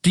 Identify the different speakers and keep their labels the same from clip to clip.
Speaker 1: Do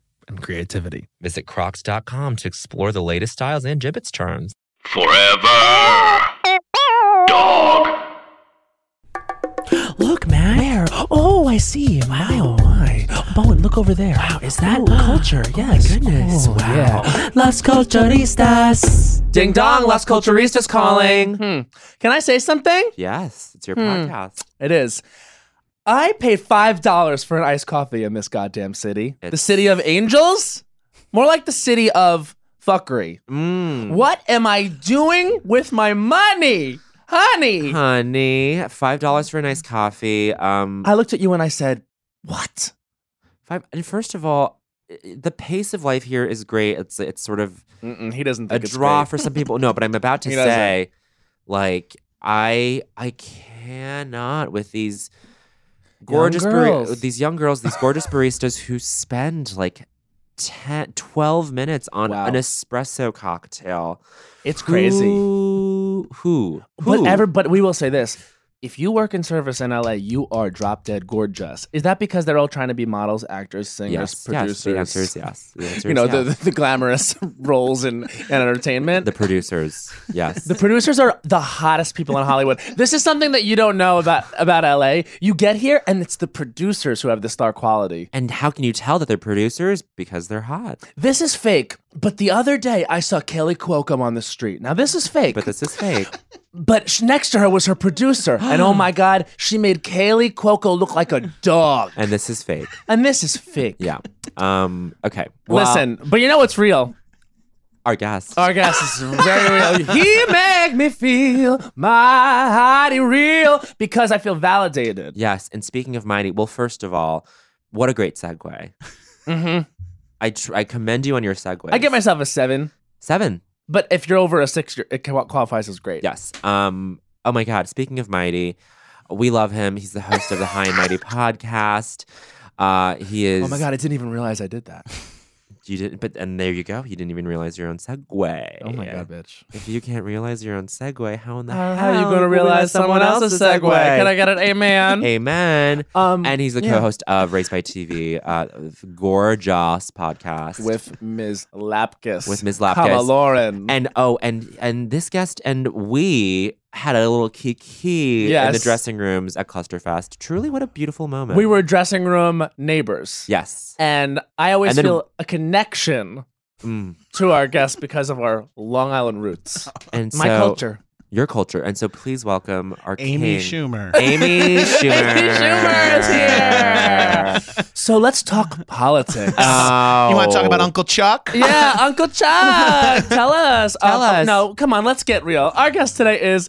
Speaker 1: and creativity.
Speaker 2: Visit crocs.com to explore the latest styles and gibbets charms.
Speaker 3: Forever. Dog.
Speaker 4: Look, man.
Speaker 5: Where?
Speaker 4: Oh, I see. Wow. Oh, my.
Speaker 5: Bowen, look over there.
Speaker 4: Wow, is that
Speaker 5: Ooh,
Speaker 4: culture?
Speaker 5: oh
Speaker 4: yes.
Speaker 5: my goodness.
Speaker 4: Oh,
Speaker 5: Wow.
Speaker 4: Yeah.
Speaker 5: Las Culturistas.
Speaker 4: Ding dong, Las Culturistas calling.
Speaker 1: Hmm. Can I say something?
Speaker 6: Yes, it's your
Speaker 1: Hmm.
Speaker 6: podcast.
Speaker 4: It is. I paid five dollars for an iced coffee in this goddamn city. The
Speaker 6: It's-
Speaker 4: city of angels? More like the city of fuckery.
Speaker 6: Mm.
Speaker 4: What am I doing with my money? Honey.
Speaker 6: Honey, five dollars for a nice coffee. Um,
Speaker 4: I looked at you and I said, What?
Speaker 6: five. And first of all, i- i- the pace of life here is great. It's it's sort of
Speaker 4: Mm-mm, he doesn't
Speaker 6: a
Speaker 4: think it's
Speaker 6: draw
Speaker 4: great.
Speaker 6: for some people. No, but I'm about to
Speaker 4: He doesn't.
Speaker 6: say, like, I I cannot with these gorgeous bari-
Speaker 4: girls.
Speaker 6: these young girls, these gorgeous baristas who spend like 10, 12 minutes on
Speaker 4: Wow.
Speaker 6: an espresso cocktail.
Speaker 4: It's crazy.
Speaker 6: Who? Who?
Speaker 4: But
Speaker 6: Who?
Speaker 4: ever, but we will say this: if you work in service in LA, you are drop dead gorgeous. Is that because they're all trying to be models, actors, singers,
Speaker 6: Yes, yes,
Speaker 4: producers?
Speaker 6: the answer is yes. The answer
Speaker 4: You know
Speaker 6: is
Speaker 4: the,
Speaker 6: yes.
Speaker 4: the, glamorous roles in, in entertainment.
Speaker 6: the producers. Yes.
Speaker 4: The producers are the hottest people in Hollywood. This is something that you don't know about about LA. You get here, and it's the producers who have the star quality.
Speaker 6: and how can you tell that they're producers? Because they're hot.
Speaker 4: This is fake. But the other day, I saw Kelly Cuoco on the street. Now this is fake.
Speaker 6: But this is fake.
Speaker 4: But sh- next to her was her producer, and oh my god, she made Kaylee Cuoco look like a dog.
Speaker 6: and this is fake.
Speaker 4: And this is fake.
Speaker 6: Yeah. Um, okay. Well,
Speaker 4: Listen, Uh, but you know what's real?
Speaker 6: our guest.
Speaker 4: Our gas is very real. he make me feel my body real because I feel validated.
Speaker 6: Yes. And speaking of mighty, well, first of all, what a great segue.
Speaker 4: Mhm.
Speaker 6: I tr- I commend you on your segue.
Speaker 4: I give myself a seven,
Speaker 6: seven.
Speaker 4: but if you're over a six, you're- it qual- qualifies as great.
Speaker 6: Yes. Um. Oh my God. Speaking of mighty, we love him. He's the host of the High and Mighty podcast. Uh, he is.
Speaker 4: Oh my god, I didn't even realize I did that.
Speaker 6: You didn't. But and there you go. You didn't even realize your own segue.
Speaker 4: Oh my god, bitch.
Speaker 6: If you can't realize your own segue, how in the hell
Speaker 4: How are you going
Speaker 6: will
Speaker 4: to
Speaker 6: we
Speaker 4: realize someone else's segue? Can I get an amen?
Speaker 6: Amen.
Speaker 4: Um,
Speaker 6: and he's the
Speaker 4: yeah.
Speaker 6: co-host of Race by TV, uh, gorgeous podcast
Speaker 4: with Ms. Lapkus.
Speaker 6: with Ms.
Speaker 4: Comma
Speaker 6: Lapkus.
Speaker 4: Lauren.
Speaker 6: and oh, and and this guest and we had a little kiki in the
Speaker 4: Yes.
Speaker 6: dressing rooms at Clusterfest. Truly, what a beautiful moment.
Speaker 4: we were dressing room neighbors.
Speaker 6: yes.
Speaker 4: And I always
Speaker 6: And then-
Speaker 4: feel a connection
Speaker 6: Mm.
Speaker 4: to our guests because of our Long Island roots.
Speaker 6: And
Speaker 4: My
Speaker 6: so
Speaker 4: culture.
Speaker 6: your culture. And so please welcome our
Speaker 7: Amy
Speaker 6: king,
Speaker 7: Schumer.
Speaker 6: Amy Schumer.
Speaker 1: Amy Schumer is here. So let's talk politics.
Speaker 6: Oh.
Speaker 7: You want to talk about Uncle Chuck?
Speaker 1: yeah, Uncle Chuck, tell us. Um,
Speaker 6: Tell us.
Speaker 1: No, come on, let's get real. Our guest today is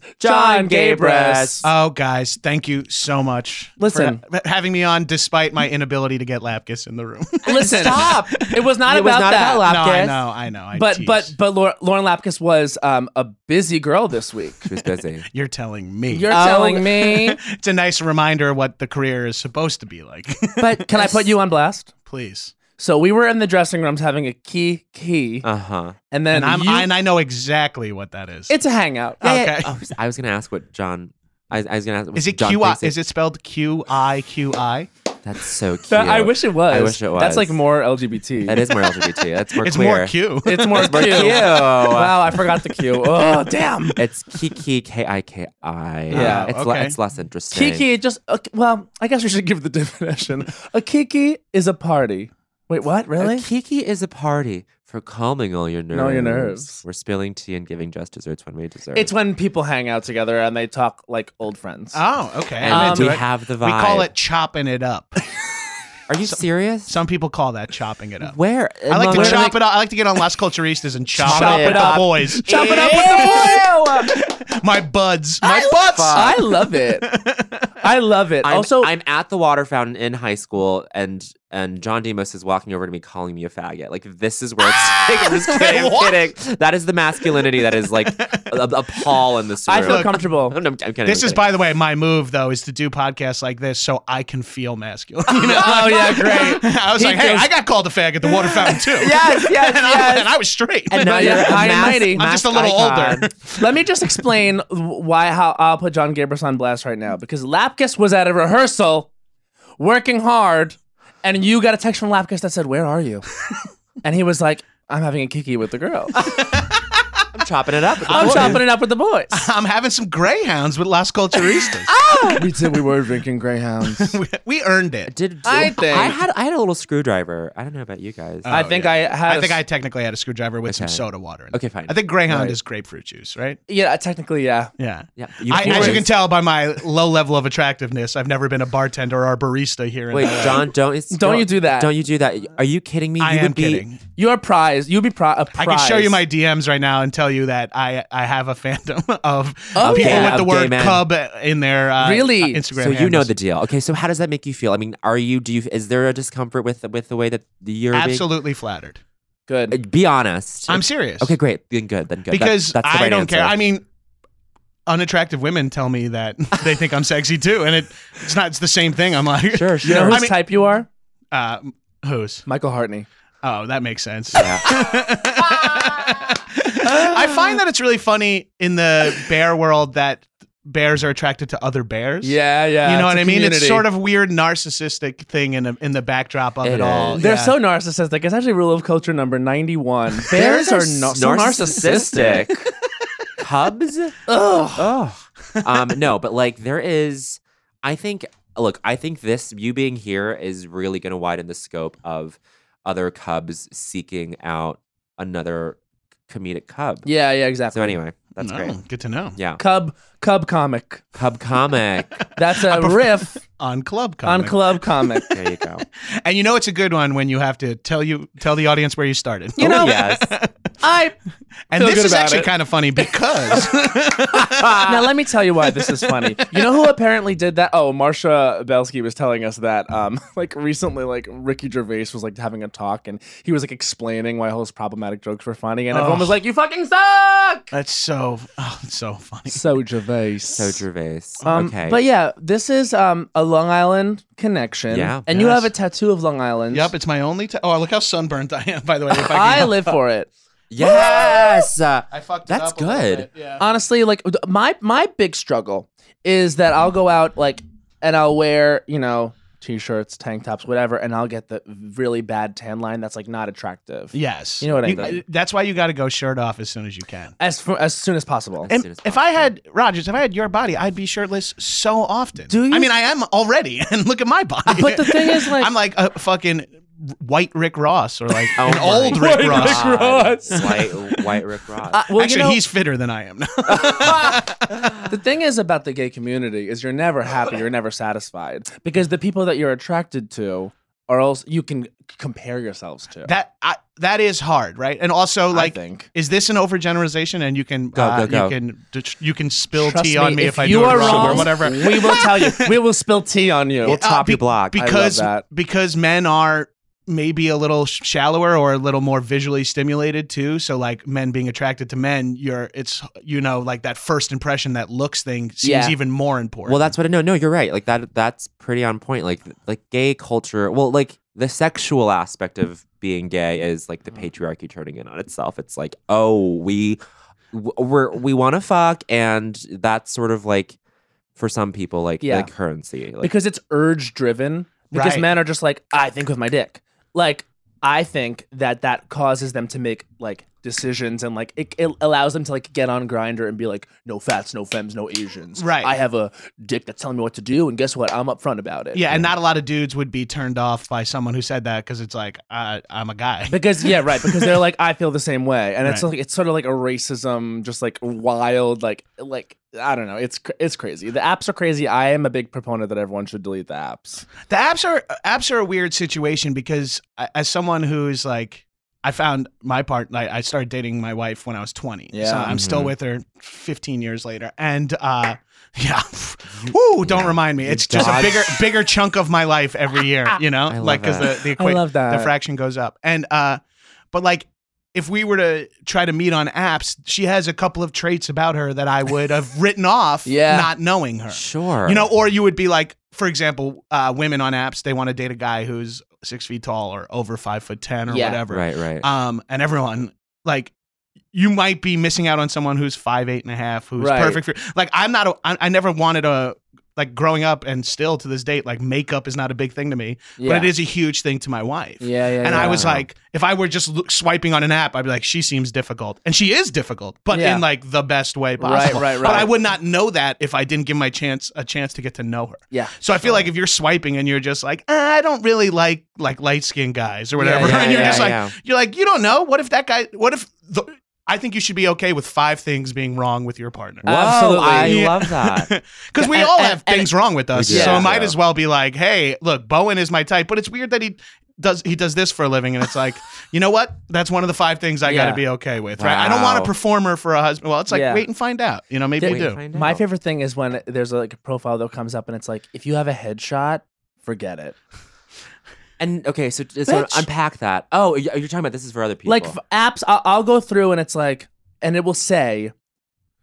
Speaker 1: John,
Speaker 6: John Gabris.
Speaker 1: Gabris. Uh,
Speaker 8: Oh, guys, thank you so much. for
Speaker 1: Listen.
Speaker 8: ha- having me on despite my inability to get Lapkus in the room.
Speaker 1: Listen,
Speaker 6: Stop.
Speaker 1: It was not
Speaker 6: It was
Speaker 1: about
Speaker 6: not
Speaker 1: that.
Speaker 6: about
Speaker 8: no, I
Speaker 6: Lapkus.
Speaker 8: know, I know. I
Speaker 1: but
Speaker 8: tease.
Speaker 1: but but Laura, Lauren Lapkus was um, a busy girl this week.
Speaker 6: She was busy.
Speaker 8: you're telling me.
Speaker 1: You're
Speaker 6: Oh.
Speaker 1: telling me.
Speaker 8: it's a nice reminder of what the career is supposed to be like.
Speaker 1: But can I put you on blast?
Speaker 8: Please.
Speaker 1: So we were in the dressing rooms having a key key,
Speaker 6: Uh huh.
Speaker 1: and then
Speaker 8: And, I'm,
Speaker 1: you-
Speaker 8: I, and I know exactly what that is.
Speaker 1: it's a hangout.
Speaker 8: Okay.
Speaker 6: Oh, I was gonna ask what John. I, I was gonna ask.
Speaker 8: is it
Speaker 6: John
Speaker 8: Q I?
Speaker 6: thinks
Speaker 8: Is it spelled Q I Q I?
Speaker 6: That's so cute.
Speaker 1: That- I wish it was.
Speaker 6: I wish it was.
Speaker 1: That's like more LGBT.
Speaker 6: That is more LGBT. That's more
Speaker 8: It's
Speaker 6: queer.
Speaker 8: more Q.
Speaker 1: It's more
Speaker 6: More
Speaker 1: Q.
Speaker 6: cute.
Speaker 1: Wow, I forgot the Q. Oh, damn.
Speaker 6: It's Kiki K I K I.
Speaker 1: Yeah,
Speaker 6: it's le-
Speaker 8: okay.
Speaker 6: it's less interesting.
Speaker 1: Kiki, just uh, well, I guess we should give the definition. A kiki is a party. Wait, what? Really?
Speaker 6: A Uh, kiki is a party for calming all your nerves.
Speaker 1: all your nerves.
Speaker 6: We're spilling tea and giving just desserts when we deserve.
Speaker 1: It's when people hang out together and they talk like old friends.
Speaker 8: Oh, okay.
Speaker 6: and
Speaker 8: I'm
Speaker 1: Um,
Speaker 8: into
Speaker 6: we
Speaker 8: it.
Speaker 6: have the vibe.
Speaker 8: We call it chopping it up.
Speaker 6: Are you serious?
Speaker 8: Some people call that chopping it up.
Speaker 6: Where?
Speaker 8: I like to
Speaker 6: Where do
Speaker 8: chop
Speaker 6: they-
Speaker 8: it up. I like to get on Las Culturistas and chop,
Speaker 1: Chop
Speaker 8: it up,
Speaker 1: it
Speaker 8: with
Speaker 1: up.
Speaker 8: the boys.
Speaker 1: Chop it up with the boys.
Speaker 8: my buds. My butts.
Speaker 1: I love it. I love it.
Speaker 6: I'm,
Speaker 1: also,
Speaker 6: I'm at the water fountain in high school, and and John Demos is walking over to me, calling me a faggot. Like this is where it's. I'm just kidding. I'm kidding. That is the masculinity that is like a, a pall in this room.
Speaker 1: I feel comfortable.
Speaker 6: I'm, I'm kidding.
Speaker 8: This
Speaker 6: I'm
Speaker 8: is,
Speaker 6: kidding.
Speaker 8: by the way, my move though is to do podcasts like this so I can feel masculine. You know?
Speaker 1: Oh yeah, great.
Speaker 8: I was
Speaker 1: He
Speaker 8: like, hey,
Speaker 1: feels-
Speaker 8: I got called a fag at the water fountain too.
Speaker 1: Yes, yes,
Speaker 8: and, I,
Speaker 1: yes.
Speaker 8: and I was straight.
Speaker 6: And now
Speaker 1: Yeah,
Speaker 6: you're a
Speaker 1: high and
Speaker 6: mas-
Speaker 1: mighty. I'm
Speaker 8: just a
Speaker 6: masked
Speaker 8: little
Speaker 6: icon.
Speaker 8: older.
Speaker 1: Let me just explain why how I'll put John Gabris on blast right now because Lapkus was at a rehearsal, working hard, and you got a text from Lapkus that said, "Where are you?" and he was like, "I'm having a kiki with the girl.
Speaker 6: I'm chopping it up.
Speaker 1: I'm chopping it up with the boys."
Speaker 8: I'm having some greyhounds with Las Culturistas.
Speaker 1: we did. We were drinking Greyhounds.
Speaker 8: we, we earned it.
Speaker 6: Did
Speaker 1: I think-
Speaker 6: I had I had a little screwdriver. I don't know about you guys.
Speaker 8: Uh,
Speaker 1: I think I had.
Speaker 8: I
Speaker 1: a
Speaker 8: think
Speaker 1: s-
Speaker 8: I technically had a screwdriver with some
Speaker 6: Okay.
Speaker 8: soda water. In it.
Speaker 6: okay, fine.
Speaker 8: I think Greyhound
Speaker 1: Right.
Speaker 8: is grapefruit juice, right?
Speaker 1: Yeah, technically, yeah.
Speaker 8: Yeah.
Speaker 6: yeah,
Speaker 8: I,
Speaker 6: you
Speaker 8: as you
Speaker 6: always-
Speaker 8: can tell by my low level of attractiveness, I've never been a bartender or a barista here. In
Speaker 6: Wait,
Speaker 8: LA.
Speaker 6: John, don't it's-
Speaker 1: Don't you do that.
Speaker 6: Don't you do that? Are you kidding me?
Speaker 8: I
Speaker 6: you
Speaker 8: am
Speaker 6: would be,
Speaker 8: kidding.
Speaker 1: Your prize. You'd be pri- a
Speaker 8: I
Speaker 1: prize.
Speaker 8: can show you my DMs right now and tell you that I I have a fandom of
Speaker 1: Oh,
Speaker 8: people
Speaker 6: yeah.
Speaker 8: with the
Speaker 6: Of gay
Speaker 8: word
Speaker 6: men.
Speaker 8: "cub" in their uh,
Speaker 1: Really?
Speaker 8: uh, Instagram.
Speaker 6: So you know
Speaker 8: handles.
Speaker 6: the deal. Okay, so how does that make you feel? I mean, are you do you is there a discomfort with with the way that you're being-
Speaker 8: absolutely flattered.
Speaker 1: good.
Speaker 6: Uh, be honest.
Speaker 8: I'm serious.
Speaker 6: Okay, great. Then good. Then good. That-
Speaker 8: because
Speaker 6: that's the
Speaker 8: I
Speaker 6: right
Speaker 8: don't
Speaker 6: answer.
Speaker 8: care. I mean, unattractive women tell me that they think I'm sexy too, and it it's not it's the same thing. I'm like,
Speaker 6: sure,
Speaker 1: You
Speaker 6: sure.
Speaker 1: know whose
Speaker 8: I mean-
Speaker 1: type you are?
Speaker 8: uh, who's?
Speaker 1: Michael Hartney.
Speaker 8: Oh, that makes sense.
Speaker 6: Yeah.
Speaker 8: I find that it's really funny in the bear world that bears are attracted to other bears.
Speaker 1: Yeah, yeah.
Speaker 8: you know
Speaker 1: it's
Speaker 8: what
Speaker 1: a
Speaker 8: I mean? It's
Speaker 1: community.
Speaker 8: sort of weird narcissistic thing in the, in the backdrop of
Speaker 6: It
Speaker 8: it, all.
Speaker 6: is.
Speaker 1: They're
Speaker 8: Yeah.
Speaker 1: so narcissistic. It's actually rule of culture number 91. Bears are no- so narcissistic.
Speaker 6: Cubs?
Speaker 1: Ugh.
Speaker 6: Oh. Um, no, but like there is I think look, I think this you being here is really gonna widen the scope of other Cubs seeking out another comedic cub.
Speaker 1: Yeah, yeah, exactly.
Speaker 6: So anyway, that's
Speaker 8: Oh,
Speaker 6: great.
Speaker 8: Good to know.
Speaker 6: Yeah.
Speaker 1: Cub Cub comic.
Speaker 6: Cub comic.
Speaker 1: That's a riff
Speaker 8: On club
Speaker 1: on
Speaker 8: comic.
Speaker 1: club comic.
Speaker 6: there you go.
Speaker 8: and you know it's a good one when you have to tell you tell the audience where you started.
Speaker 1: You know,
Speaker 6: Oh, yes.
Speaker 1: I
Speaker 8: and
Speaker 1: feel
Speaker 8: this
Speaker 1: good
Speaker 8: is
Speaker 1: about
Speaker 8: actually
Speaker 1: it.
Speaker 8: kind of funny because
Speaker 1: now let me tell you why this is funny. You know who apparently did that? Oh, Marsha Belsky was telling us that um like recently like Ricky Gervais was like having a talk and he was like explaining why all his problematic jokes were funny and everyone
Speaker 8: Ugh.
Speaker 1: was like, You fucking suck.
Speaker 8: that's so oh, it's so funny.
Speaker 1: So Gervais.
Speaker 6: So Gervais.
Speaker 1: Um,
Speaker 6: okay.
Speaker 1: But yeah, this is um, a Long Island connection.
Speaker 6: Yeah.
Speaker 1: And you
Speaker 8: Yes.
Speaker 1: have a tattoo of Long Island.
Speaker 8: Yep, it's my only. T- oh, look how sunburnt I am. By the way, if I,
Speaker 1: I
Speaker 8: can-
Speaker 1: live for it.
Speaker 6: yes. Uh,
Speaker 8: I fucked. it
Speaker 6: That's
Speaker 8: up a little
Speaker 6: good.
Speaker 8: bit, Yeah.
Speaker 1: Honestly, like th- my my big struggle is that I'll go out like and I'll wear, you know, t-shirts, tank tops, whatever, and I'll get the really bad tan line that's like not attractive.
Speaker 8: yes.
Speaker 1: You know what I mean.
Speaker 8: that's why you got to go shirt off as soon as you can.
Speaker 1: As for, as soon as possible.
Speaker 6: As
Speaker 8: And
Speaker 6: soon as
Speaker 8: if I
Speaker 6: possible.
Speaker 8: had Rogers, if I had your body, I'd be shirtless so often.
Speaker 1: Do you-
Speaker 8: I mean, I am already, and look at my body.
Speaker 1: But the thing is, like-
Speaker 8: I'm like a fucking white Rick Ross or like
Speaker 6: Oh
Speaker 8: an
Speaker 6: my
Speaker 8: old
Speaker 6: God.
Speaker 8: Rick Ross.
Speaker 6: White, white Rick Ross.
Speaker 1: Uh, well,
Speaker 8: Actually,
Speaker 1: you know,
Speaker 8: he's fitter than I am.
Speaker 1: the thing is about the gay community is you're never happy, you're never satisfied because the people that you're attracted to are also you can compare yourselves to.
Speaker 8: that I, that is hard, right? And also,
Speaker 1: I
Speaker 8: like,
Speaker 1: think.
Speaker 8: is this an overgeneration? And you can
Speaker 6: Go, go,
Speaker 8: uh,
Speaker 6: go.
Speaker 8: you can det- you can spill
Speaker 1: Trust
Speaker 8: tea on me if, I
Speaker 1: you
Speaker 8: do it
Speaker 1: are
Speaker 8: wrong,
Speaker 1: wrong
Speaker 8: or whatever. uh,
Speaker 1: We will tell you. We will spill tea on you.
Speaker 6: We'll top
Speaker 8: be-
Speaker 6: your block.
Speaker 1: love
Speaker 8: because
Speaker 1: that.
Speaker 8: because men are maybe a little sh- shallower or a little more visually stimulated too so like men being attracted to men you're it's you know like that first impression that looks thing seems
Speaker 1: Yeah.
Speaker 8: even more important
Speaker 6: Well, that's what I know. No, you're right. Like that. That's pretty on point. Like like gay culture. Well, like the sexual aspect of being gay is like the patriarchy turning in on itself. It's like oh we w- we're we want to fuck, and that's sort of like for some people like
Speaker 1: Yeah.
Speaker 6: the currency. Like
Speaker 1: because it's urge driven. Because
Speaker 8: Right.
Speaker 1: men are just like, I think with my dick. Like, I think that that causes them to make like decisions and like it, it allows them to like get on grinder and be like, no fats, no femmes, no Asians.
Speaker 8: Right.
Speaker 1: I have a dick that's telling me what to do, and guess what? I'm upfront about it.
Speaker 8: yeah, and not a lot of dudes would be turned off by someone who said that because it's like uh, i'm a guy
Speaker 1: Because yeah, right. Because they're like, I feel the same way, and it's
Speaker 8: Right.
Speaker 1: like it's sort of like a racism, just like wild, like like I don't know. It's cr- it's crazy. The apps are crazy. I am a big proponent that everyone should delete the apps.
Speaker 8: the apps are apps are a weird situation because I- as someone who's like I found my part like I started dating my wife when I was 20.
Speaker 1: Yeah.
Speaker 8: So I'm still with her 15 years later and uh yeah. Woo, don't remind me. It's just a
Speaker 6: dodged-
Speaker 8: bigger bigger chunk of my life every year, you know?
Speaker 6: I love
Speaker 8: like cuz the
Speaker 6: that.
Speaker 8: the,
Speaker 1: I
Speaker 8: equa-
Speaker 1: love that.
Speaker 8: the fraction goes up. And uh but like if we were to try to meet on apps, she has a couple of traits about her that I would have written off
Speaker 1: Yeah.
Speaker 8: not knowing her.
Speaker 6: sure,
Speaker 8: You know, or you would be like, for example, uh, women on apps, they want to date a guy who's six feet tall or over five foot ten or
Speaker 1: Yeah.
Speaker 8: whatever.
Speaker 6: right, right.
Speaker 8: Um, and everyone like you might be missing out on someone who's five eight and a half, who's
Speaker 1: Right.
Speaker 8: perfect for like I'm not a, I, I never wanted a like growing up and still to this date, like makeup is not a big thing to me,
Speaker 1: yeah.
Speaker 8: but it is a huge thing to my wife.
Speaker 1: Yeah, yeah.
Speaker 8: And
Speaker 1: yeah.
Speaker 8: I was like, if I were just look, swiping on an app, I'd be like, she seems difficult, and she is difficult, but
Speaker 1: Yeah.
Speaker 8: in like the best way possible.
Speaker 1: Right, right,
Speaker 8: But I
Speaker 1: right.
Speaker 8: would not know that if I didn't give my chance a chance to get to know her.
Speaker 1: Yeah.
Speaker 8: So I feel like if you're swiping and you're just like, "Uh, I don't really like like light skinned guys or whatever,
Speaker 1: yeah,
Speaker 8: and you're
Speaker 1: yeah,
Speaker 8: just like,
Speaker 6: yeah.
Speaker 8: you're like, you don't know. What if that guy? What if? The, I think you should be okay with five things being wrong with your partner.
Speaker 6: Whoa,
Speaker 1: Absolutely.
Speaker 6: I
Speaker 8: Yeah.
Speaker 6: love that.
Speaker 8: Because we
Speaker 1: And-
Speaker 8: all
Speaker 1: and-
Speaker 8: have
Speaker 1: and-
Speaker 8: things wrong with us,
Speaker 6: We do,
Speaker 8: so
Speaker 6: yeah.
Speaker 8: it might as well be like, "Hey, look, Bowen is my type," but it's weird that he does he does this for a living, and it's like, you know what? That's one of the five things I got
Speaker 1: Yeah.
Speaker 8: to be okay with, right? I don't want a
Speaker 6: Wow.
Speaker 8: performer for a husband. Well, it's like
Speaker 1: Yeah.
Speaker 8: wait and find out. You know, maybe
Speaker 1: Wait
Speaker 8: you
Speaker 6: Wait,
Speaker 8: do.
Speaker 6: find
Speaker 1: My
Speaker 6: out.
Speaker 1: favorite thing is when there's a, like a profile that comes up and it's like, if you have a headshot, forget it.
Speaker 6: And okay, so, so
Speaker 1: Bitch.
Speaker 6: unpack that. Oh, you're talking about this is for other people.
Speaker 1: Like f- apps, I'll, I'll go through and it's like, and it will say,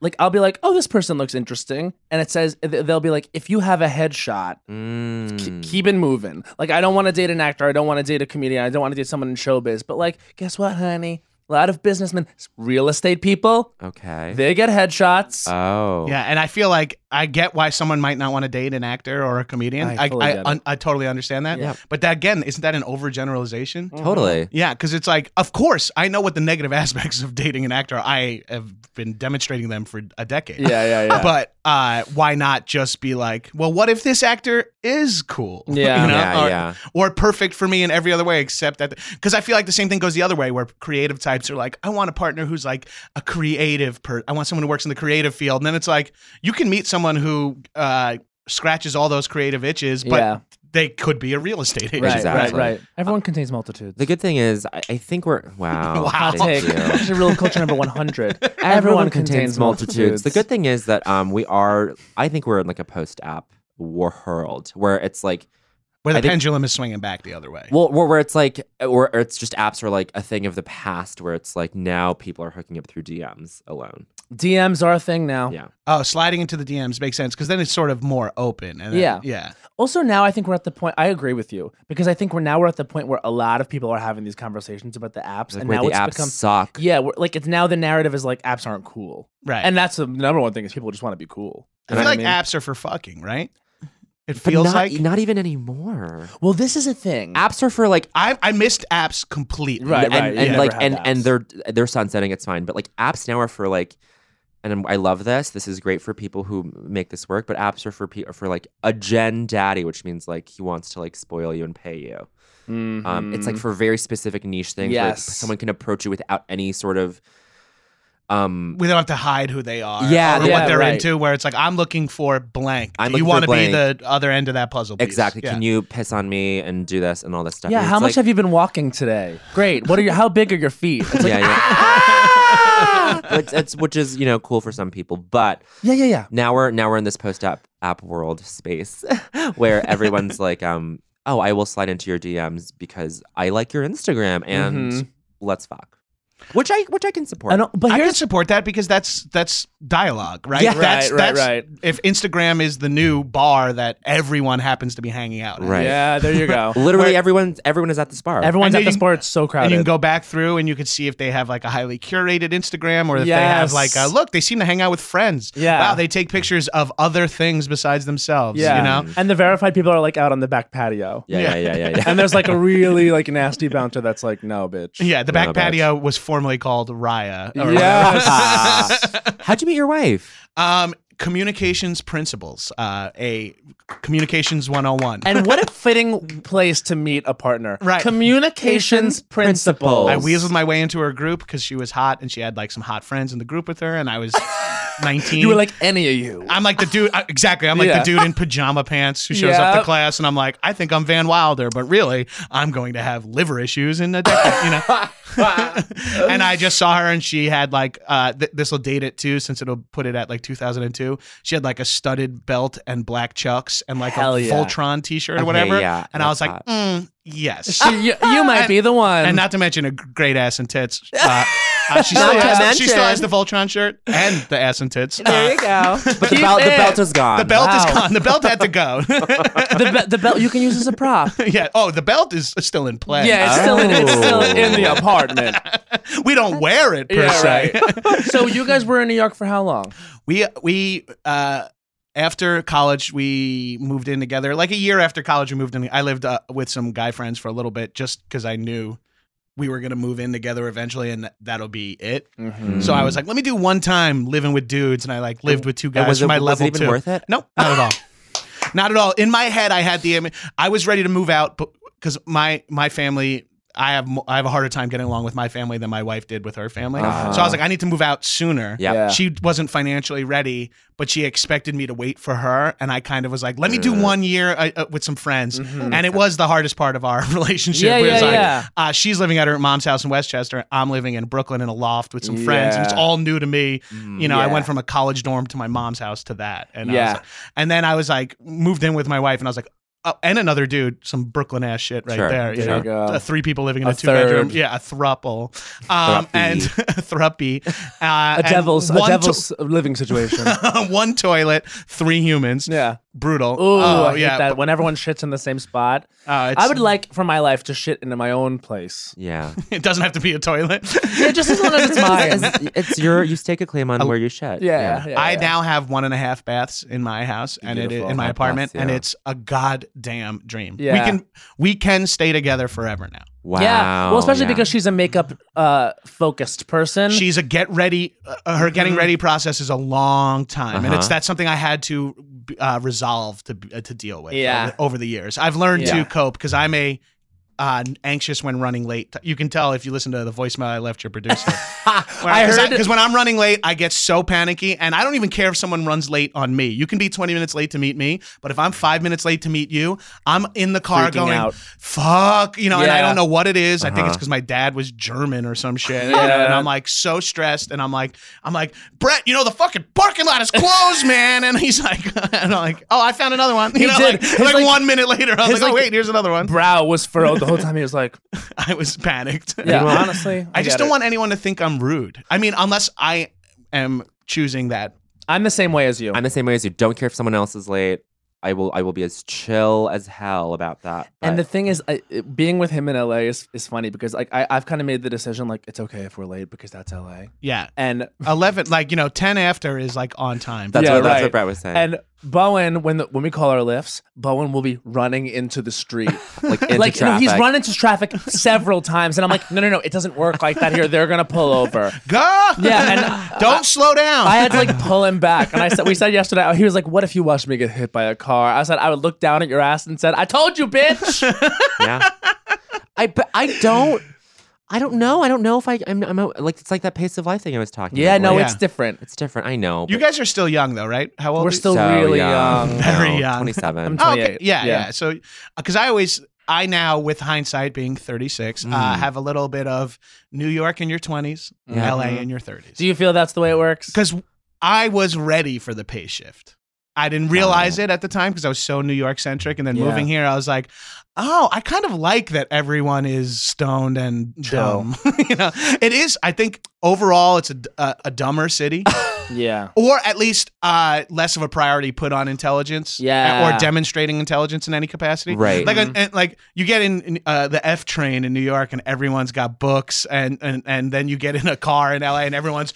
Speaker 1: like I'll be like, oh, this person looks interesting, and it says th- they'll be like, if you have a headshot,
Speaker 6: Mm.
Speaker 8: Hmm.
Speaker 1: k- keep it moving. Like I don't want to date an actor, I don't want to date a comedian, I don't want to date someone in showbiz, but like, guess what, honey? A lot of businessmen, real estate people,
Speaker 6: okay.
Speaker 1: they get headshots.
Speaker 8: Uh,
Speaker 6: oh,
Speaker 8: Yeah, and I feel like I get why someone might not want to date an actor or a comedian.
Speaker 1: I
Speaker 8: I
Speaker 1: fully
Speaker 8: I,
Speaker 1: get it.
Speaker 8: un- I totally understand that.
Speaker 1: Yeah.
Speaker 8: But that again, isn't that an overgeneralization?
Speaker 6: Totally.
Speaker 8: Yeah, because it's like, of course, I know what the negative aspects of dating an actor. I have been demonstrating them for a decade.
Speaker 1: yeah, yeah, yeah.
Speaker 8: But uh, why not just be like, well, what if this actor is cool?
Speaker 1: Yeah.
Speaker 8: you know?
Speaker 6: Yeah,
Speaker 8: or,
Speaker 6: yeah.
Speaker 8: or perfect for me in every other way except that. Because I feel like the same thing goes the other way, where creative types are like, I want a partner who's like a creative person. I want someone who works in the creative field. And then it's like, you can meet someone who uh, scratches all those creative itches, but
Speaker 1: Yeah.
Speaker 8: they could be a real estate agent.
Speaker 1: right, right,
Speaker 6: Exactly.
Speaker 1: right.
Speaker 8: Uh,
Speaker 1: Everyone contains multitudes.
Speaker 6: The good thing is, I, I think we're wow.
Speaker 8: Wow.
Speaker 6: thank
Speaker 1: Take
Speaker 6: you.
Speaker 1: Actually, real culture number 100. Everyone,
Speaker 6: The good thing is that um, we are. I think we're in like a post-app world where it's like,
Speaker 8: Where the
Speaker 6: I think-
Speaker 8: pendulum is swinging back the other way.
Speaker 6: well, where, where it's like, or, or it's just apps are like a thing of the past, where it's like now people are hooking up through DMs alone.
Speaker 1: DMs are a thing now.
Speaker 6: Yeah.
Speaker 8: oh, sliding into the DMs makes sense because then it's sort of more open. And then-
Speaker 1: Yeah.
Speaker 8: Yeah.
Speaker 1: Also, now I think we're at the point. I agree with you because I think we're now we're at the point where a lot of people are having these conversations about the apps,
Speaker 6: Like
Speaker 1: and
Speaker 6: where
Speaker 1: now
Speaker 6: the
Speaker 1: it's
Speaker 6: apps
Speaker 1: become
Speaker 6: suck.
Speaker 1: yeah, we're, like it's now the narrative is like apps aren't cool,
Speaker 8: Right.
Speaker 1: and that's the number one thing is people just want to be cool.
Speaker 8: I
Speaker 1: You know
Speaker 8: feel
Speaker 1: what
Speaker 8: like
Speaker 1: mean?
Speaker 8: apps are for fucking, right? It
Speaker 6: But
Speaker 8: feels
Speaker 6: not, e,
Speaker 8: like
Speaker 6: not even anymore.
Speaker 1: Well, this is a thing.
Speaker 6: Apps are for like
Speaker 8: I I missed apps completely.
Speaker 1: Right,
Speaker 6: and,
Speaker 1: right, you
Speaker 6: and
Speaker 1: never
Speaker 6: like
Speaker 1: had
Speaker 6: and and
Speaker 1: apps.
Speaker 6: they're they're sunsetting it's fine but like apps now are for like and i love this this is great for people who make this work but apps are for people for like a gen daddy which means like he wants to like spoil you and pay you
Speaker 1: Mm-hmm.
Speaker 6: Um, It's like for very specific niche things where
Speaker 1: Mm. Yes.
Speaker 6: someone can approach you without any sort of. Um,
Speaker 8: We don't have to hide who they are
Speaker 6: Yeah,
Speaker 8: or
Speaker 6: yeah,
Speaker 8: what they're
Speaker 6: right.
Speaker 8: into, where it's like, I'm looking for blank.
Speaker 6: I'm
Speaker 8: Do you
Speaker 6: looking for
Speaker 8: want to be
Speaker 6: blank.
Speaker 8: the other end of that puzzle piece?
Speaker 6: exactly.
Speaker 8: Yeah.
Speaker 6: Can you piss on me and do this and all this stuff?
Speaker 1: Yeah,
Speaker 6: And
Speaker 1: how
Speaker 6: it's
Speaker 1: much
Speaker 6: like-
Speaker 1: have you been walking today? Great. What are your? How big are your feet? It's like,
Speaker 6: yeah,
Speaker 1: Ah!
Speaker 6: yeah. But it's- which is you know cool for some people, but
Speaker 1: yeah, yeah, yeah.
Speaker 6: now we're now we're in this post app app world space where everyone's like, um, oh, I will slide into your DMs because I like your Instagram and
Speaker 1: Mhm.
Speaker 6: let's fuck, which I which I can support.
Speaker 1: And, uh, but
Speaker 8: I can
Speaker 1: here's
Speaker 8: support that because that's that's dialogue, right?
Speaker 6: Yeah.
Speaker 8: that's,
Speaker 1: Right, right,
Speaker 8: that's,
Speaker 1: right.
Speaker 8: If Instagram is the new bar that everyone happens to be hanging out, at.
Speaker 6: Right.
Speaker 1: yeah. There you go.
Speaker 6: Literally, everyone everyone is at this bar.
Speaker 1: Everyone's at
Speaker 8: And you
Speaker 1: this
Speaker 8: can-
Speaker 1: bar. It's so crowded.
Speaker 8: And you can go back through and you can see if they have like a highly curated Instagram or if they have
Speaker 1: Yes.
Speaker 8: like a look, they seem to hang out with friends.
Speaker 1: Yeah.
Speaker 8: Wow, they take pictures of other things besides themselves.
Speaker 1: yeah.
Speaker 8: You know?
Speaker 1: And the verified people are like out on the back patio.
Speaker 6: yeah, yeah, yeah, yeah, yeah.
Speaker 1: And there's like a really like nasty bouncer that's like, no, bitch.
Speaker 8: Yeah, the
Speaker 6: Yeah,
Speaker 8: back
Speaker 6: but-
Speaker 8: patio was formerly called Raya. or-
Speaker 1: Yes.
Speaker 6: How'd you meet your wife?
Speaker 8: Um, communications principles, uh, a communications 101.
Speaker 1: and what a fitting place to meet a partner.
Speaker 8: Right.
Speaker 1: Communications principles.
Speaker 8: I weaseled my way into her group because she was hot and she had like some hot friends in the group with her, and I was 19.
Speaker 1: You were like any of you.
Speaker 8: I'm like the dude. I- Exactly. I'm like
Speaker 1: Yeah.
Speaker 8: the dude in pajama pants who shows up to
Speaker 1: Yep.
Speaker 8: class, and I'm like, I think I'm Van Wilder, but really, I'm going to have liver issues in a decade, you know. and I just saw her, and she had like uh, th- this will date it too, since it'll put it at like 2002. She had like a studded belt and black chucks and like
Speaker 1: Hell
Speaker 8: a
Speaker 1: yeah.
Speaker 8: Voltron T-shirt or
Speaker 6: Okay,
Speaker 8: whatever.
Speaker 6: yeah,
Speaker 8: and I was
Speaker 6: that's
Speaker 8: like,
Speaker 6: hot.
Speaker 8: mm, yes.
Speaker 1: She- you, you might be the one.
Speaker 8: And not to mention a great ass and tits. Uh, uh, she, still
Speaker 6: Not to
Speaker 8: has, she still
Speaker 6: mention.
Speaker 8: has the Voltron shirt and the ass and tits. Uh,
Speaker 6: There you go. But the
Speaker 1: Keep
Speaker 6: belt, the
Speaker 1: it.
Speaker 6: belt is gone.
Speaker 8: the belt
Speaker 1: Wow.
Speaker 8: is gone. The belt had to go.
Speaker 1: the, be- the belt you can use as a prop.
Speaker 8: yeah. Oh, the belt is still in play.
Speaker 1: Yeah, it's still in, it's still in the apartment.
Speaker 8: We don't wear it per
Speaker 1: Yeah,
Speaker 8: se.
Speaker 1: right. so you guys were in New York for how long?
Speaker 8: We we uh after college we moved in together. Like a year after college we moved in. I lived uh, with some guy friends for a little bit just cuz I knew we were going to move in together eventually and that'll be it. So I was like, let me do one time living with dudes and I like lived with two guys
Speaker 6: Mm-hmm. And was
Speaker 8: for
Speaker 6: it,
Speaker 8: my
Speaker 6: was
Speaker 8: level
Speaker 6: it even
Speaker 8: 2.
Speaker 6: worth it?
Speaker 8: No, not at all. not at all. In my head, I had the image. I was ready to move out, but because my my family, I have mo- I have a harder time getting along with my family than my wife did with her family.
Speaker 6: Uh-huh.
Speaker 8: So I was like, I need to move out sooner.
Speaker 6: Yeah.
Speaker 8: She wasn't financially ready, but she expected me to wait for her, and I kind of was like, "Let me do
Speaker 6: Yeah. Mm-hmm.
Speaker 8: one year uh, uh, with some friends." And it was the hardest part of our relationship.
Speaker 1: Mm-hmm. Yeah,
Speaker 8: It was
Speaker 1: yeah,
Speaker 8: like,
Speaker 1: yeah.
Speaker 8: Uh, she's living at her mom's house in Westchester. I'm living in Brooklyn in a loft with some friends, and it's all new to me.
Speaker 6: Mm,
Speaker 8: You know, I
Speaker 1: Mm. Yeah.
Speaker 8: went from a college dorm to my mom's house to that, and I was
Speaker 1: Yeah.
Speaker 8: like- and then I was like moved in with my wife, and I was like, oh, and another dude, some Brooklyn ass shit right
Speaker 6: Sure.
Speaker 8: there. You
Speaker 1: There
Speaker 8: know,
Speaker 1: you go.
Speaker 8: Uh, three people living in a,
Speaker 1: A
Speaker 8: two bedroom,
Speaker 1: third.
Speaker 8: yeah, a thruple, um,
Speaker 6: Thruppy.
Speaker 8: and thruppy, uh,
Speaker 1: A
Speaker 8: and
Speaker 1: devil's, a
Speaker 8: one to-
Speaker 1: devil's living situation.
Speaker 8: one toilet, three humans,
Speaker 1: yeah.
Speaker 8: brutal.
Speaker 1: Ooh,
Speaker 8: oh
Speaker 1: I hate
Speaker 8: yeah,
Speaker 1: that. When everyone shits in the same spot,
Speaker 8: Uh, it's-
Speaker 1: I would like for my life to shit into my own place.
Speaker 6: Yeah.
Speaker 8: it doesn't have to be a toilet.
Speaker 1: It just as long as it's mine. Oh,
Speaker 6: it's, it's your you stake a claim on where you shit.
Speaker 1: Yeah, yeah,
Speaker 8: I
Speaker 1: yeah.
Speaker 8: now have one and a half baths in my house and it is
Speaker 6: Beautiful.
Speaker 8: in my
Speaker 6: Half
Speaker 8: apartment,
Speaker 6: baths,
Speaker 8: and
Speaker 6: yeah.
Speaker 8: it's a goddamn dream.
Speaker 1: Yeah.
Speaker 8: We can we can stay together forever now.
Speaker 6: Wow.
Speaker 1: Yeah. Well, especially
Speaker 6: yeah.
Speaker 1: because she's a makeup uh, focused person.
Speaker 8: She's a get ready. Uh, her getting
Speaker 1: Mm-hmm.
Speaker 8: ready process is a long time, and it's
Speaker 6: Uh-huh.
Speaker 8: that's something I had to uh, resolve to uh, to deal with.
Speaker 1: Yeah.
Speaker 8: over, over the years, I've learned
Speaker 1: Yeah.
Speaker 8: to cope because I'm a uh, anxious when running late. You can tell if you listen to the voicemail I left your producer.
Speaker 1: I heard
Speaker 8: because when I'm running late, I get so panicky, and I don't even care if someone runs late on me. You can be 20 minutes late to meet me, but if I'm five minutes late to meet you, I'm in the car
Speaker 1: Freaking
Speaker 8: going,
Speaker 1: out.
Speaker 8: "Fuck," you know, and I
Speaker 1: Yeah. Uh-huh.
Speaker 8: don't know what it is. I think it's because my dad was German or some shit, you know, and
Speaker 1: Yeah.
Speaker 8: I'm like so stressed, and I'm like, I'm like, Brett, you know, the fucking parking lot is closed, man, and he's like, and I'm like, oh, I found another one, you
Speaker 1: He
Speaker 8: know,
Speaker 1: did.
Speaker 8: like,
Speaker 1: His,
Speaker 8: like
Speaker 1: like-
Speaker 8: one minute later, I was
Speaker 1: his,
Speaker 8: like, oh
Speaker 1: like-
Speaker 8: wait, here's another one.
Speaker 1: brow was furrowed the whole time. He was like,
Speaker 8: I was panicked.
Speaker 1: Yeah, honestly,
Speaker 8: I, just
Speaker 1: get
Speaker 8: don't
Speaker 1: it.
Speaker 8: want anyone to think I'm rude. I mean, unless I am choosing that.
Speaker 1: I'm the same way as you.
Speaker 6: I'm the same way as you. Don't care if someone else is late. I will. I will be as chill as hell about that.
Speaker 1: and the
Speaker 6: but-
Speaker 1: thing is, I, it- being with him in LA is, is funny because like I, I've kind of made the decision like it's okay if we're late because that's LA.
Speaker 8: Yeah.
Speaker 1: And
Speaker 8: 11, like, you know, 10 after is like on time.
Speaker 6: that's
Speaker 1: yeah,
Speaker 6: what that's
Speaker 1: right.
Speaker 6: what Brett was saying.
Speaker 1: and Bowen, when the, when we call our lifts, Bowen will be running into the street.
Speaker 6: like, into
Speaker 1: like you know, he's
Speaker 6: traffic.
Speaker 1: run into traffic several times, and I'm like, no, no, no, it doesn't work like that here. They're gonna pull over.
Speaker 8: Go!
Speaker 1: Yeah, and uh,
Speaker 8: Don't slow down.
Speaker 1: I had to like pull him back, and I said, "We said yesterday." He was like, "What if you watched me get hit by a car?" I said, "I would look down at your ass and said, I told you, bitch."
Speaker 6: Yeah. I but I don't. I don't know. I don't know if I. I'm. I'm a, like it's like that pace of life thing I was talking.
Speaker 1: Yeah,
Speaker 6: about.
Speaker 1: no,
Speaker 8: Oh,
Speaker 6: Like,
Speaker 1: it's different.
Speaker 6: it's different. I know.
Speaker 8: You
Speaker 6: but
Speaker 8: guys are still young though, right? How old?
Speaker 1: We're
Speaker 8: are you?
Speaker 1: still
Speaker 6: so
Speaker 1: really
Speaker 6: young.
Speaker 1: young.
Speaker 8: Very young.
Speaker 6: Twenty-seven.
Speaker 1: I'm-
Speaker 8: Oh, okay.
Speaker 1: 28.
Speaker 8: Yeah,
Speaker 1: Yeah.
Speaker 8: yeah. So, because I always, I now, with hindsight being 36, uh,
Speaker 6: Mm.
Speaker 8: have a little bit of New York in your 20s,
Speaker 6: Yeah.
Speaker 8: LA in your 30s.
Speaker 1: Mm-hmm. Do you feel that's the way it works?
Speaker 8: because I was ready for the pay shift. I didn't realize it at the time because I was so New York centric. And then
Speaker 1: Yeah.
Speaker 8: moving here, I was like, oh, I kind of like that everyone is stoned and
Speaker 1: Chill.
Speaker 8: dumb. you know, it is, I think overall, it's a, a, a dumber city
Speaker 1: Yeah.
Speaker 8: or at least uh, less of a priority put on intelligence uh,
Speaker 1: Yeah.
Speaker 8: or demonstrating intelligence in any capacity.
Speaker 6: Right.
Speaker 8: Like, and- and, like you get in, in, uh, the F train in New York, and everyone's got books, and, and and then you get in a car in LA, and everyone's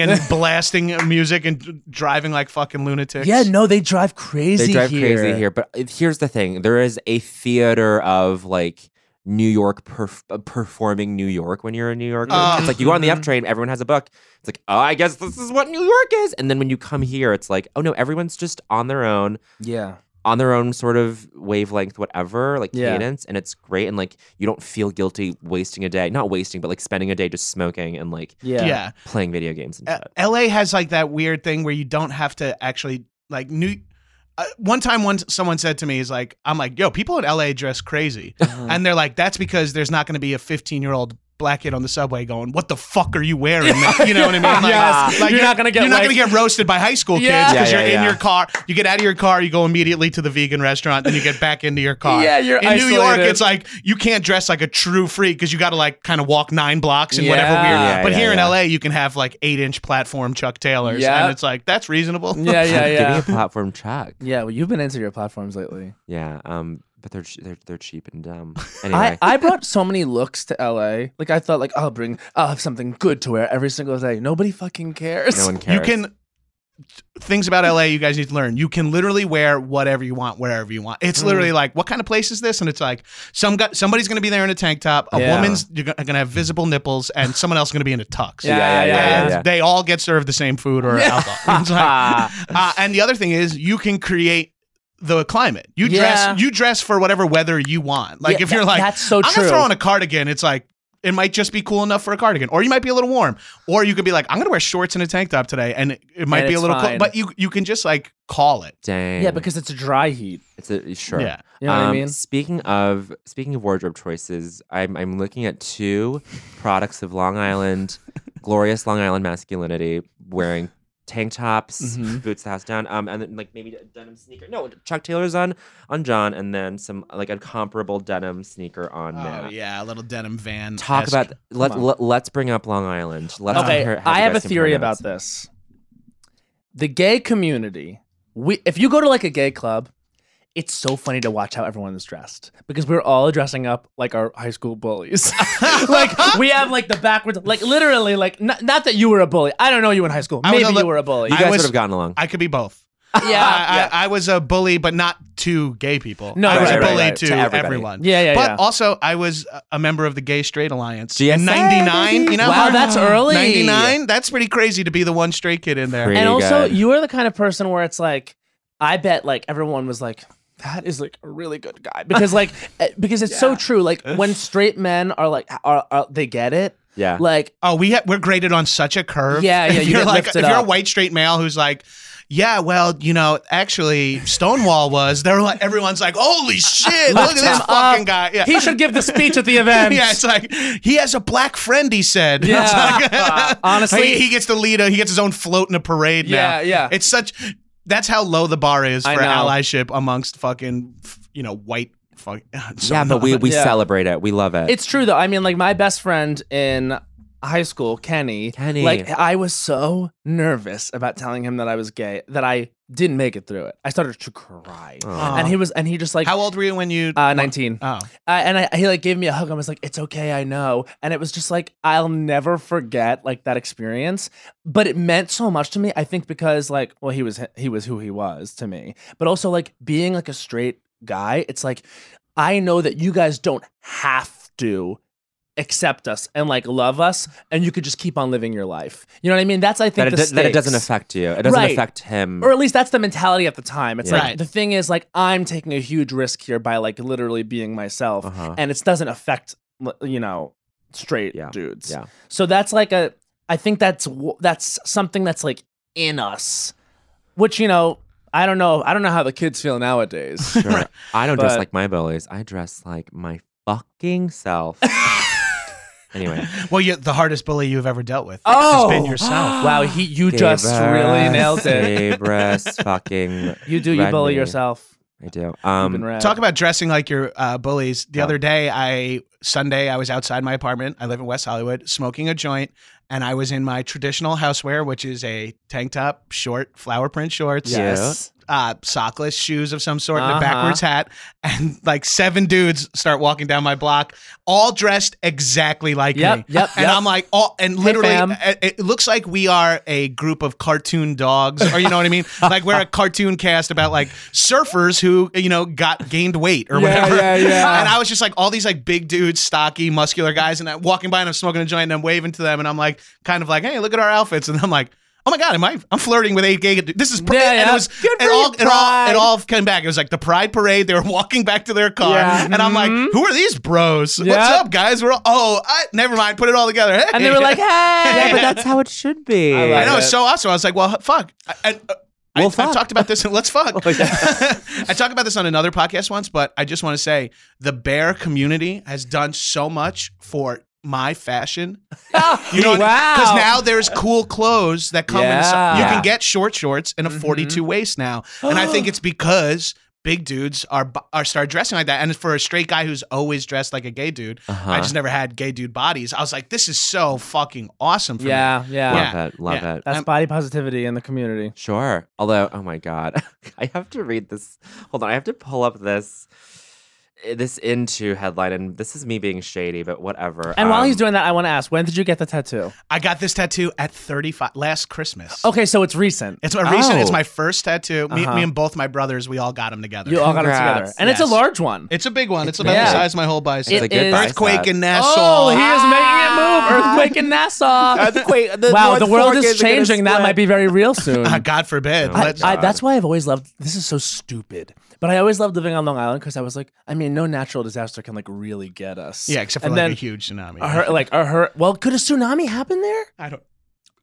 Speaker 8: and blasting music and driving like fucking lunatics.
Speaker 1: Yeah, no, they drive crazy
Speaker 6: they drive
Speaker 1: here.
Speaker 6: crazy here. But it- here's the thing: there is a theater of like New York perf- uh, performing New York when you're in New York.
Speaker 1: Ah.
Speaker 8: Uh,
Speaker 6: it's like you go on
Speaker 1: Mm-hmm.
Speaker 6: the F train, everyone has a book. It's like, oh, I guess this is what New York is. And then when you come here, it's like, oh no, everyone's just on their own,
Speaker 1: Yeah.
Speaker 6: on their own sort of wavelength, whatever, like
Speaker 1: Yeah.
Speaker 6: cadence, and it's great. And like you don't feel guilty wasting a day, not wasting, but like spending a day just smoking and like
Speaker 1: Yeah.
Speaker 8: yeah.
Speaker 6: playing video games and
Speaker 8: Uh,
Speaker 6: shit.
Speaker 8: LA has like that weird thing where you don't have to actually like new. Uh, one time, one someone said to me, "Is like I'm like, yo, people in LA dress crazy,"
Speaker 1: Mm-hmm.
Speaker 8: and they're like, "That's because there's not going to be a 15 year old black kid on the subway going, what the fuck are you wearing?' man?" You know what I mean? Like,
Speaker 1: Yes. You're not gonna get,
Speaker 8: you're not
Speaker 1: like-
Speaker 8: going to get roasted by high school
Speaker 1: Yeah.
Speaker 8: kids because
Speaker 6: Yeah,
Speaker 8: you're
Speaker 6: yeah,
Speaker 8: in
Speaker 6: yeah.
Speaker 8: your car. You get out of your car, you go immediately to the vegan restaurant, then you get back into your car.
Speaker 1: Yeah, you're
Speaker 8: in New York.
Speaker 1: isolated.
Speaker 8: It's like you can't dress like a true freak because you got to like kind of walk nine blocks and whatever
Speaker 1: Yeah.
Speaker 8: weird
Speaker 6: Yeah,
Speaker 8: but
Speaker 6: yeah,
Speaker 8: here in
Speaker 6: yeah.
Speaker 8: LA, you can have like eight inch platform Chuck Taylors,
Speaker 1: Yeah.
Speaker 8: and it's like that's reasonable.
Speaker 1: Yeah, yeah,
Speaker 6: Give me
Speaker 1: yeah.
Speaker 6: a platform track.
Speaker 1: Yeah, well, you've been into your platforms lately.
Speaker 6: Yeah, um, but they're ch- they're they're cheap and dumb. Anyway,
Speaker 1: I, I brought so many looks to LA. Like I thought, like I'll bring, I'll have something good to wear every single day. Nobody fucking cares.
Speaker 6: no one
Speaker 8: you
Speaker 6: cares.
Speaker 8: can. Things about LA, you guys need to learn. You can literally wear whatever you want, wherever you want.
Speaker 1: Mm.
Speaker 8: It's literally like, what kind of place is this? And it's like, some guy, somebody's going to be there in a tank top. A
Speaker 1: Yeah.
Speaker 8: woman's you're going to have visible nipples, and someone else going to be in a tux.
Speaker 1: Yeah, yeah, yeah,
Speaker 8: And
Speaker 6: yeah.
Speaker 8: They all get served the same food or alcohol. It's like- uh, and the other thing is, you can create the climate. You
Speaker 1: Yeah.
Speaker 8: dress, you dress for whatever weather you want. Like
Speaker 1: Yeah,
Speaker 8: if you're
Speaker 1: that-
Speaker 8: like,
Speaker 1: that's so
Speaker 8: I'm
Speaker 1: Oh, true.
Speaker 8: gonna throw on a cardigan. It's like it might just be cool enough for a cardigan, or you might be a little warm, or you could be like, I'm gonna wear shorts and a tank top today, and it, it might
Speaker 1: And
Speaker 8: be a
Speaker 1: it's
Speaker 8: little
Speaker 1: fine.
Speaker 8: cold. But you you can just like call it.
Speaker 6: Dang.
Speaker 1: Yeah, because it's a dry heat.
Speaker 6: it's a sure.
Speaker 8: Yeah.
Speaker 1: You know what I
Speaker 6: Um,
Speaker 1: mean?
Speaker 6: Speaking of speaking of wardrobe choices, I'm I'm looking at two products of Long Island, glorious Long Island masculinity, wearing tank tops,
Speaker 1: Mm-hmm.
Speaker 6: boots the house down, um, and then like maybe a denim sneaker. No, Chuck Taylor's on on John, and then some like a comparable denim sneaker on
Speaker 8: Oh
Speaker 6: Matt.
Speaker 8: yeah, a little denim van.
Speaker 6: Talk about let,
Speaker 8: on.
Speaker 6: let let's bring up Long Island. Let's compare
Speaker 1: okay,
Speaker 6: how
Speaker 1: I
Speaker 6: you
Speaker 1: have a
Speaker 6: guys can
Speaker 1: theory
Speaker 6: pronounce.
Speaker 1: about this. The gay community. We, if you go to like a gay club, it's so funny to watch how everyone is dressed because we're all dressing up like our high school bullies. like we have like the backwards, like literally, like not, not that you were a bully. I don't know you in high school.
Speaker 8: I was
Speaker 1: Maybe
Speaker 8: a
Speaker 1: you
Speaker 8: li-
Speaker 1: were a bully.
Speaker 6: You
Speaker 8: I
Speaker 6: guys
Speaker 8: was-
Speaker 6: would have gotten along.
Speaker 8: I could be both. I,
Speaker 1: yeah,
Speaker 8: I, I was a bully, but not to gay people.
Speaker 1: No,
Speaker 8: I was
Speaker 1: right,
Speaker 8: a
Speaker 1: right,
Speaker 8: bully
Speaker 6: right,
Speaker 8: to,
Speaker 6: to everybody.
Speaker 8: everyone.
Speaker 1: Yeah, yeah,
Speaker 8: But
Speaker 1: yeah.
Speaker 8: also, I was a- a member of the Gay Straight Alliance
Speaker 6: GSA,
Speaker 8: in '99. You know,
Speaker 1: Wow, that's early.
Speaker 8: '99. That's pretty crazy to be the one straight kid in there.
Speaker 6: Pretty
Speaker 1: and also,
Speaker 6: good.
Speaker 1: you are the kind of person where it's like, I bet like everyone was like, that is like a really good guy because like eh, because it's so true. Like when straight men are like are, are they get it?
Speaker 6: Yeah.
Speaker 1: Like
Speaker 8: Oh, we ha- we're graded on such a curve.
Speaker 1: Yeah, yeah,
Speaker 8: If
Speaker 1: you
Speaker 8: you're
Speaker 1: get
Speaker 8: like if
Speaker 1: lifted
Speaker 8: you're a
Speaker 1: up.
Speaker 8: white straight male who's like, yeah, well, you know, actually, Stonewall was. They're like, everyone's like, holy shit, look at this
Speaker 1: him
Speaker 8: fucking
Speaker 1: up.
Speaker 8: guy. Yeah.
Speaker 1: he should give the speech at the event.
Speaker 8: yeah, it's like he has a black friend. He said,
Speaker 1: Yeah. uh,
Speaker 8: It's like-
Speaker 1: Honestly-
Speaker 8: he, he gets to lead a he gets his own float in a parade.
Speaker 1: Yeah,
Speaker 8: now.
Speaker 1: yeah.
Speaker 8: It's such that's how low the bar is for
Speaker 1: I know.
Speaker 8: allyship amongst fucking you know white. Fuck,
Speaker 6: yeah, but we we
Speaker 1: Yeah.
Speaker 6: celebrate it. We love it.
Speaker 1: It's true though. I mean, like my best friend in high school, Kenny.
Speaker 6: Kenny.
Speaker 1: Like I was so nervous about telling him that I was gay that I didn't make it through it. I started to cry,
Speaker 6: Aw.
Speaker 1: and he was and he just like
Speaker 8: Uh-huh. how old were you when you?
Speaker 1: uh, nineteen.
Speaker 8: oh,
Speaker 1: uh, and I, he like gave me a hug. I was like, "It's okay, I know." And it was just like I'll never forget like that experience. But it meant so much to me. I think because like, well, he was he was who he was to me. But also like being like a straight guy, it's like I know that you guys don't have to
Speaker 4: accept us and like love us, and you could just keep on living your life. You know what I mean? That's I think
Speaker 6: That
Speaker 4: the
Speaker 6: it, do- that it doesn't
Speaker 4: stakes.
Speaker 6: affect you. It doesn't
Speaker 4: Right.
Speaker 6: affect him.
Speaker 4: or at least that's the mentality at the time. It's
Speaker 6: Yeah.
Speaker 4: like
Speaker 8: Right.
Speaker 4: the thing is like I'm taking a huge risk here by like literally being myself,
Speaker 6: Uh-huh.
Speaker 4: and it doesn't affect l- you know straight
Speaker 6: Yeah.
Speaker 4: dudes.
Speaker 6: Yeah.
Speaker 4: So that's like a I think that's w- that's something that's like in us, which you know I don't know I don't know how the kids feel nowadays.
Speaker 6: Sure. I don't dress
Speaker 4: But-
Speaker 6: like my bullies. I dress like my fucking self. anyway,
Speaker 8: Well, you're the hardest bully you've ever dealt with.
Speaker 4: Oh!
Speaker 8: has been yourself.
Speaker 4: wow, he you just really nailed it.
Speaker 6: Gabrus fucking.
Speaker 4: You do you
Speaker 6: read
Speaker 4: bully
Speaker 6: me.
Speaker 4: yourself.
Speaker 6: I do.
Speaker 4: You've been
Speaker 6: Um,
Speaker 4: read.
Speaker 8: Talk about dressing like your uh, bullies. The
Speaker 6: Yeah.
Speaker 8: other day, I Sunday, I was outside my apartment. I live in West Hollywood, smoking a joint, and I was in my traditional housewear, which is a tank top, short flower print shorts,
Speaker 6: Yes.
Speaker 8: uh, sockless shoes of some sort, and
Speaker 4: Uh-huh.
Speaker 8: a backwards hat. And like seven dudes start walking down my block, all dressed exactly like
Speaker 4: Yep,
Speaker 8: me.
Speaker 4: yep,
Speaker 8: And
Speaker 4: yep.
Speaker 8: I'm like, all and literally,
Speaker 4: fam.
Speaker 8: it, it looks like we are a group of cartoon dogs, or you know what I mean? like we're a cartoon cast about like surfers who you know got gained weight or
Speaker 6: Yeah,
Speaker 8: whatever.
Speaker 6: yeah, yeah.
Speaker 8: And I was just like all these like big dudes, stocky, muscular guys, and I'm walking by and I'm smoking a joint and I'm waving to them and I'm like, kind of like, hey, look at our outfits, and I'm like. Oh my God! Am I? I'm flirting with eight gay. dudes. This is pr-
Speaker 4: Yeah,
Speaker 8: and
Speaker 4: yeah.
Speaker 8: it was
Speaker 4: Good for
Speaker 8: it
Speaker 4: you,
Speaker 8: all, it all
Speaker 4: Pride.
Speaker 8: it all came back. It was like the Pride Parade. They were walking back to their car,
Speaker 4: Yeah. Mm-hmm.
Speaker 8: and I'm like, "Who are these bros? What's
Speaker 4: Yeah.
Speaker 8: up, guys? We're all, oh, I, never mind. Put it all together." Hey.
Speaker 4: and they were like,
Speaker 6: yeah,
Speaker 4: hey,
Speaker 6: but that's how it should be.
Speaker 4: I like
Speaker 8: I know
Speaker 4: it.
Speaker 8: it's so awesome. I was like, well, h- fuck. I, I, I,
Speaker 6: Well,
Speaker 8: I've
Speaker 6: fuck.
Speaker 8: talked about this. Let's fuck.
Speaker 6: Oh, yeah.
Speaker 8: I talked about this on another podcast once, but I just want to say the bear community has done so much for my fashion. You know,
Speaker 4: wow.
Speaker 8: because now there's cool clothes that come in. so-
Speaker 4: Yeah.
Speaker 8: You can get short shorts
Speaker 6: Mm-hmm.
Speaker 8: and a 42 waist now, and I think it's because. Big dudes are bu- are start dressing like that, and for a straight guy who's always dressed like a gay dude,
Speaker 6: Uh-huh.
Speaker 8: I just never had gay dude bodies. I was like, this is so fucking awesome. For me.
Speaker 4: yeah, yeah.
Speaker 6: love
Speaker 8: yeah,
Speaker 6: it. Love
Speaker 8: yeah.
Speaker 6: it.
Speaker 4: That's
Speaker 8: I'm-
Speaker 4: body positivity in the community.
Speaker 6: Sure. Although, oh my god, I have to read this. Hold on, I have to pull up this eh, this into headline, and this is me being shady, but whatever.
Speaker 4: And while
Speaker 6: Um,
Speaker 4: he's doing that, I want to ask, when did you get the tattoo?
Speaker 8: I got this tattoo at 35 last Christmas.
Speaker 4: Okay, so it's recent.
Speaker 8: It's my recent. It's
Speaker 6: Oh.
Speaker 8: my first tattoo. Me,
Speaker 4: Oh. Uh-huh.
Speaker 8: me and both my brothers, we all got them together.
Speaker 4: You all got it
Speaker 6: Congrats.
Speaker 4: together. And it's a
Speaker 8: Yes.
Speaker 4: large one.
Speaker 8: it's a big one. It's about
Speaker 4: Yeah.
Speaker 8: the size of my whole bicep.
Speaker 6: It's a good
Speaker 4: is-
Speaker 8: Earthquake in Nassau. Ah,
Speaker 4: Oh, he is making it move. Earthquake in Nassau.
Speaker 6: Earthquake- the
Speaker 4: wow,
Speaker 6: North
Speaker 4: Ah! uh, the world
Speaker 6: Fork
Speaker 4: is
Speaker 6: is gonna
Speaker 4: changing. That
Speaker 6: split.
Speaker 4: might be very real soon.
Speaker 8: Ah, God forbid.
Speaker 6: Oh, my
Speaker 8: Let's-
Speaker 4: I,
Speaker 6: God.
Speaker 4: that's why I've always loved. This is so stupid, but I always loved living on Long Island because I was like, I mean, no natural disaster can like really get us.
Speaker 8: yeah, except for
Speaker 4: and
Speaker 8: like
Speaker 4: then
Speaker 8: a huge tsunami.
Speaker 4: a hur- like a hur- Well, could a tsunami happen there?
Speaker 8: I don't.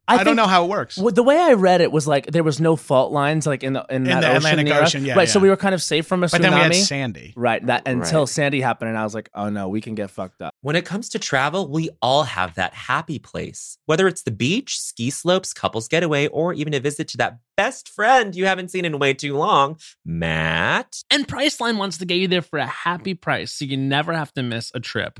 Speaker 4: I,
Speaker 8: I,
Speaker 4: think
Speaker 8: don't know how it works.
Speaker 4: Well, the way I read it was like there was no fault lines like in the in,
Speaker 8: In
Speaker 4: that
Speaker 8: the
Speaker 4: ocean
Speaker 8: Atlantic
Speaker 4: near us.
Speaker 8: Ocean, yeah,
Speaker 4: right. So
Speaker 8: yeah.
Speaker 4: we were kind of safe from a
Speaker 8: but
Speaker 4: tsunami,
Speaker 8: then we had Sandy.
Speaker 4: right? That until
Speaker 6: Right.
Speaker 4: Sandy happened, and I was like, oh no, we can get fucked up.
Speaker 2: When it comes to travel, we all have that happy place. Whether it's the beach, ski slopes, couples getaway, or even a visit to that best friend you haven't seen in way too long, Matt.
Speaker 1: And Priceline wants to get you there for a happy price so you never have to miss a trip.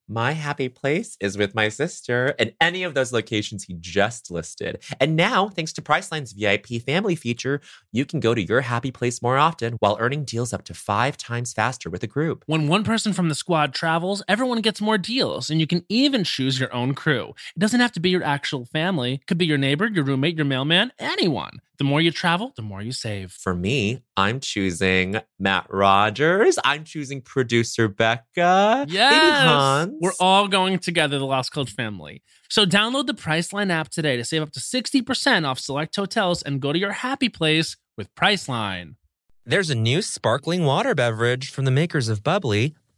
Speaker 2: My happy place is with my sister in any of those locations he just listed. And now, thanks to Priceline's VIP family feature, you can go to your happy place more often while earning deals up to five times faster with a group.
Speaker 1: When one person from the squad travels, everyone gets more deals, and you can even choose your own crew. It doesn't have to be your actual family, it could be your neighbor, your roommate, your mailman, anyone. The more you travel, the more you save.
Speaker 2: For me, I'm choosing Matt Rogers. I'm choosing producer Becca. Baby
Speaker 1: Yes,
Speaker 2: Hans.
Speaker 1: we're all going together, the Lost Coach family. So download the Priceline app today to save up to 60% off select hotels and go to your happy place with Priceline.
Speaker 2: There's a new sparkling water beverage from the makers of Bubbly,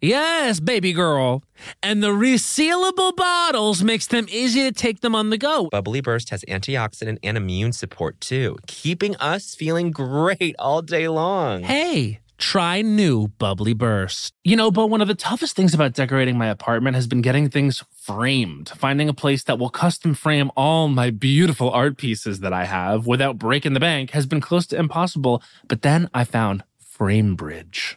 Speaker 1: Yes, baby girl. And the resealable bottles makes them easy to take them on the go.
Speaker 2: Bubbly Burst uh, has antioxidant and immune support too, keeping us feeling great all day long.
Speaker 1: Hey, try new Bubbly Burst. You know, but one of the toughest things about decorating my apartment has been getting things framed, finding a place that will custom frame all my beautiful art pieces that I have without breaking the bank has been close to impossible. But then I found FrameBridge.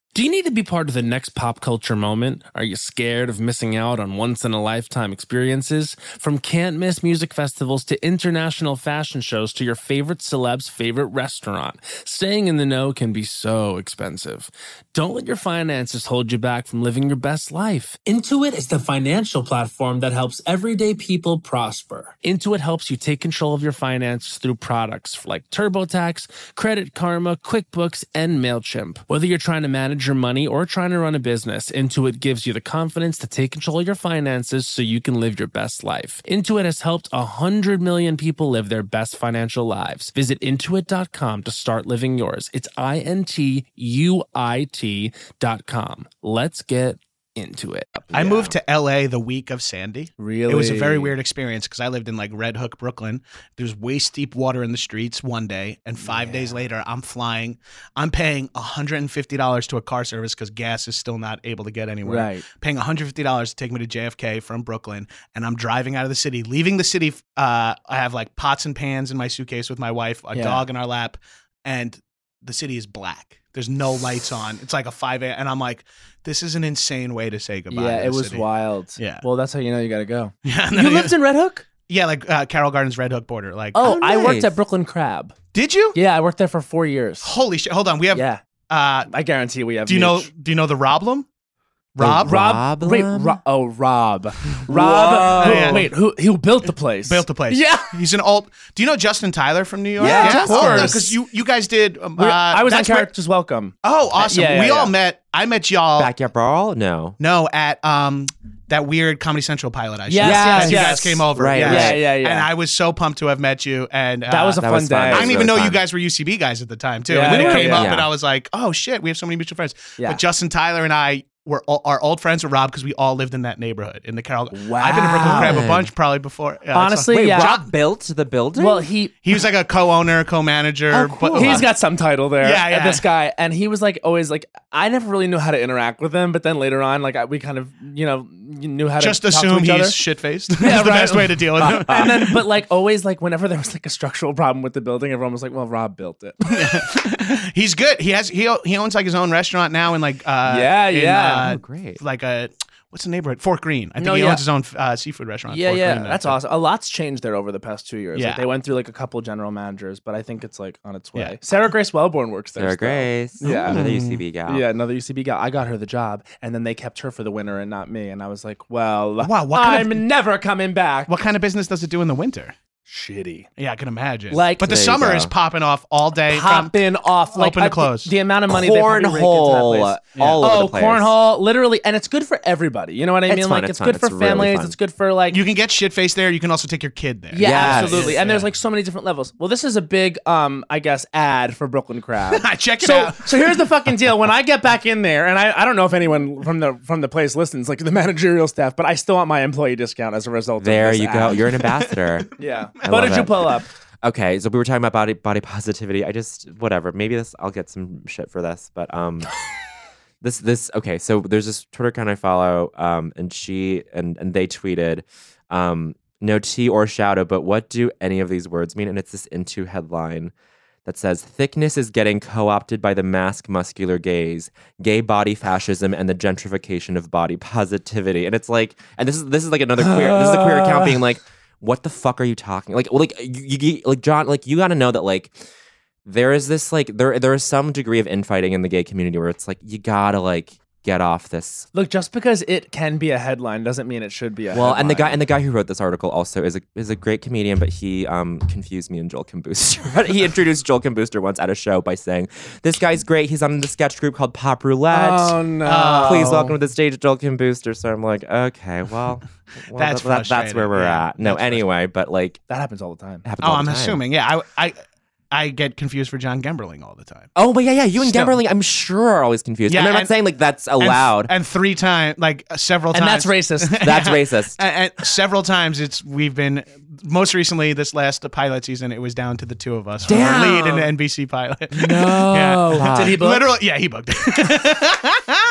Speaker 1: Do you need to be part of the next pop culture moment? Are you scared of missing out on once in a lifetime experiences? From can't miss music festivals to international fashion shows to your favorite celeb's favorite restaurant, staying in the know can be so expensive. Don't let your finances hold you back from living your best life. Intuit is the financial platform that helps everyday people prosper. Intuit helps you take control of your finances through products like TurboTax, Credit Karma, QuickBooks, and MailChimp. Whether you're trying to manage your money or trying to run a business, Intuit gives you the confidence to take control of your finances so you can live your best life. Intuit has helped 100 million people live their best financial lives. Visit intuit.com to start living yours. It's I N T U I T.com. Let's get into it.
Speaker 8: I moved to LA the week of Sandy.
Speaker 4: Really?
Speaker 8: It was a very weird experience because I lived in like Red Hook, Brooklyn. There's waist deep water in the streets one day, and five days later, I'm flying. I'm paying $150 to a car service because gas is still not able to get anywhere.
Speaker 4: Right.
Speaker 8: Paying $150 to take me to JFK from Brooklyn, and I'm driving out of the city, leaving the city. Uh, I have like pots and pans in my suitcase with my wife, a
Speaker 4: Yeah.
Speaker 8: dog in our lap, and the city is black. There's no lights on. It's like a 5 a.m. And I'm like, this is an insane way to say goodbye.
Speaker 4: Yeah,
Speaker 8: to the
Speaker 4: it was
Speaker 8: city.
Speaker 4: wild.
Speaker 8: Yeah.
Speaker 4: Well, that's how you know you gotta go.
Speaker 8: Yeah, and
Speaker 4: You
Speaker 8: then I-
Speaker 4: lived in Red Hook?
Speaker 8: yeah, like uh, Carroll Gardens, Red Hook border. Like,
Speaker 4: Oh,
Speaker 6: Oh,
Speaker 4: I worked
Speaker 6: nice.
Speaker 4: at Brooklyn Crab.
Speaker 8: did you?
Speaker 4: Yeah, I worked there for four years.
Speaker 8: Holy shit! Hold on, we have.
Speaker 4: Yeah,
Speaker 8: Uh,
Speaker 4: I guarantee we have.
Speaker 8: do you know?
Speaker 4: Mitch.
Speaker 8: Do you know the Roblem? Rob
Speaker 4: Rob? Wait,
Speaker 6: Roblem?
Speaker 4: Ro- oh, Rob. Rob.
Speaker 8: Whoa.
Speaker 4: who- wait, who who built the place?
Speaker 8: built the place.
Speaker 4: Yeah.
Speaker 8: he's an alt. Do you know Justin Tyler from New York?
Speaker 4: Yeah, of course.
Speaker 8: Because you you guys did. Um,
Speaker 4: We-
Speaker 8: uh,
Speaker 4: I was on
Speaker 8: that's where-
Speaker 4: Characters Welcome.
Speaker 8: Oh, awesome!
Speaker 4: Uh, Yeah, yeah,
Speaker 8: we all
Speaker 4: yeah.
Speaker 8: met. I met y'all.
Speaker 6: Backyard brawl? No.
Speaker 8: No, at um that weird Comedy Central pilot I shot.
Speaker 4: Yes,
Speaker 8: That you
Speaker 4: yes,
Speaker 8: guys
Speaker 4: yes.
Speaker 8: came over.
Speaker 6: Right,
Speaker 8: yes.
Speaker 4: right. Yeah, yeah, yeah.
Speaker 8: And I was so pumped to have met you. And uh,
Speaker 4: That was a
Speaker 6: that
Speaker 4: fun
Speaker 6: was fun.
Speaker 4: day.
Speaker 6: That was
Speaker 8: I didn't
Speaker 6: really
Speaker 8: even know you
Speaker 6: fun.
Speaker 8: guys were UCB guys at the time too.
Speaker 4: Yeah,
Speaker 8: and then
Speaker 4: yeah,
Speaker 8: it came
Speaker 4: yeah.
Speaker 8: up, and
Speaker 6: Yeah.
Speaker 8: I was like, "Oh shit, we have so many mutual friends."
Speaker 4: Yeah.
Speaker 8: But Justin Tyler and I were all, are old friends with Rob because we all lived in that neighborhood in the Carol. I've been to Brooklyn Crab a bunch probably before. Yeah, it's
Speaker 4: Honestly,
Speaker 8: fun.
Speaker 4: yeah.
Speaker 6: Rob built the building?
Speaker 4: Well, he
Speaker 8: he was like a co-owner, co-manager.
Speaker 6: Oh, cool.
Speaker 8: but
Speaker 4: he's got some title there.
Speaker 8: Yeah, yeah.
Speaker 4: This guy, and he was like always like I never really knew how to interact with him, but then later on, like I, we kind of you know knew how
Speaker 8: just
Speaker 4: to talk
Speaker 8: assume
Speaker 4: to each other.
Speaker 8: he's shit faced. That's the
Speaker 4: right.
Speaker 8: best way to deal with him.
Speaker 4: and then, but like always, like whenever there was like a structural problem with the building, everyone was like, "Well, Rob built it."
Speaker 8: he's good. He has he he owns like his own restaurant now in like uh
Speaker 4: Yeah,
Speaker 8: in,
Speaker 4: yeah.
Speaker 8: uh,
Speaker 6: Oh, great.
Speaker 8: like a what's the neighborhood Fort Green. I think
Speaker 4: No,
Speaker 8: he
Speaker 4: yeah.
Speaker 8: owns his own uh, seafood restaurant.
Speaker 4: yeah,
Speaker 8: Fort
Speaker 4: yeah,
Speaker 8: Greene, I
Speaker 4: that's
Speaker 8: think.
Speaker 4: awesome. A lot's changed there over the past two years. Like,
Speaker 8: Yeah.
Speaker 4: they went through like a couple general managers, but I think it's like on its way.
Speaker 8: Yeah.
Speaker 4: Sarah Grace Wellborn works there.
Speaker 6: Sarah
Speaker 4: still.
Speaker 6: Grace.
Speaker 4: Yeah.
Speaker 6: Another UCB gal.
Speaker 4: Yeah, another UCB gal. I got her the job, and then they kept her for the winter and not me. And I was like, "Well,
Speaker 8: Wow, what kind
Speaker 4: I'm
Speaker 8: of-
Speaker 4: never coming back."
Speaker 8: What kind of business does it do in the winter?
Speaker 4: Shitty.
Speaker 8: Yeah, I can imagine.
Speaker 4: Like-
Speaker 8: but the
Speaker 6: There you
Speaker 8: summer
Speaker 6: go.
Speaker 8: is popping off all day. from-
Speaker 4: Popping off like
Speaker 8: Open to
Speaker 4: I- the-
Speaker 8: close.
Speaker 4: The, amount of money they probably rake into that
Speaker 6: cornhole.
Speaker 4: place.
Speaker 6: All over
Speaker 4: oh,
Speaker 6: the place.
Speaker 4: cornhole, literally, and it's good for everybody. You know what I
Speaker 6: It's
Speaker 4: mean?
Speaker 6: fun,
Speaker 4: like,
Speaker 6: it's
Speaker 4: it's,
Speaker 6: fun,
Speaker 4: good for
Speaker 6: it's really
Speaker 4: families.
Speaker 6: fun.
Speaker 4: it's good for like
Speaker 8: you can get shit faced there. You can also take your kid there.
Speaker 4: Yeah,
Speaker 6: Yes.
Speaker 4: absolutely. And there's like so many different levels. Well, this is a big, um, I guess, ad for Brooklyn Crab.
Speaker 8: I check it
Speaker 4: so,
Speaker 8: out.
Speaker 4: so here's the fucking deal. When I get back in there, and I, I don't know if anyone from the from the place listens, like the managerial staff, but I still want my employee discount as a result.
Speaker 6: There
Speaker 4: of this
Speaker 6: you
Speaker 4: ad.
Speaker 6: go. You're an ambassador.
Speaker 4: yeah.
Speaker 6: I
Speaker 4: What
Speaker 6: love
Speaker 4: did you
Speaker 6: it.
Speaker 4: pull up?
Speaker 6: Okay, so we were talking about body body positivity. I just whatever. Maybe this I'll get some shit for this, but um this this okay, so there's this Twitter account I follow um and she and and they tweeted um no tea or shadow, but what do any of these words mean? And it's this into headline that says thickness is getting co-opted by the mask muscular gaze, gay body fascism and the gentrification of body positivity. And it's like and this is this is like another queer this is a queer account being like what the fuck are you talking? Like, well, like you, you, like John, like you got to know that like there is this like there there is some degree of infighting in the gay community where it's like you gotta like get off this.
Speaker 4: Look, just because it can be a headline doesn't mean it should be a
Speaker 6: well, and the guy
Speaker 4: headline.
Speaker 6: and the guy who wrote this article also is a is a great comedian, but he um confused me and Joel Kim Booster. he introduced Joel Kim Booster once at a show by saying, "This guy's great. He's on the sketch group called Pop Roulette."
Speaker 4: Oh no.
Speaker 6: Please welcome to the stage Joel Kim Booster. So I'm like, okay, well, well,
Speaker 8: That's
Speaker 6: that's where
Speaker 8: frustrating,
Speaker 6: we're
Speaker 8: yeah.
Speaker 6: at. No,
Speaker 8: That's
Speaker 6: anyway, but like,
Speaker 4: that happens all the time.
Speaker 6: it happens
Speaker 8: Oh,
Speaker 6: all the
Speaker 8: I'm
Speaker 6: time.
Speaker 8: assuming. Yeah, I, I I get confused for John Gemberling all the time.
Speaker 6: Oh, but yeah, yeah, you and
Speaker 8: Still.
Speaker 6: Gemberling, I'm sure are always confused.
Speaker 8: Yeah,
Speaker 6: and I'm
Speaker 8: and-
Speaker 6: not saying like that's
Speaker 8: And-
Speaker 6: allowed.
Speaker 8: And, three times, like uh, several
Speaker 4: And
Speaker 8: times.
Speaker 4: that's racist.
Speaker 6: that's racist.
Speaker 8: And, and several times it's we've been most recently this last pilot season it was down to the two of us for our lead in the NBC pilot.
Speaker 4: No.
Speaker 8: yeah.
Speaker 4: Did he book?
Speaker 8: Literally, yeah, he booked.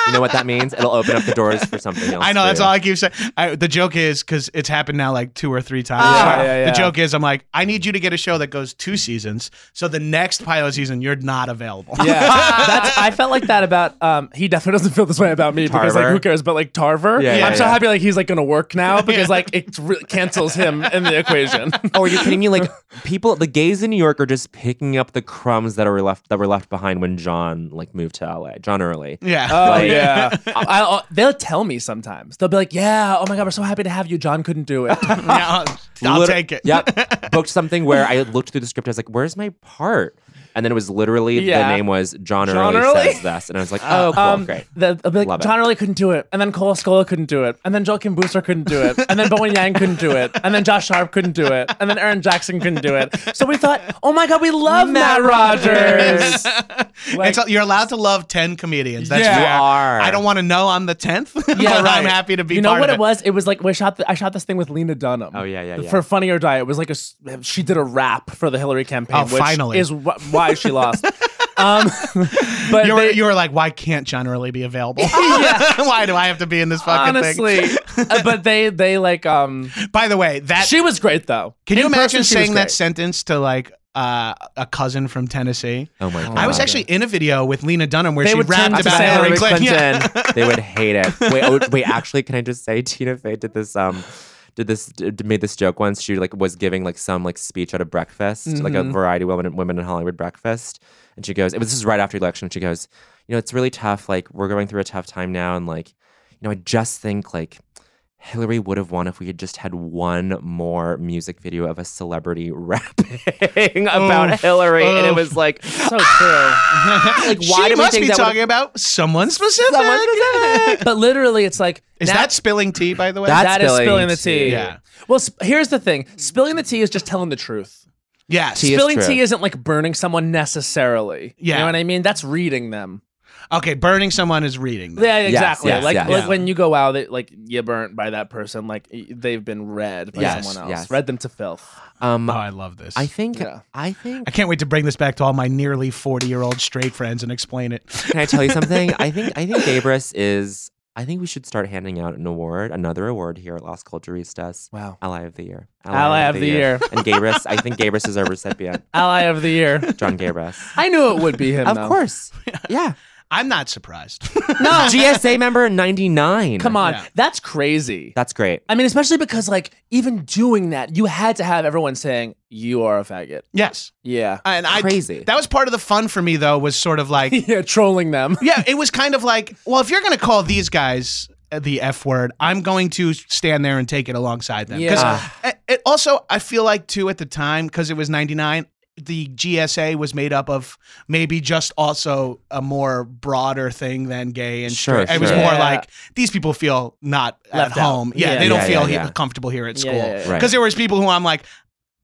Speaker 6: You know what that means? It'll open up the doors for something else.
Speaker 8: I know
Speaker 6: for
Speaker 8: that's
Speaker 6: you.
Speaker 8: all I keep saying. I, the joke is because it's happened now like two or three times.
Speaker 4: Ah. Yeah,
Speaker 8: So
Speaker 4: yeah, yeah.
Speaker 8: The joke is I'm like I need you to get a show that goes two seasons, so the next pilot season you're not available.
Speaker 4: Yeah, that's. I felt like that about. Um, he definitely doesn't feel this way about me because like
Speaker 6: Tarver.
Speaker 4: who cares? But like Tarver,
Speaker 6: Yeah, yeah,
Speaker 4: I'm so
Speaker 6: yeah.
Speaker 4: happy like he's like gonna work now because like it re- cancels him in the equation. Um,
Speaker 6: Oh, are you kidding me? Like people, the gays in New York are just picking up the crumbs that are left that were left behind when John like moved to LA. John Early.
Speaker 8: Yeah.
Speaker 4: Oh
Speaker 6: Like-
Speaker 4: yeah, I, I, they'll tell me sometimes. They'll be like, "Yeah, oh my god, we're so happy to have you." John couldn't do it.
Speaker 8: Yeah, I'll, I'll
Speaker 6: Lit-
Speaker 8: take it.
Speaker 6: Yep. Booked something where I looked through the script. I was like, "Where's my part?" And then it was literally
Speaker 4: Yeah.
Speaker 6: the name was John,
Speaker 4: John
Speaker 6: Early,
Speaker 4: Early?
Speaker 6: says this, and I was like, "Oh, cool,
Speaker 4: um,
Speaker 6: great."
Speaker 4: they'll they'll be
Speaker 6: Love
Speaker 4: like,
Speaker 6: it.
Speaker 4: John really couldn't do it, and then Cole Scola couldn't do it, and then Joel Kim Booster couldn't do it, and then Bowen Yang couldn't do it, and then Josh Sharp couldn't do it, and then Aaron Jackson couldn't do it. So we thought, oh my god, we love Matt, Rogers. Like-
Speaker 8: It's a- you're allowed to love ten comedians. That's
Speaker 4: Yeah.
Speaker 8: fair.
Speaker 4: You
Speaker 6: are.
Speaker 8: I don't want to know I'm the tenth.
Speaker 4: Yeah,
Speaker 8: but
Speaker 4: right.
Speaker 8: I'm happy to be.
Speaker 4: You know
Speaker 8: part
Speaker 4: what
Speaker 8: of
Speaker 4: it was? It was like we shot. The, I shot this thing with Lena Dunham.
Speaker 6: Oh, yeah, yeah, yeah.
Speaker 4: For Funny or Die, it was like a s- she did a rap for the Hillary campaign.
Speaker 8: Oh,
Speaker 4: which
Speaker 8: finally.
Speaker 4: is wh- why she lost. um, but
Speaker 8: You were,
Speaker 4: they-
Speaker 8: you were like, why can't John Early be available? why do I have to be in this fucking
Speaker 4: honestly,
Speaker 8: thing?
Speaker 4: uh, but they they like um.
Speaker 8: By the way, that
Speaker 4: She was great though.
Speaker 8: can you
Speaker 4: In person,
Speaker 8: imagine
Speaker 4: she was
Speaker 8: saying that
Speaker 4: great.
Speaker 8: sentence to like uh, a cousin from Tennessee?
Speaker 6: Oh my god!
Speaker 8: I was actually in a video with Lena Dunham where
Speaker 4: They
Speaker 8: she
Speaker 4: would tend
Speaker 8: rapped about
Speaker 4: to say
Speaker 8: Hillary
Speaker 4: Hillary
Speaker 8: Clinton. Yeah.
Speaker 6: they would hate it. Wait, oh, wait. Actually, can I just say Tina Fey did this? Um, did this did, made this joke once? She like was giving like some like speech at a breakfast, like
Speaker 4: Mm-hmm.
Speaker 6: a variety women women in Hollywood breakfast, and she goes, "It was this is right after the election." She goes, "You know, it's really tough. Like we're going through a tough time now, and like, you know, I just think like." Hillary would have won if we had just had one more music video of a celebrity rapping about
Speaker 8: Oof,
Speaker 6: Hillary. And it
Speaker 8: oof.
Speaker 6: was like,
Speaker 4: Oh. So true.
Speaker 6: like
Speaker 8: she
Speaker 6: why do we
Speaker 8: must
Speaker 6: think
Speaker 8: be
Speaker 6: that would-
Speaker 8: talking about someone specific.
Speaker 6: Someone specific.
Speaker 4: but literally, it's like
Speaker 8: Is
Speaker 4: now-
Speaker 8: that spilling tea? By the way,
Speaker 6: That's
Speaker 4: that is
Speaker 6: spilling
Speaker 4: spilling the
Speaker 6: tea.
Speaker 4: tea.
Speaker 8: Yeah.
Speaker 4: Well, sp- here's the thing: spilling the tea is just telling the truth.
Speaker 8: yes.
Speaker 6: Tea is
Speaker 4: spilling
Speaker 6: true.
Speaker 4: tea isn't like burning someone necessarily.
Speaker 8: Yeah.
Speaker 4: You know what I mean? That's reading them.
Speaker 8: Okay, burning someone is reading.
Speaker 4: Yeah, exactly.
Speaker 6: yes,
Speaker 4: like
Speaker 6: yes.
Speaker 4: like
Speaker 8: Yeah.
Speaker 4: when you go out, it, like you burnt by that person. Like y- they've been read by
Speaker 6: Yes,
Speaker 4: someone else.
Speaker 6: yes.
Speaker 4: Read them to filth.
Speaker 6: Um,
Speaker 8: Oh, I love this.
Speaker 6: I think
Speaker 4: Yeah.
Speaker 6: I think
Speaker 8: I can't wait to bring this back to all my nearly 40 year old straight friends and explain it.
Speaker 6: can I tell you something? I think I think Gabrus is I think we should start handing out an award, another award here at Las Culturistas.
Speaker 4: Wow.
Speaker 6: Ally of the Year.
Speaker 4: Ally of the Year.
Speaker 6: And Gabrus, I think Gabrus is our recipient.
Speaker 4: Ally of the year.
Speaker 6: John Gabrus.
Speaker 4: I knew it would be him.
Speaker 6: Of
Speaker 4: though.
Speaker 6: course. Yeah.
Speaker 8: I'm not surprised.
Speaker 6: No. GSA member in 99.
Speaker 4: Come on,
Speaker 8: Yeah.
Speaker 4: that's crazy.
Speaker 6: That's great.
Speaker 4: I mean, especially because like even doing that, you had to have everyone saying you are a faggot.
Speaker 8: yes.
Speaker 4: Yeah.
Speaker 8: And I
Speaker 6: Crazy.
Speaker 8: That was part of the fun for me though was sort of like
Speaker 4: yeah, trolling them.
Speaker 8: yeah, it was kind of like, well, if you're going to call these guys uh, the F word, I'm going to stand there and take it alongside them. 'Cause
Speaker 4: Yeah.
Speaker 8: it- it also I feel like too at the time cuz it was 99 the GSA was made up of maybe just also a more broader thing than gay and
Speaker 6: Sure,
Speaker 8: straight. It was
Speaker 6: sure.
Speaker 8: more
Speaker 4: Yeah.
Speaker 8: like these people feel not
Speaker 4: Left
Speaker 8: at
Speaker 4: out.
Speaker 8: home. Yeah,
Speaker 4: Yeah.
Speaker 8: they don't
Speaker 6: Yeah,
Speaker 8: feel
Speaker 6: yeah,
Speaker 8: he-
Speaker 6: yeah.
Speaker 8: comfortable here at
Speaker 4: Yeah,
Speaker 8: school.
Speaker 4: yeah, yeah.
Speaker 6: Right.
Speaker 8: Cuz there was people who I'm like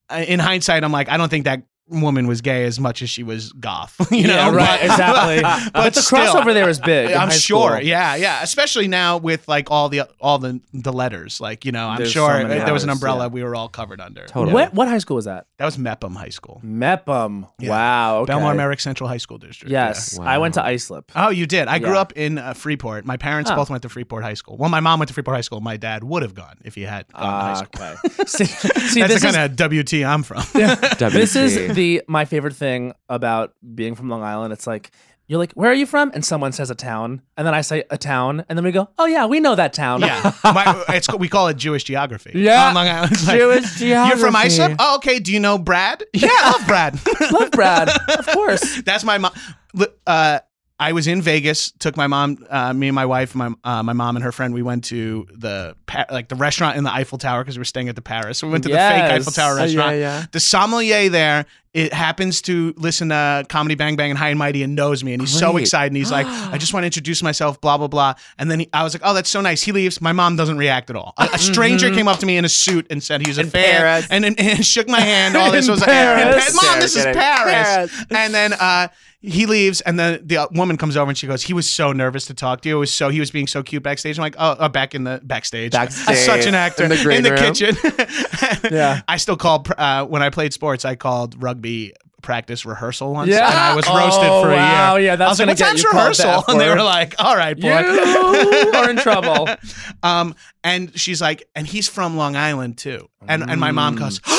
Speaker 8: I- in hindsight I'm like I don't think that woman was gay as much as she was goth, you know.
Speaker 4: yeah, right,
Speaker 8: But-
Speaker 4: exactly.
Speaker 8: But,
Speaker 4: But, the
Speaker 8: still,
Speaker 4: crossover there is big. in
Speaker 8: I'm
Speaker 4: high
Speaker 8: sure.
Speaker 4: school.
Speaker 8: Yeah, yeah. Especially now with like all the all the the letters. Like you know, I'm
Speaker 4: There's
Speaker 8: sure
Speaker 4: so many
Speaker 8: if there was an
Speaker 4: letters,
Speaker 8: umbrella
Speaker 4: yeah.
Speaker 8: we were all covered under.
Speaker 6: Totally.
Speaker 4: What what high school was that?
Speaker 8: That was Mepham High School,
Speaker 4: Mepham.
Speaker 8: Yeah.
Speaker 4: Wow. Okay.
Speaker 8: Belmar Merrick Central High School District.
Speaker 4: Yes,
Speaker 6: Yeah.
Speaker 4: I went to
Speaker 6: Wow.
Speaker 4: Islip.
Speaker 8: yeah. Oh, you did. I grew
Speaker 4: Yeah.
Speaker 8: up in uh, Freeport. My parents
Speaker 4: Oh.
Speaker 8: both went to Freeport High School. Well, my mom went to Freeport High School. My dad would have gone if he had gone to high
Speaker 4: Ah,
Speaker 8: school.
Speaker 4: okay. see, see,
Speaker 8: That's
Speaker 4: this
Speaker 8: the
Speaker 4: is
Speaker 8: kind of WT I'm from.
Speaker 6: WC.
Speaker 4: this is the my favorite thing about being from Long Island. It's like You're like, where are you from? And someone says a town, and then I say a town, and then we go, oh yeah, we know that town.
Speaker 8: Yeah, My- it's we call it Jewish geography.
Speaker 4: Yeah.
Speaker 8: on Long Island. It's like,
Speaker 4: Jewish
Speaker 8: You're from
Speaker 4: geography.
Speaker 8: ISIP? Oh, okay. Do you know Brad? Yeah, I love Brad.
Speaker 4: Love Brad, of course.
Speaker 8: That's my mom. Uh, I was in Vegas. Took my mom, uh, me and my wife, my uh, my mom and her friend. We went to the Pa- like the restaurant in the Eiffel Tower because we were staying at the Paris. So we went to the fake
Speaker 4: Yes.
Speaker 8: Eiffel Tower
Speaker 4: Oh, yeah,
Speaker 8: restaurant.
Speaker 4: yeah.
Speaker 8: The sommelier there. It happens to listen to Comedy Bang Bang and High and Mighty and knows me, and he's so
Speaker 6: Great.
Speaker 8: excited. And he's like, "I just want to introduce myself, blah blah blah." And then he, I was like, "Oh, that's so nice." He leaves. My mom doesn't react at all. A, a stranger came up to me in a suit and said he was a
Speaker 6: In
Speaker 8: fan,
Speaker 6: Paris.
Speaker 8: And, and, and shook my hand. All this
Speaker 4: In
Speaker 8: was like, "Yeah,
Speaker 4: Paris.
Speaker 8: Mom, this is
Speaker 6: Kidding.
Speaker 8: Paris. And then uh, he leaves, and then the uh, woman comes over and she goes, "He was so nervous to talk to you. It was so he was being so cute backstage." I'm like, "Oh, uh, back in the backstage.
Speaker 6: Backstage.
Speaker 8: such an actor
Speaker 6: In the green room.
Speaker 8: kitchen."
Speaker 4: Yeah.
Speaker 8: I still call pr- uh, when I played sports. I called rugby practice rehearsal once,
Speaker 4: Yeah.
Speaker 8: and I was roasted
Speaker 4: Oh,
Speaker 8: for a year.
Speaker 4: wow. Yeah, that's
Speaker 8: I was
Speaker 4: gonna
Speaker 8: like, "What
Speaker 4: get
Speaker 8: time's
Speaker 4: you called
Speaker 8: rehearsal?"
Speaker 4: that
Speaker 8: And they
Speaker 4: for.
Speaker 8: were like, "All right, boy." Oh
Speaker 4: You are in trouble.
Speaker 8: Um, and she's like, and he's from Long Island too. And and my mom goes,
Speaker 4: Mm.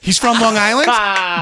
Speaker 8: he's from Long Island.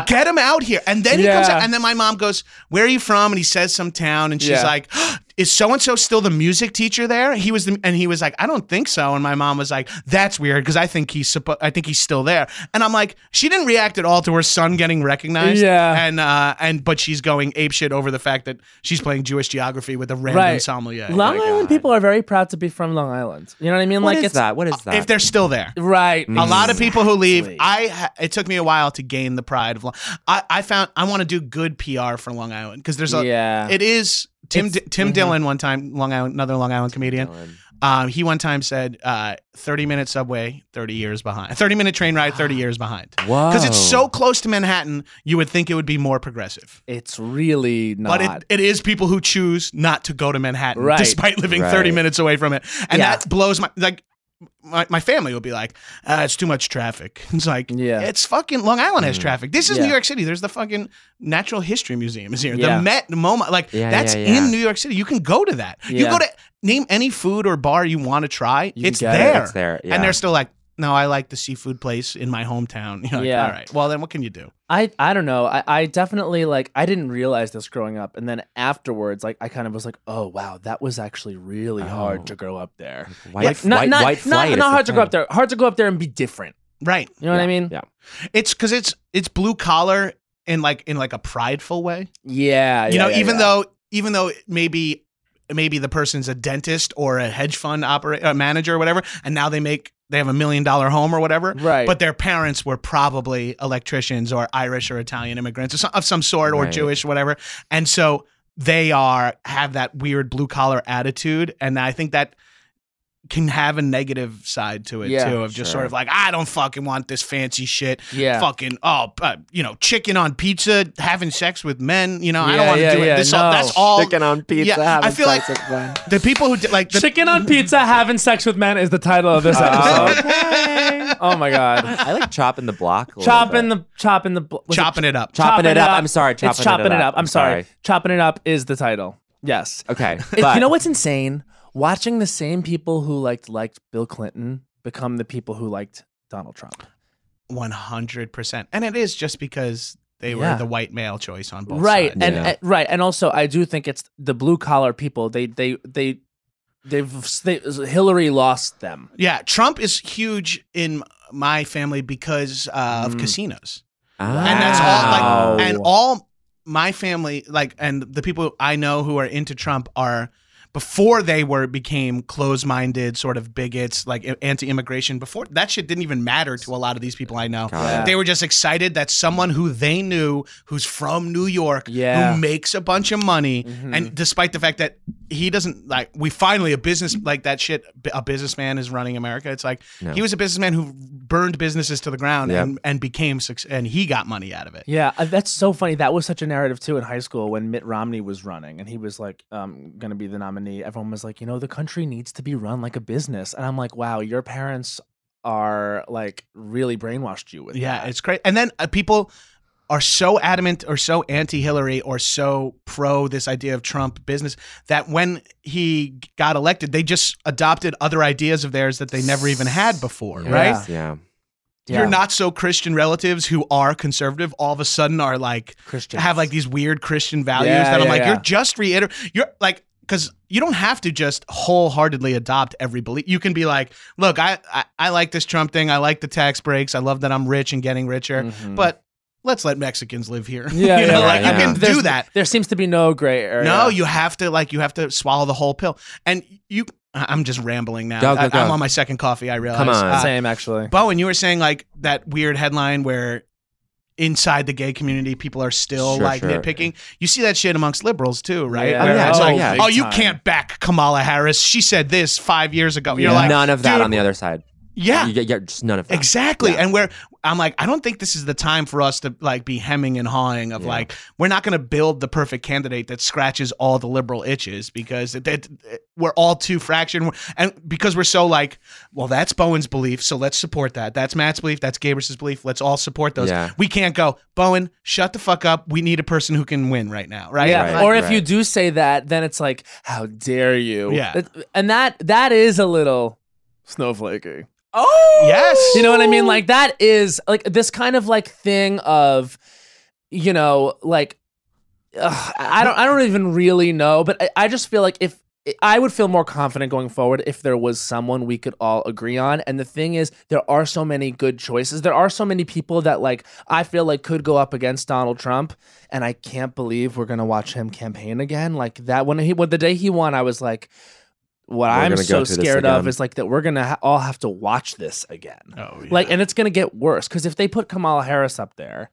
Speaker 8: Get him out here. And then he comes
Speaker 4: Yeah.
Speaker 8: out, and then my mom goes, where are you from? And he says some town, and she's
Speaker 4: Yeah.
Speaker 8: like. Is so and so still the music teacher there? He was, the, and he was like, I don't think so. And my mom was like, That's weird because I think he's, suppo- I think he's still there. And I'm like, she didn't react at all to her son getting recognized.
Speaker 4: Yeah.
Speaker 8: and uh, and but she's going apeshit over the fact that she's playing Jewish geography with a random
Speaker 4: Right.
Speaker 8: sommelier.
Speaker 4: Long Island people are very proud to be from Long Island. You know what I mean?
Speaker 6: What
Speaker 4: like
Speaker 6: is
Speaker 4: it's
Speaker 6: that? What is that?
Speaker 8: if they're still there,
Speaker 4: right.
Speaker 8: a lot of people who leave i ha- it took me a while to gain the pride of long i, I found i want to do good pr for long island because there's a
Speaker 4: Yeah.
Speaker 8: it is tim
Speaker 4: It's-
Speaker 8: D- tim
Speaker 4: mhm.
Speaker 8: dillon one time long island another long island comedian um, he one time said uh, 30 minute subway 30 years behind 30 minute train ride 30 years behind
Speaker 6: Whoa.
Speaker 8: because it's
Speaker 4: Oh.
Speaker 8: so close to manhattan you would think it would be more progressive
Speaker 4: it's really not.
Speaker 8: but it, it is people who choose not to go to Manhattan
Speaker 4: Right.
Speaker 8: despite living
Speaker 6: Right.
Speaker 8: 30 minutes away from it. And
Speaker 4: Yeah.
Speaker 8: that blows my like my, my family will be like, uh, it's too much traffic. It's like,
Speaker 4: Yeah.
Speaker 8: yeah, it's fucking Long Island has traffic. This is
Speaker 4: Yeah.
Speaker 8: New York City. There's the fucking Natural History Museum is here.
Speaker 4: Yeah.
Speaker 8: The Met, the MoMA, like
Speaker 6: Yeah,
Speaker 8: that's
Speaker 6: yeah, yeah.
Speaker 8: in New York City. You can go to that. You
Speaker 4: Yeah.
Speaker 8: go to name any food or bar you want to try.
Speaker 4: can
Speaker 8: it's
Speaker 4: get it.
Speaker 8: there.
Speaker 6: It's there, yeah.
Speaker 8: And they're still like, no, I like the seafood place in my hometown. You're like,
Speaker 4: Yeah.
Speaker 8: All right. Well, then what can you do?
Speaker 4: I I don't know. I, I definitely like I didn't realize this growing up, and then afterwards, like I kind of was like, oh wow, that was actually really hard to grow up there.
Speaker 6: Oh. white,
Speaker 8: Yeah,
Speaker 6: white,
Speaker 4: not,
Speaker 6: white
Speaker 4: not,
Speaker 6: flight.
Speaker 4: not,
Speaker 6: is
Speaker 4: not
Speaker 6: the
Speaker 4: hard to
Speaker 6: thing.
Speaker 4: grow up there. Hard to go up there and be different.
Speaker 8: Right.
Speaker 4: You know what I
Speaker 6: Yeah,
Speaker 4: mean?
Speaker 6: Yeah.
Speaker 8: It's because it's it's blue collar in like in like a prideful way.
Speaker 4: Yeah.
Speaker 8: you
Speaker 4: Uh, yeah,
Speaker 8: know,
Speaker 4: yeah,
Speaker 8: even
Speaker 4: yeah.
Speaker 8: though even though maybe maybe the person's a dentist or a hedge fund operator, uh, manager or whatever, and now they make they have a million dollar home or whatever.
Speaker 4: Right.
Speaker 8: But their parents were probably electricians or Irish or Italian immigrants or some, of some sort or
Speaker 6: Right.
Speaker 8: Jewish, whatever. And so they are have that weird blue collar attitude, and I think that can have a negative side to it
Speaker 4: Yeah,
Speaker 8: too of just
Speaker 6: sure.
Speaker 8: sort of like I don't fucking want this fancy shit
Speaker 4: yeah.
Speaker 8: fucking oh uh, you know chicken on pizza having sex with men you know i don't
Speaker 4: Yeah,
Speaker 8: want to
Speaker 4: yeah,
Speaker 8: do it
Speaker 4: yeah,
Speaker 8: this
Speaker 4: no.
Speaker 8: all, that's all
Speaker 6: on
Speaker 8: pizza, Yeah, I having feel like- sex the people who did like the,
Speaker 4: Chicken on pizza, having sex with men is the title of this episode. oh my god.
Speaker 6: I like chopping the block. a little
Speaker 4: Chopping
Speaker 6: bit.
Speaker 4: the chopping the bl- was it
Speaker 8: chopping it up
Speaker 6: chopping it up. I'm sorry, chopping
Speaker 4: it's chopping it up. I'm sorry.
Speaker 6: sorry.
Speaker 4: Chopping it up is the title. Yes.
Speaker 6: Okay,
Speaker 4: It-
Speaker 6: but
Speaker 4: you know what's insane? Watching the same people who liked liked Bill Clinton become the people who liked Donald Trump.
Speaker 8: 100% and it is just because they
Speaker 4: Yeah.
Speaker 8: were the white male choice on both
Speaker 4: Right.
Speaker 8: sides.
Speaker 4: And,
Speaker 6: Yeah.
Speaker 4: and- right. And also I do think it's the blue collar people. They they they they've they, Hillary lost them.
Speaker 8: yeah trump is huge in my family because uh, of
Speaker 4: Mm.
Speaker 8: casinos
Speaker 6: Ah.
Speaker 8: and that's all
Speaker 4: Wow.
Speaker 8: like and all my family like and the people i know who are into trump are before they were became closed-minded sort of bigots like i- anti-immigration before that shit didn't even matter to a lot of these people i know
Speaker 6: Got it.
Speaker 8: they were just excited that someone who they knew who's from new york
Speaker 4: Yeah. Mm-hmm.
Speaker 8: who makes a bunch of money
Speaker 6: Hmm.
Speaker 8: and despite the fact that he doesn't like we finally a business like that shit a businessman is running america it's like
Speaker 6: No.
Speaker 8: he was a businessman who burned businesses to the ground
Speaker 6: Yep.
Speaker 8: and, and became suc- and he got money out of it
Speaker 4: Yeah, uh, that's so funny. That was such a narrative too in high school when Mitt Romney was running and he was like um going to be the nominee. Everyone was like, "You know, the country needs to be run like a business." And I'm like, "Wow, your parents are like really brainwashed you with
Speaker 8: Yeah,
Speaker 4: that."
Speaker 8: it's great. And then uh, people are so adamant or so anti-Hillary or so pro this idea of Trump business that when he g- got elected, they just adopted other ideas of theirs that they never even had before,
Speaker 6: Yeah.
Speaker 8: right?
Speaker 6: Yeah. Yeah.
Speaker 8: your not so Christian relatives who are conservative all of a sudden are like
Speaker 4: Christian.
Speaker 8: have like these weird Christian values
Speaker 4: Yeah,
Speaker 8: that I'm
Speaker 4: yeah,
Speaker 8: like,
Speaker 4: yeah.
Speaker 8: you're just reiter You're like, because you don't have to just wholeheartedly adopt every belief. You can be like, look, I, I, I like this Trump thing. I like the tax breaks. I love that I'm rich and getting richer.
Speaker 4: Mm-hmm.
Speaker 8: But let's let Mexicans live here.
Speaker 4: Mm. Yeah,
Speaker 8: you
Speaker 4: yeah,
Speaker 8: know, like
Speaker 6: yeah,
Speaker 8: you can
Speaker 4: There's-
Speaker 8: do that.
Speaker 4: There seems to be no gray area.
Speaker 8: No, you have to like you have to swallow the whole pill. And you, I- I'm just rambling now.
Speaker 6: Go, go,
Speaker 8: I,
Speaker 6: go.
Speaker 8: am on my second coffee. I realize.
Speaker 6: on.
Speaker 8: Uh,
Speaker 4: Same actually.
Speaker 8: Bowen, you were saying like that weird headline where inside the gay community people are still
Speaker 6: Sure,
Speaker 8: like
Speaker 6: sure.
Speaker 8: nitpicking. You see that shit amongst liberals too, right?
Speaker 4: Yeah.
Speaker 8: Where
Speaker 6: Oh, yeah.
Speaker 8: it's
Speaker 6: Oh,
Speaker 8: like,
Speaker 6: yeah.
Speaker 8: oh,
Speaker 4: Big
Speaker 8: you
Speaker 4: time.
Speaker 8: can't back Kamala Harris. She said this five years ago. Oh, You're
Speaker 4: Yeah.
Speaker 8: like
Speaker 6: none of that
Speaker 8: dude,
Speaker 6: on the other side.
Speaker 8: Yeah.
Speaker 6: You get- yeah, just none of that.
Speaker 8: Exactly.
Speaker 6: Yeah.
Speaker 8: And where I'm like, I don't think this is the time for us to like be hemming and hawing of
Speaker 6: Yeah.
Speaker 8: like, we're not going to build the perfect candidate that scratches all the liberal itches because it, it, it- we're all too fractured. And we're- And because we're so like, well, that's Bowen's belief. So let's support that. That's Matt's belief. That's Gabrus's belief. Let's all support those.
Speaker 6: Yeah.
Speaker 8: We can't go, Bowen, shut the fuck up. We need a person who can win right now. Right.
Speaker 4: Yeah.
Speaker 6: Right,
Speaker 4: or if
Speaker 6: right.
Speaker 4: you do say that, then it's like, how dare you?
Speaker 8: Yeah.
Speaker 4: It- And that that is a little snowflakey.
Speaker 6: Oh,
Speaker 8: Yes.
Speaker 4: You know what I mean? Like that is like this kind of like thing of, you know, like ugh, I don't I don't even really know, but I, I just feel like if I would feel more confident going forward if there was someone we could all agree on. And the thing is, there are so many good choices. There are so many people that like I feel like could go up against Donald Trump, and I can't believe we're gonna watch him campaign again. Like that when he when the day he won, I was like.
Speaker 6: We're
Speaker 4: What I'm
Speaker 6: gonna go
Speaker 4: so
Speaker 6: through this
Speaker 4: scared of
Speaker 6: again.
Speaker 4: is like that we're gonna ha- all have to watch this again.
Speaker 8: Oh, yeah.
Speaker 4: Like, and it's gonna get worse because if they put Kamala Harris up there,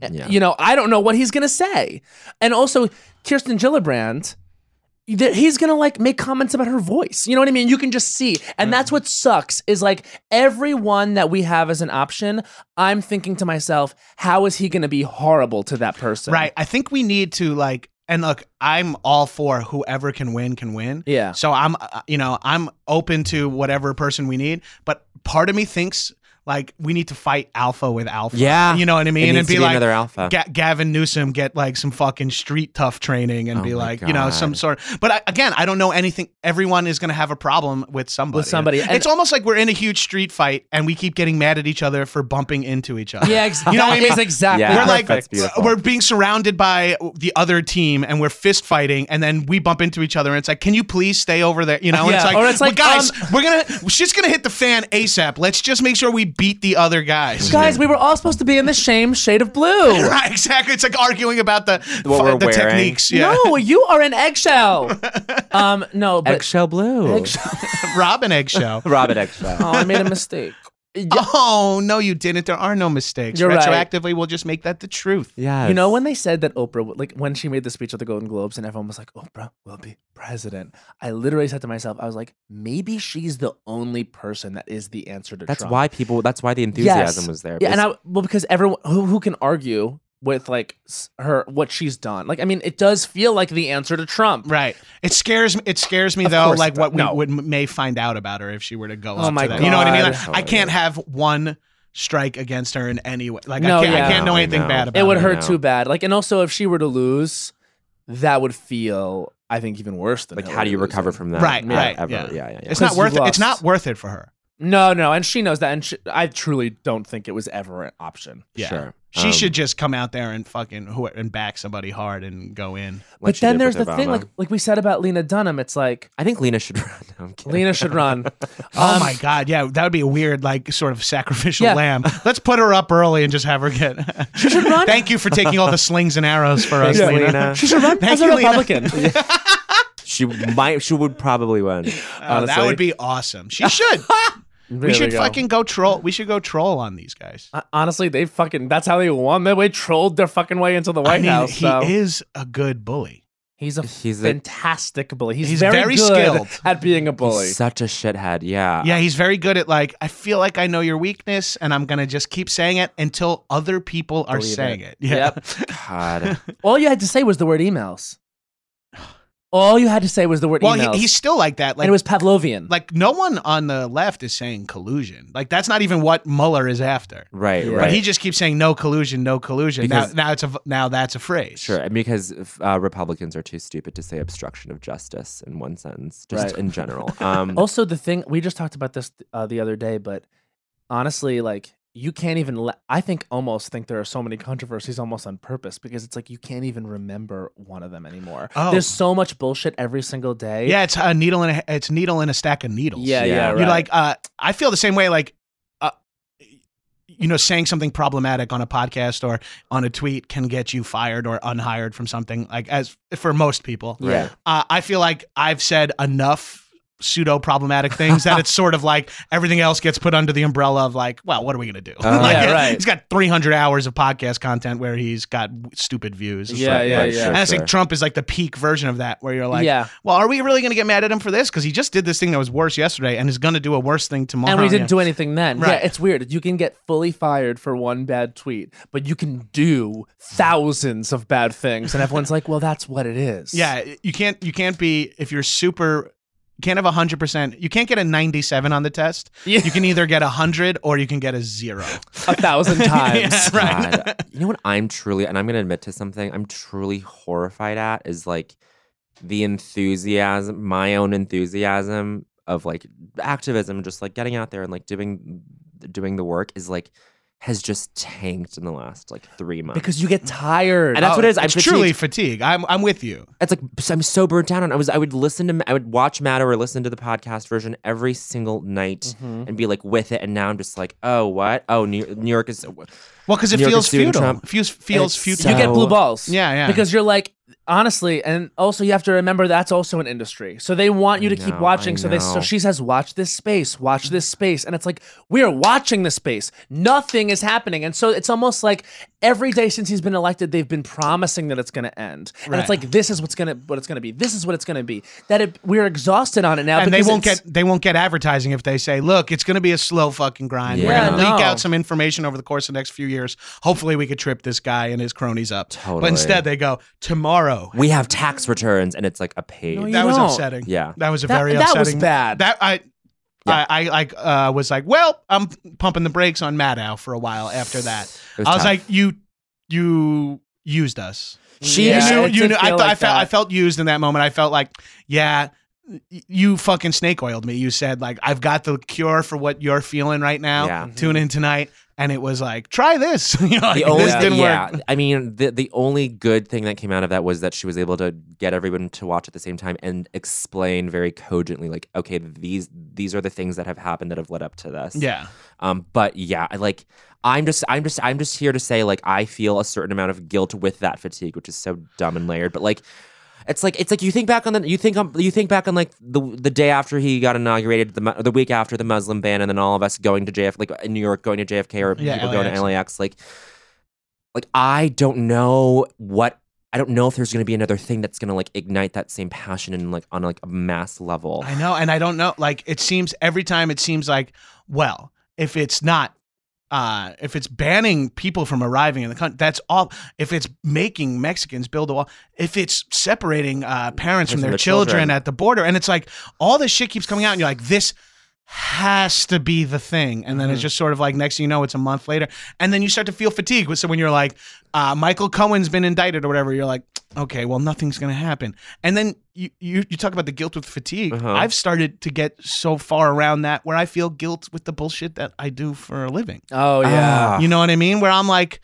Speaker 4: eh,
Speaker 6: Yeah.
Speaker 4: you know, I don't know what he's gonna say. And also, Kirsten Gillibrand, th- he's gonna like make comments about her voice. You know what I mean? You can just see, and that's what sucks is like everyone that we have as an option. I'm thinking to myself, how is he gonna be horrible to that person?
Speaker 8: Right. I think we need to like, and look, I'm all for whoever can win can win.
Speaker 4: Yeah.
Speaker 8: So I'm, uh, you know, I'm open to whatever person we need, but part of me thinks like we need to fight alpha with alpha.
Speaker 6: Yeah.
Speaker 8: You know what I mean?
Speaker 6: It needs
Speaker 8: and
Speaker 6: to
Speaker 8: be
Speaker 6: be
Speaker 8: like
Speaker 6: another alpha.
Speaker 8: Ga- Gavin Newsom get like some fucking street tough training and
Speaker 6: Oh
Speaker 8: be
Speaker 6: my
Speaker 8: like, you know, some
Speaker 6: God.
Speaker 8: sort. But I, again, I don't know anything. Everyone is going to have a problem with somebody.
Speaker 4: With somebody. And-
Speaker 8: it's almost like we're in a huge street fight and we keep getting mad at each other for bumping into each other.
Speaker 4: Yeah. Ex-
Speaker 8: You know what I
Speaker 4: that
Speaker 8: mean?
Speaker 4: is exactly.
Speaker 6: Yeah.
Speaker 8: we're like
Speaker 6: That's beautiful.
Speaker 8: we're being surrounded by the other team and we're fist fighting and then we bump into each other and it's like can you please stay over there you know and it's
Speaker 4: Yeah,
Speaker 8: like,
Speaker 4: or it's
Speaker 8: "Well,
Speaker 4: like, um,
Speaker 8: guys we're gonna shit's gonna hit the fan asap let's just make sure we beat the other guys
Speaker 4: Guys, we were all supposed to be in the same shade of blue.
Speaker 8: right exactly it's like arguing about the
Speaker 6: What we're
Speaker 8: the
Speaker 6: wearing.
Speaker 8: techniques yeah
Speaker 4: No, you are an eggshell. um, no, but
Speaker 6: Eggshell blue.
Speaker 8: robin eggshell
Speaker 6: Robin eggshell.
Speaker 4: Oh, I made a mistake.
Speaker 8: oh no you didn't there are no mistakes
Speaker 4: You're right.
Speaker 8: retroactively we'll just make that the truth
Speaker 6: Yeah.
Speaker 4: You know when they said that Oprah, would- like when she made the speech at the Golden Globes, and everyone was like, "Oprah will be president." I literally said to myself, "I was like, maybe she's the only person that is the answer to
Speaker 6: That's
Speaker 4: Trump."
Speaker 6: why people. That's why the enthusiasm was there.
Speaker 4: Yeah, and
Speaker 6: because-
Speaker 4: I well because everyone who who can argue with like s- her what she's done. Like, I mean, it does feel like the answer to Trump.
Speaker 8: Right. It scares me. It scares me
Speaker 4: Of
Speaker 8: though.
Speaker 4: course it
Speaker 8: Like
Speaker 4: does.
Speaker 8: what we
Speaker 4: No.
Speaker 8: would may find out about her if she were to go
Speaker 4: Oh
Speaker 8: up
Speaker 4: my
Speaker 8: to that. You know what I mean?
Speaker 4: God. Oh,
Speaker 8: Like, I can't have one strike against her in any way. Like
Speaker 4: No,
Speaker 8: I, can't,
Speaker 4: yeah.
Speaker 8: I can't know
Speaker 6: No,
Speaker 8: anything
Speaker 6: no.
Speaker 8: bad about
Speaker 4: It would
Speaker 8: her.
Speaker 4: hurt
Speaker 6: now.
Speaker 4: too bad. Like, and also if she were to lose, that would feel, I think, even worse than
Speaker 6: like,
Speaker 4: Hillary
Speaker 6: how do you
Speaker 4: losing.
Speaker 6: recover from that?
Speaker 8: Right,
Speaker 6: Yeah,
Speaker 8: right,
Speaker 6: Ever.
Speaker 8: yeah.
Speaker 6: Yeah. Yeah. Yeah.
Speaker 8: It's not
Speaker 4: 'Cause you
Speaker 8: worth it. It's
Speaker 4: lost.
Speaker 8: not worth it for her.
Speaker 4: No, no, and she knows that, and she, I truly don't think it was ever an option.
Speaker 8: Yeah.
Speaker 6: Sure.
Speaker 8: She
Speaker 6: Um,
Speaker 8: should just come out there and fucking who and back somebody hard and go in.
Speaker 6: like
Speaker 4: but
Speaker 6: she
Speaker 4: then
Speaker 6: did
Speaker 4: there's the
Speaker 6: with
Speaker 4: thing,
Speaker 6: Obama.
Speaker 4: like like we said about Lena Dunham, it's like
Speaker 6: I think Lena should run. No, I'm kidding.
Speaker 4: Lena should run.
Speaker 8: Oh
Speaker 4: Um,
Speaker 8: my god, yeah, that would be a weird like sort of sacrificial
Speaker 4: Yeah.
Speaker 8: lamb. Let's put her up early and just have her get.
Speaker 4: She should run.
Speaker 8: Thank you for taking all the slings and arrows for us,
Speaker 6: Thanks,
Speaker 8: Lena.
Speaker 6: Lena.
Speaker 4: She should run
Speaker 8: Thank
Speaker 4: as a
Speaker 8: you, Lena.
Speaker 4: Republican.
Speaker 6: She might. She would probably win.
Speaker 8: Oh, that
Speaker 6: honestly.
Speaker 8: would be awesome. She should.
Speaker 4: There
Speaker 8: we should
Speaker 4: go.
Speaker 8: fucking go troll. We should go troll on these guys.
Speaker 4: Uh, Honestly, they fucking. That's how they won. They way trolled their fucking way into the White
Speaker 8: I mean,
Speaker 4: House.
Speaker 8: he
Speaker 4: so.
Speaker 8: is a good bully.
Speaker 4: he's a
Speaker 6: He's a-
Speaker 4: fantastic bully. He's,
Speaker 8: He's
Speaker 4: very,
Speaker 8: very
Speaker 4: good
Speaker 8: skilled.
Speaker 4: at being a bully.
Speaker 6: He's such a shithead. Yeah.
Speaker 8: Uh, Yeah, he's very good at like. I feel like I know your weakness, and I'm gonna just keep saying it until other people are
Speaker 6: Believe it.
Speaker 8: saying it. Yeah.
Speaker 4: Yep.
Speaker 6: God.
Speaker 4: All you had to say was the word emails. All you had to say was the word
Speaker 8: Well,
Speaker 4: emails.
Speaker 8: he, he's still like that. Like,
Speaker 4: and it was Pavlovian.
Speaker 8: like no one on the left is saying collusion. Like that's not even what Mueller is after.
Speaker 6: Right.
Speaker 4: Yeah.
Speaker 6: Right.
Speaker 8: But he just keeps saying no collusion, no collusion.
Speaker 6: Because-
Speaker 8: now, now it's a now that's a phrase.
Speaker 6: Sure, and because uh, Republicans are too stupid to say obstruction of justice in one sentence, just
Speaker 4: Right.
Speaker 6: in general. Um,
Speaker 4: Also, the thing we just talked about this uh, the other day, but honestly, like you can't even let I think almost think there are so many controversies almost on purpose because it's like you can't even remember one of them anymore.
Speaker 8: Oh.
Speaker 4: There's so much bullshit every single day.
Speaker 8: Yeah, it's a needle and a, it's needle in a stack of needles.
Speaker 4: Yeah,
Speaker 6: Yeah.
Speaker 4: yeah.
Speaker 8: You're
Speaker 4: right.
Speaker 8: like, uh, I feel the same way. Like, uh, you know, saying something problematic on a podcast or on a tweet can get you fired or unhired from something. Like, as for most people,
Speaker 4: Yeah.
Speaker 8: uh, I feel like I've said enough pseudo problematic things that it's sort of like everything else gets put under the umbrella of like, well, what are we gonna do?
Speaker 6: Uh,
Speaker 8: like,
Speaker 4: Oh, yeah, right.
Speaker 8: He's got 300 hours of podcast content where he's got stupid views. It's
Speaker 4: Yeah,
Speaker 8: like-
Speaker 4: yeah, yeah.
Speaker 8: And I
Speaker 6: sure.
Speaker 8: think Trump is like the peak version of that, where you're like,
Speaker 4: yeah.
Speaker 8: well, are we really going to get mad at him for this? Because he just did this thing that was worse yesterday and is going to do a worse thing tomorrow.
Speaker 4: And we didn't
Speaker 8: uh-huh,
Speaker 4: do
Speaker 8: Yeah.
Speaker 4: anything then.
Speaker 8: Right.
Speaker 4: Yeah, it's weird. You can get fully fired for one bad tweet, but you can do thousands of bad things, and everyone's like, "Well, that's what it is."
Speaker 8: Yeah, you can't. You can't be if you're super. You can't have hundred percent. You can't get a ninety-seven on the test.
Speaker 4: Yeah.
Speaker 8: You can either get hundred or you can get a zero.
Speaker 4: a thousand times.
Speaker 8: Yeah, right.
Speaker 6: God. you know what I'm truly, and I'm going to admit to something, I'm truly horrified at is like the enthusiasm, my own enthusiasm of like activism, just like getting out there and like doing doing the work is like has just tanked in the last like three months.
Speaker 4: Because you get
Speaker 6: Uh-huh.
Speaker 4: tired.
Speaker 6: and that's what it is. I'm
Speaker 8: Oh, It's truly
Speaker 6: fatigued.
Speaker 8: fatigue. I'm. I'm with you.
Speaker 6: It's like so- I'm so burnt out. And I was I would listen to I would watch Matter or listen to the podcast version every single night
Speaker 8: Mm-hmm.
Speaker 4: Mhm.
Speaker 6: and be like with it. And now I'm just like, oh what? Oh New, New York is
Speaker 8: Well, because it
Speaker 6: New York
Speaker 8: feels
Speaker 6: is suing
Speaker 8: futile.
Speaker 6: Trump.
Speaker 8: It feels feels
Speaker 6: It's
Speaker 8: futile.
Speaker 4: You get blue balls.
Speaker 8: yeah, yeah.
Speaker 4: Because you're like, honestly, and also you have to remember that's also an industry. So they want you
Speaker 6: I
Speaker 4: to keep
Speaker 6: know, I
Speaker 4: watching. So they so
Speaker 6: know.
Speaker 4: she says, watch this space, watch this space. And it's like, we're watching this space. Nothing is happening. And so it's almost like every day since he's been elected, they've been promising that it's gonna end. And
Speaker 8: Right.
Speaker 4: it's like this is what's gonna what it's gonna be. This is what it's gonna be. That it, we're exhausted on it now.
Speaker 8: and Uh, they
Speaker 4: because
Speaker 8: won't
Speaker 4: it's-
Speaker 8: get they won't get advertising if they say, "Look, it's going to be a slow fucking grind. We're
Speaker 6: Yeah,
Speaker 8: going to leak
Speaker 4: no.
Speaker 8: out some information over the course of the next few years. Hopefully, we could trip this guy and his cronies up." But
Speaker 6: Totally.
Speaker 8: instead, they go tomorrow.
Speaker 6: we have tax returns and it's like a page.
Speaker 4: No, you
Speaker 8: That was
Speaker 4: don't.
Speaker 8: upsetting.
Speaker 6: Yeah.
Speaker 8: that was a
Speaker 4: That-
Speaker 8: very
Speaker 4: that was
Speaker 8: upsetting.
Speaker 4: bad.
Speaker 8: That I.
Speaker 6: Yeah.
Speaker 8: I, I like uh, was like, well, I'm pumping the brakes on Maddow for a while after that.
Speaker 6: It
Speaker 8: I was
Speaker 6: tough.
Speaker 8: like, you, you used us.
Speaker 6: She-
Speaker 4: Yeah,
Speaker 8: you
Speaker 4: it
Speaker 8: knew, you
Speaker 4: did
Speaker 8: knew. I,
Speaker 4: feel
Speaker 8: th- I
Speaker 4: like
Speaker 8: felt, I
Speaker 4: that.
Speaker 8: felt used in that moment. I felt like, yeah, y- you fucking snake oiled me. You said like, I've got the cure for what you're feeling right now.
Speaker 6: Yeah.
Speaker 8: Tune in tonight, and it was like, try this. you know, like,
Speaker 6: the only
Speaker 8: this didn't
Speaker 6: yeah,
Speaker 8: work.
Speaker 6: I mean, the the only good thing that came out of that was that she was able to get everyone to watch at the same time and explain very cogently, like, okay, these these are the things that have happened that have led up to this.
Speaker 8: Yeah,
Speaker 6: Um. But yeah, I like. I'm just, I'm just, I'm just here to say, like, I feel a certain amount of guilt with that fatigue, which is so dumb and layered. But like, it's like, it's like you think back on the, you think, on, you think back on like the the day after he got inaugurated, the mu- the week after the Muslim ban, and then all of us going to JF, like in New York, going to JFK, or
Speaker 8: Yeah,
Speaker 6: people going
Speaker 8: LAX.
Speaker 6: to LAX, like, like I don't know what. I don't know if there's going to be another thing that's going to like ignite that same passion and like on like a mass level.
Speaker 8: I know, and I don't know. Like, it seems every time it seems like, well, if it's not. Uh, if it's banning people from arriving in the country, that's all. If it's making Mexicans build a wall, if it's separating uh, parents from
Speaker 6: From
Speaker 8: their
Speaker 6: their
Speaker 8: children,
Speaker 6: children.
Speaker 8: at the border, and it's like all this shit keeps coming out, and you're like, this has to be the thing. And then it's just sort of like, next thing you know, it's a month later, and then you start to feel fatigued. So when you're like, uh, Michael Cohen's been indicted or whatever, you're like, okay, well, nothing's gonna happen. And then you you, you talk about the guilt with fatigue.
Speaker 6: Uh-huh.
Speaker 8: I've started to get so far around that where I feel guilt with the bullshit that I do for a living.
Speaker 4: Oh yeah.
Speaker 6: Ah.
Speaker 8: You know what I mean? Where I'm like,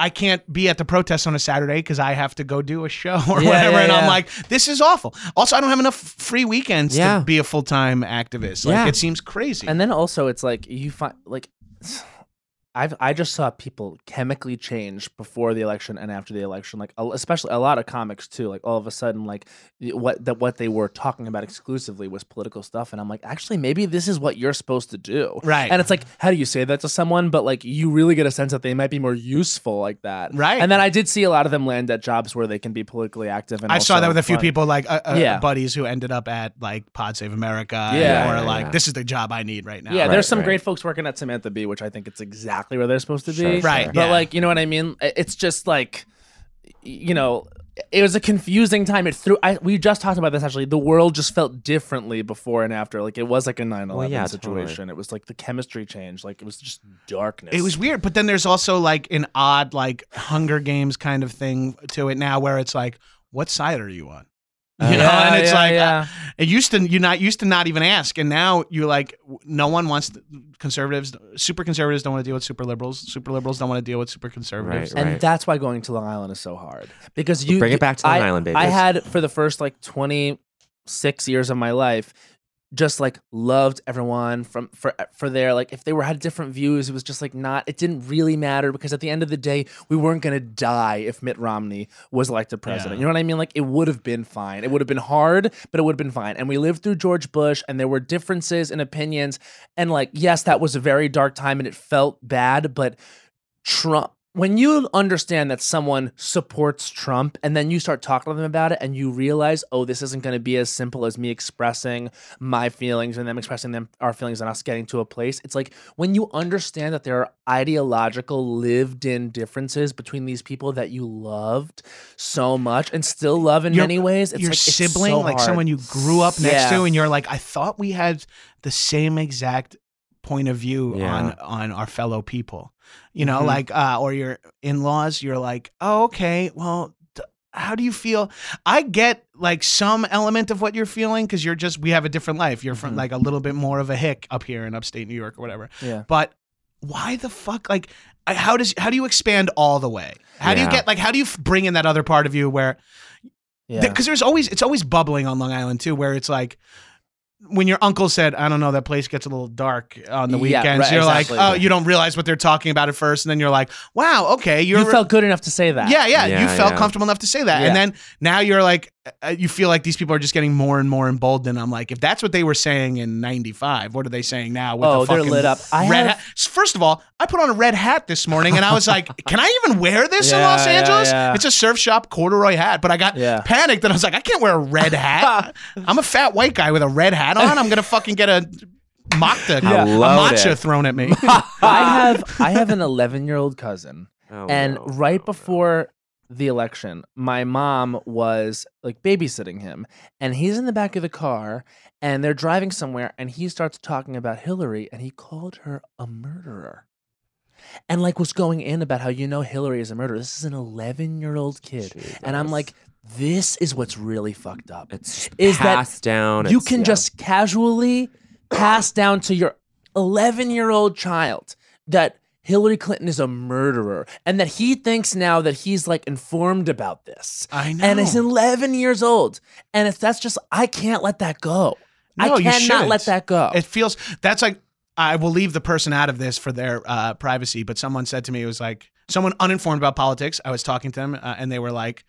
Speaker 8: I can't be at the protest on a Saturday because I have to go do a show or
Speaker 4: Yeah,
Speaker 8: whatever.
Speaker 4: yeah,
Speaker 8: and I'm
Speaker 4: yeah.
Speaker 8: like, this is awful. Also, I don't have enough free weekends
Speaker 6: Yeah.
Speaker 8: to be a full time activist. Like,
Speaker 6: Yeah.
Speaker 8: it seems crazy.
Speaker 4: And then also, it's like you find like I've I just saw people chemically change before the election and after the election, like a- especially a lot of comics too. Like all of a sudden, like y- what that what they were talking about exclusively was political stuff, and I'm like, actually, maybe this is what you're supposed to do.
Speaker 8: Right.
Speaker 4: And it's like, how do you say that to someone? But like, you really get a sense that they might be more useful like that.
Speaker 8: Right.
Speaker 4: And then I did see a lot of them land at jobs where they can be politically active. And
Speaker 8: I saw
Speaker 4: also
Speaker 8: that with a few
Speaker 4: fun.
Speaker 8: people, like uh, uh,
Speaker 4: Yeah.
Speaker 8: buddies who ended up at like Pod Save America,
Speaker 4: Yeah.
Speaker 8: or
Speaker 6: Yeah,
Speaker 8: like
Speaker 6: yeah.
Speaker 8: this is the job I need right now.
Speaker 4: Yeah,
Speaker 6: Right,
Speaker 4: there's some
Speaker 6: right.
Speaker 4: great folks working at Samantha Bee, which I think it's exactly where they're supposed to be.
Speaker 6: Sure,
Speaker 8: Right, sure.
Speaker 4: But
Speaker 8: yeah.
Speaker 4: like, you know what I mean? I- It's just like you know, it was a confusing time. It threw I we just talked about this actually. The world just felt differently before and after. Like it was like a 9/11
Speaker 6: yeah, totally.
Speaker 4: situation. It was like the chemistry change. Like it was just darkness.
Speaker 8: It was weird, but then there's also like an odd like Hunger Games kind of thing to it now, where it's like, what side are you on? You know, and it's like uh, it used to you not used to not even ask, and now you're like, w- no one wants to- conservatives. Super conservatives don't want to deal with super liberals. Super liberals don't want to deal with super conservatives.
Speaker 6: Right.
Speaker 4: and that's why going to Long Island is so hard because you
Speaker 6: Bring it back to
Speaker 4: I-
Speaker 6: Long Island, baby.
Speaker 4: I had for the first like 26 years of my life just like loved everyone from for uh, for their like if they were had different views it was just like not it didn't really matter because at the end of the day we weren't going to die if Mitt Romney was elected president. You
Speaker 8: Yeah.
Speaker 4: know what I mean? Like it would have been fine. It would have been hard, but it would have been fine. And we lived through George Bush and there were differences in opinions and like yes, that was a very dark time and it felt bad, but Trump. When you understand that someone supports Trump and then you start talking to them about it and you realize, oh, this isn't going to be as simple as me expressing my feelings and them expressing them our feelings and us getting to a place. It's like when you understand that there are ideological lived in differences between these people that you loved so much and still love in
Speaker 8: Your-
Speaker 4: many ways. It's
Speaker 8: your
Speaker 4: like, it's so
Speaker 8: sibling, like
Speaker 4: hard.
Speaker 8: someone you grew up next
Speaker 4: Yeah.
Speaker 8: to, and you're like, I thought we had the same exact point of view
Speaker 6: Yeah.
Speaker 8: on on our fellow people. You
Speaker 4: Mm-hmm.
Speaker 8: know, like uh, or your in laws, you're like, oh, okay, well. d- How do you feel? I get like some element of what you're feeling because you're just we have a different life. You're from
Speaker 4: Mhm.
Speaker 8: like a little bit more of a hick up here in upstate New York or whatever.
Speaker 4: Yeah.
Speaker 8: But why the fuck? Like, I- how does how do you expand all the way? How do you
Speaker 6: Yeah.
Speaker 8: get like how do you f- bring in that other part of you where
Speaker 4: Yeah.
Speaker 8: because there's always it's always bubbling on Long Island too, where it's like when your uncle said, "I don't know," that place gets a little dark on the
Speaker 4: Yeah,
Speaker 8: weekends.
Speaker 4: right,
Speaker 8: you're
Speaker 4: exactly.
Speaker 8: like, "Oh, you don't realize what they're talking about at first, and then you're like, "Wow, okay, you're."
Speaker 4: you felt good enough to say that.
Speaker 8: yeah, yeah, you
Speaker 6: Yeah,
Speaker 8: felt
Speaker 6: yeah.
Speaker 8: comfortable enough to say that, and
Speaker 4: Yeah.
Speaker 8: then now you're like, uh, you feel like these people are just getting more and more emboldened. I'm like, if that's what they were saying in '95, what are they saying now? With
Speaker 4: Oh,
Speaker 8: the
Speaker 4: they're
Speaker 8: fucking
Speaker 4: lit up. I
Speaker 8: red
Speaker 4: have-
Speaker 8: hat. First of all, I put on a red hat this morning, and I was like, "Can I even wear this in
Speaker 4: Yeah,
Speaker 8: Los
Speaker 4: yeah,
Speaker 8: Angeles?
Speaker 4: yeah.
Speaker 8: It's a surf shop corduroy hat." But I got
Speaker 4: Yeah.
Speaker 8: panicked, and I was like, "I can't wear a red hat. I'm a fat white guy with a red hat on. I'm gonna fucking get a mockta,
Speaker 6: How
Speaker 8: a
Speaker 6: loaded.
Speaker 8: matcha thrown at me."
Speaker 4: I have I have an 11 year old cousin
Speaker 6: Oh,
Speaker 4: and
Speaker 6: no,
Speaker 4: right
Speaker 6: no, no.
Speaker 4: before the election, my mom was like babysitting him, and he's in the back of the car, and they're driving somewhere, and he starts talking about Hillary, and he called her a murderer. And like was going in about how you know Hillary is a murderer. This is an 11 year old kid, and I'm
Speaker 6: Jesus.
Speaker 4: like, this is what's really fucked up.
Speaker 6: it's
Speaker 4: is that
Speaker 6: passed down.
Speaker 4: You
Speaker 6: it's-
Speaker 4: can
Speaker 6: yeah.
Speaker 4: just casually pass down to your 11 year old child that Hillary Clinton is a murderer and that he thinks now that he's like informed about this.
Speaker 8: I know.
Speaker 4: And he's 11 years old. And if that's just, I can't let that go.
Speaker 8: No,
Speaker 4: I
Speaker 8: you
Speaker 4: cannot
Speaker 8: shouldn't.
Speaker 4: let that go.
Speaker 8: It feels that's like I will leave the person out of this for their uh, privacy. But someone said to me, it was like someone uninformed about politics. I was talking to them, uh, and they were like,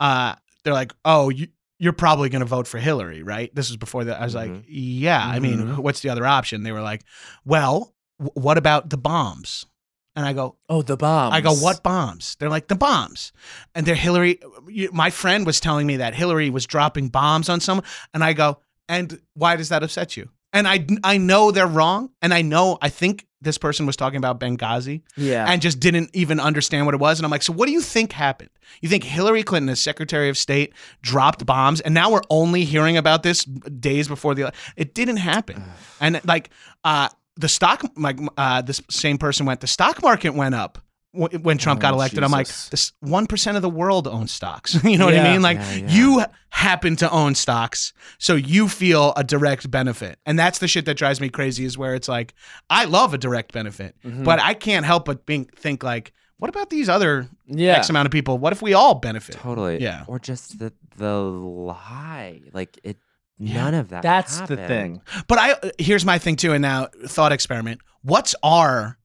Speaker 8: uh, they're like, oh, you. You're probably going to vote for Hillary, right? This was before that. I was like,
Speaker 6: Mhm.
Speaker 8: yeah. I mean,
Speaker 4: Mhm.
Speaker 8: wh- what's the other option? They were like, well, w- what about the bombs? And I go,
Speaker 4: oh, the bomb.
Speaker 8: I go, what bombs? They're like, the bombs. And they're Hillary. you- My friend was telling me that Hillary was dropping bombs on someone. And I go, and why does that upset you? And I, I know they're wrong. And I know, I think this person was talking about Benghazi
Speaker 4: Yeah.
Speaker 8: and just didn't even understand what it was. And I'm like, so what do you think happened? You think Hillary Clinton, as Secretary of State, dropped bombs, and now we're only hearing about this days before the ele- it didn't happen. and like, uh, the stock, like uh, this same person went, the stock market went up. wh- When Trump got
Speaker 6: Oh,
Speaker 8: elected, I'm like,
Speaker 6: Jesus.
Speaker 8: this one percent of the world owns stocks. you know what I
Speaker 4: Yeah.
Speaker 8: mean? Like,
Speaker 6: Yeah, yeah.
Speaker 8: you happen to own stocks, so you feel a direct benefit, and that's the shit that drives me crazy. Is where it's like, I love a direct benefit,
Speaker 4: Mm-hmm.
Speaker 8: but I can't help but think, think like, what about these other
Speaker 4: yeah.
Speaker 8: X amount of people? What if we all benefit?
Speaker 6: totally.
Speaker 8: Yeah.
Speaker 6: Or just the the lie. Like it.
Speaker 8: Yeah.
Speaker 6: None of that.
Speaker 4: That's the
Speaker 6: happened.
Speaker 4: thing.
Speaker 8: But I here's my thing too, and now thought experiment. What's our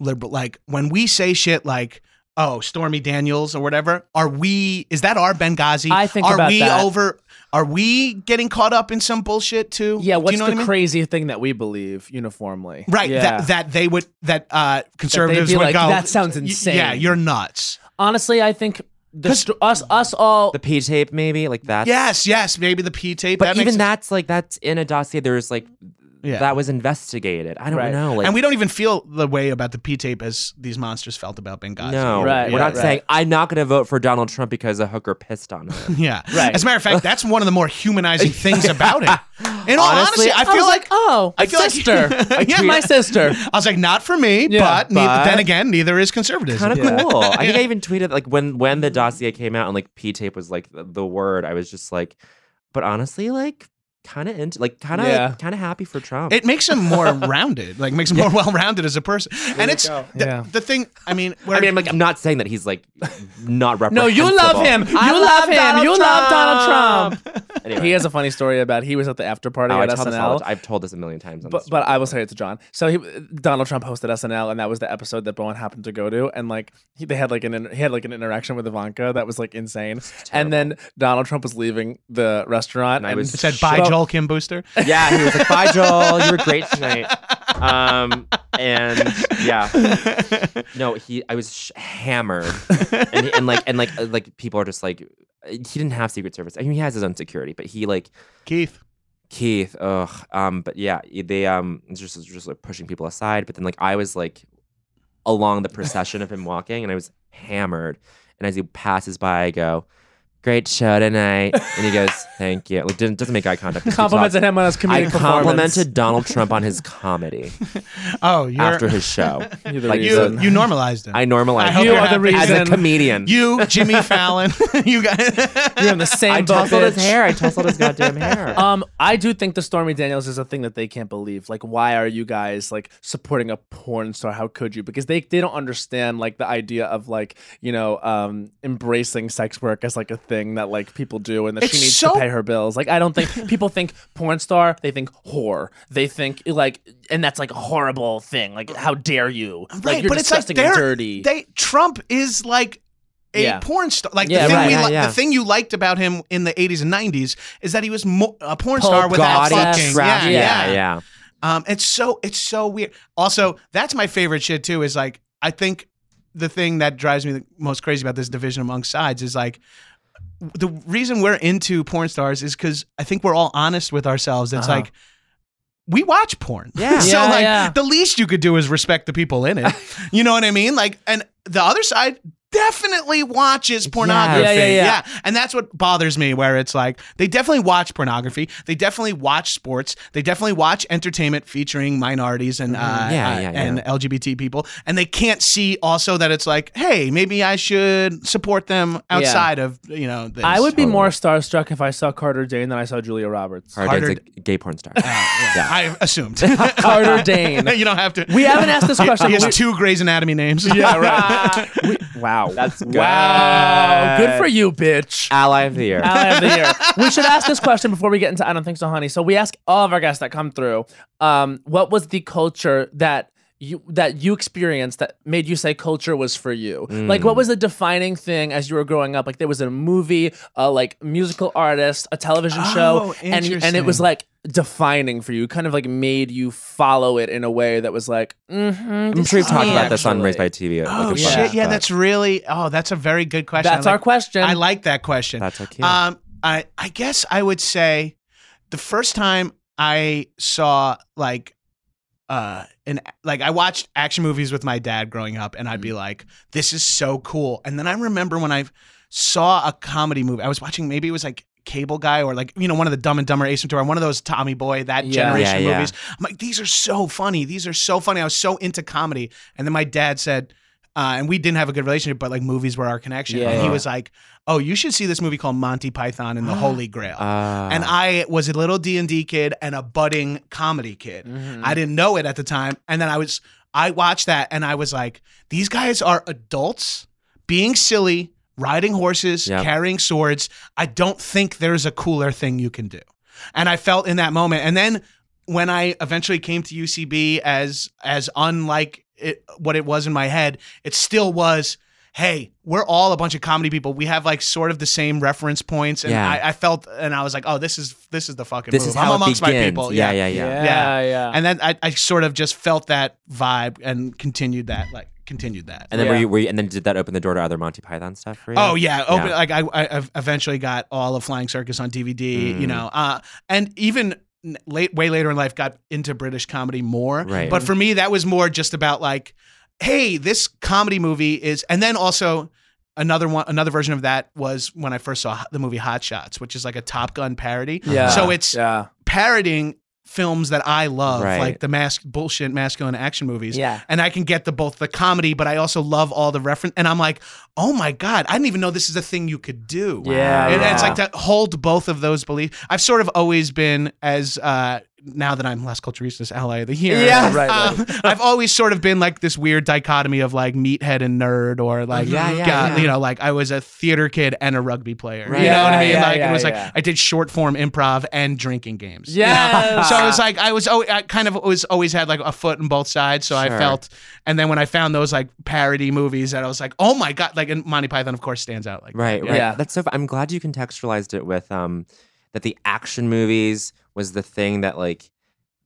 Speaker 8: liberal like when we say shit like oh Stormy Daniels or whatever? Are we is that our Benghazi?
Speaker 4: I think
Speaker 8: are
Speaker 4: about
Speaker 8: we
Speaker 4: that.
Speaker 8: over? Are we getting caught up in some bullshit too?
Speaker 4: Yeah.
Speaker 8: Do
Speaker 4: What's
Speaker 8: you know
Speaker 4: the
Speaker 8: what I mean?
Speaker 4: crazy thing that we believe uniformly?
Speaker 8: Right,
Speaker 4: Yeah.
Speaker 8: that, that they would that uh conservatives
Speaker 4: be
Speaker 8: would
Speaker 4: like,
Speaker 8: go.
Speaker 4: "That sounds
Speaker 8: "Y-
Speaker 4: insane."
Speaker 8: Yeah, you're nuts.
Speaker 4: Honestly, I think the
Speaker 8: 'Cause-
Speaker 4: st- us us all
Speaker 6: The P tape, maybe like that.
Speaker 8: yes, yes, maybe the P tape.
Speaker 6: But
Speaker 8: that
Speaker 6: even
Speaker 8: makes sense.
Speaker 6: that's like that's in a dossier. There's like
Speaker 8: Yeah.
Speaker 6: that was investigated. I don't
Speaker 4: Right.
Speaker 6: know. Like,
Speaker 8: and we don't even feel the way about the P tape as these monsters felt about Benghazi.
Speaker 6: no,
Speaker 4: Right,
Speaker 6: we're
Speaker 4: yeah,
Speaker 6: not
Speaker 4: right.
Speaker 6: saying I'm not going to vote for Donald Trump because a hooker pissed on her.
Speaker 8: Yeah.
Speaker 4: Right.
Speaker 8: As a matter of fact, that's one of the more humanizing things about it. In all honesty,
Speaker 6: Honestly,
Speaker 8: I feel like,
Speaker 4: oh,
Speaker 8: I
Speaker 4: I
Speaker 8: feel like-
Speaker 4: sister.
Speaker 8: Yeah.
Speaker 4: yeah, my sister.
Speaker 8: I was like, not for me,
Speaker 4: Yeah,
Speaker 8: but, neith-
Speaker 6: but-
Speaker 8: then again, neither is conservatism.
Speaker 6: Kind of cool. I think I even tweeted like when when the dossier came out and like P tape was like the, the word. I was just like, but honestly, like kind of into like kind of
Speaker 4: Yeah.
Speaker 6: kind of happy for Trump.
Speaker 8: It makes him more rounded, like makes him more well-rounded as a person. and it's the,
Speaker 4: Yeah.
Speaker 8: the thing. I mean, where,
Speaker 6: I mean, I'm like I'm not saying that he's like not reprehensible.
Speaker 4: No, you love him. You
Speaker 6: I
Speaker 4: love him. You love Donald
Speaker 6: Trump. anyway,
Speaker 4: He has a funny story about he was at the after party
Speaker 6: Oh, I
Speaker 4: at
Speaker 6: tell this all the
Speaker 4: SNL.
Speaker 6: ti- I've told this a million times. On
Speaker 4: But,
Speaker 6: this
Speaker 4: but I will say it to John. So he, Donald Trump hosted SNL, and that was the episode that Bowen happened to go to, and like he, they had like an inter- he had like an interaction with Ivanka that was like insane. And then Donald Trump was leaving the
Speaker 6: And
Speaker 4: restaurant, and,
Speaker 6: I was
Speaker 8: it said, "Bye,
Speaker 4: Well-
Speaker 8: Joel Kim Booster."
Speaker 6: Yeah, he was like, "Bye, Joel. You were great tonight." Um, and yeah, no, he. I was sh- hammered, and, and like, and like, uh, like people are just like, he didn't have Secret Service. I mean, he has his own security, but he like
Speaker 8: Keith.
Speaker 6: Keith. Ugh. Um, but yeah, they um just just like pushing people aside. But then like I was like along the procession of him walking, and I was hammered. And as he passes by, I go. Great show tonight, and he goes, "Thank you." Like, didn't, doesn't make eye contact. just keeps walking.
Speaker 4: complimented him on his comedic
Speaker 6: I complimented
Speaker 4: performance.
Speaker 6: Donald Trump on his comedy
Speaker 8: Oh, you're,
Speaker 6: after his show.
Speaker 4: You're the
Speaker 6: Like,
Speaker 8: you
Speaker 4: reason.
Speaker 8: you normalized him.
Speaker 6: I
Speaker 8: I
Speaker 6: normalized
Speaker 8: hope
Speaker 6: him
Speaker 8: you're
Speaker 4: are the
Speaker 8: happy.
Speaker 6: as a
Speaker 4: reason.
Speaker 6: comedian.
Speaker 8: You, Jimmy Fallon, you guys.
Speaker 4: You're in the same
Speaker 6: I
Speaker 4: boat.
Speaker 6: tousled his
Speaker 4: bitch.
Speaker 6: hair. I tousled his goddamn hair.
Speaker 4: Um, I do think the Stormy Daniels is a thing that they can't believe. Like, why are you guys like supporting a porn star? How could you? Because they they don't understand like the idea of like you know um embracing sex work as like a thing that like people do and that
Speaker 8: It's
Speaker 4: she needs
Speaker 8: so-
Speaker 4: to pay her bills. Like, I don't think people think porn star. They think whore. They think like, and that's like a horrible thing. Like, how dare you? like,
Speaker 8: right,
Speaker 4: you're
Speaker 8: but it's like
Speaker 4: disgusting and
Speaker 8: they're-
Speaker 4: dirty.
Speaker 8: They Trump is like a
Speaker 4: Yeah.
Speaker 8: porn star. Like the
Speaker 4: Yeah,
Speaker 8: thing
Speaker 4: right,
Speaker 8: we
Speaker 6: yeah,
Speaker 8: li-
Speaker 6: yeah.
Speaker 8: the thing you liked about him in the 80s and 90s is that he was mo- a porn star without
Speaker 6: Gaudy,
Speaker 8: fucking. Yeah,
Speaker 6: trashy.
Speaker 8: yeah,
Speaker 6: yeah, yeah.
Speaker 8: Um, it's so it's so weird. Also, that's my favorite shit too. Is like I think the thing that drives me the most crazy about this division among sides is like the reason we're into porn stars is because I think we're all honest with ourselves. It's like we watch porn.
Speaker 6: Yeah.
Speaker 8: so
Speaker 4: Uh-huh. Yeah,
Speaker 8: like
Speaker 4: yeah.
Speaker 8: the least you could do is respect the people in it. you know what I mean? Like and the other side definitely watches pornography.
Speaker 4: Yeah, yeah, yeah.
Speaker 8: And that's what bothers me where it's like they definitely watch pornography, they definitely watch sports, they definitely watch entertainment featuring minorities and uh,
Speaker 4: Mm-hmm.
Speaker 6: Yeah,
Speaker 8: uh,
Speaker 6: yeah,
Speaker 8: and LGBT people and they can't see also that it's like, "Hey, maybe I should support them outside of, you know, this."
Speaker 4: I would be
Speaker 6: Totally.
Speaker 4: more starstruck if I saw Carter Dane than I saw Julia Roberts.
Speaker 6: Hard
Speaker 8: Harder-
Speaker 6: a gay porn star. yeah.
Speaker 8: I assumed.
Speaker 4: Carter Dane.
Speaker 8: you don't have to.
Speaker 4: We haven't asked this question.
Speaker 8: He
Speaker 4: but we-
Speaker 8: has two Grey's Anatomy names. Yeah,
Speaker 6: wow, that's good.
Speaker 4: Wow. Oh, Good for you, bitch.
Speaker 6: Ally of the year.
Speaker 4: Ally of the year. We should ask this question before we get into I don't think so, honey. So we ask all of our guests that come through, um, what was the culture that you that you experienced that made you say culture was for you? Like, what was the defining thing as you were growing up? Like, there was a movie, a like musical artist, a television
Speaker 8: Oh,
Speaker 4: show, and and it
Speaker 8: interesting.
Speaker 4: was like defining for you, kind of like made you follow it in a way that was like, mm-hmm,
Speaker 6: I'm sure we've talked about this on
Speaker 4: actually.
Speaker 6: Raised by TV. like,
Speaker 8: Oh
Speaker 6: a bunch,
Speaker 8: shit! Yeah,
Speaker 6: but
Speaker 8: that's really. Oh, that's a very good question.
Speaker 4: That's
Speaker 8: I
Speaker 4: our
Speaker 8: like-
Speaker 4: question.
Speaker 8: I like that question.
Speaker 6: that's okay.
Speaker 8: Um, I I guess I would say the first time I saw like uh an like I watched action movies with my dad growing up, and
Speaker 6: Mm-hmm.
Speaker 8: I'd be like, "This is so cool." And then I remember when I saw a comedy movie, I was watching maybe it was like Cable Guy or like you know one of the Dumb and Dumber, Ace Ventura, one of those Tommy Boy that
Speaker 4: Yeah.
Speaker 8: generation
Speaker 6: Yeah, yeah.
Speaker 8: movies. I'm like, "These are so funny. These are so funny." I was so into comedy, and then my dad said. Uh, and we didn't have a good relationship, but like movies were our connection.
Speaker 4: Yeah,
Speaker 8: and he
Speaker 6: yeah.
Speaker 8: was like, "Oh, you should see this movie called Monty Python and the Holy Grail."
Speaker 6: Ah.
Speaker 8: and I was a little D and D kid and a budding comedy kid.
Speaker 4: Mm-hmm.
Speaker 6: Mm-hmm.
Speaker 8: I didn't know it at the time, and then I was I watched that and I was like, these guys are adults being silly, riding horses,
Speaker 6: Yep.
Speaker 8: carrying swords. I don't think there's a cooler thing you can do, and I felt in that moment. And then when I eventually came to UCB as as unlike it, what it was in my head, it still was. Hey, we're all a bunch of comedy people. We have like sort of the same reference points, and
Speaker 6: Yeah.
Speaker 8: I, I felt and I was like, oh, this is this is the fucking
Speaker 6: this
Speaker 8: move.
Speaker 6: is how
Speaker 8: I'm
Speaker 6: it
Speaker 8: amongst
Speaker 6: begins.
Speaker 8: my people.
Speaker 6: yeah, yeah, yeah.
Speaker 8: Yeah.
Speaker 4: yeah,
Speaker 6: Uh,
Speaker 4: yeah.
Speaker 8: And then I, I sort of just felt that vibe and continued that, like continued that.
Speaker 6: And then were
Speaker 4: Yeah.
Speaker 6: you, were you? And then did that open the door to other Monty Python stuff for you?
Speaker 8: Oh yeah, open
Speaker 6: Yeah. Mm.
Speaker 8: like I, I ev- eventually got all of Flying Circus on DVD, you know, uh, and even n- late way later in life got into British comedy more.
Speaker 6: Right.
Speaker 8: But for me, that was more just about like, hey, this comedy movie is, and then also. Another one, another version of that was when I first saw the movie Hot Shots, which is like a Top Gun parody.
Speaker 4: Yeah.
Speaker 8: So it's
Speaker 4: Yeah.
Speaker 8: parodying films that I love,
Speaker 6: Right.
Speaker 8: like the mas- bullshit masculine action movies.
Speaker 4: Yeah.
Speaker 8: And I can get the both the comedy, but I also love all the reference. And I'm like, oh my god, I didn't even know this is a thing you could do.
Speaker 4: Yeah.
Speaker 8: And
Speaker 4: yeah.
Speaker 8: it's like to hold both of those beliefs. I've sort of always been as uh, now that I'm less culturistas ally of the year.
Speaker 4: Yeah. Right, right.
Speaker 8: um, I've always sort of been like this weird dichotomy of like meathead and nerd, or like
Speaker 4: Mm-hmm.
Speaker 6: Yeah, yeah,
Speaker 8: got-
Speaker 6: yeah.
Speaker 8: you know, like I was a theater kid and a rugby player.
Speaker 6: Right.
Speaker 8: You know what I
Speaker 4: Yeah,
Speaker 8: mean?
Speaker 4: yeah,
Speaker 8: like
Speaker 4: yeah,
Speaker 8: it was like
Speaker 4: yeah.
Speaker 8: I did short form improv and drinking games.
Speaker 4: Yes.
Speaker 8: So it's like I was always, I kind of was always had like a foot in both sides. So I
Speaker 6: Sure.
Speaker 8: felt, and then when I found those like parody movies, that I was like, oh my god! Like and Monty Python, of course, stands out. Like
Speaker 6: Right, right.
Speaker 4: Yeah.
Speaker 6: That's so. fu- I'm glad you contextualized it with um that the action movies was the thing that like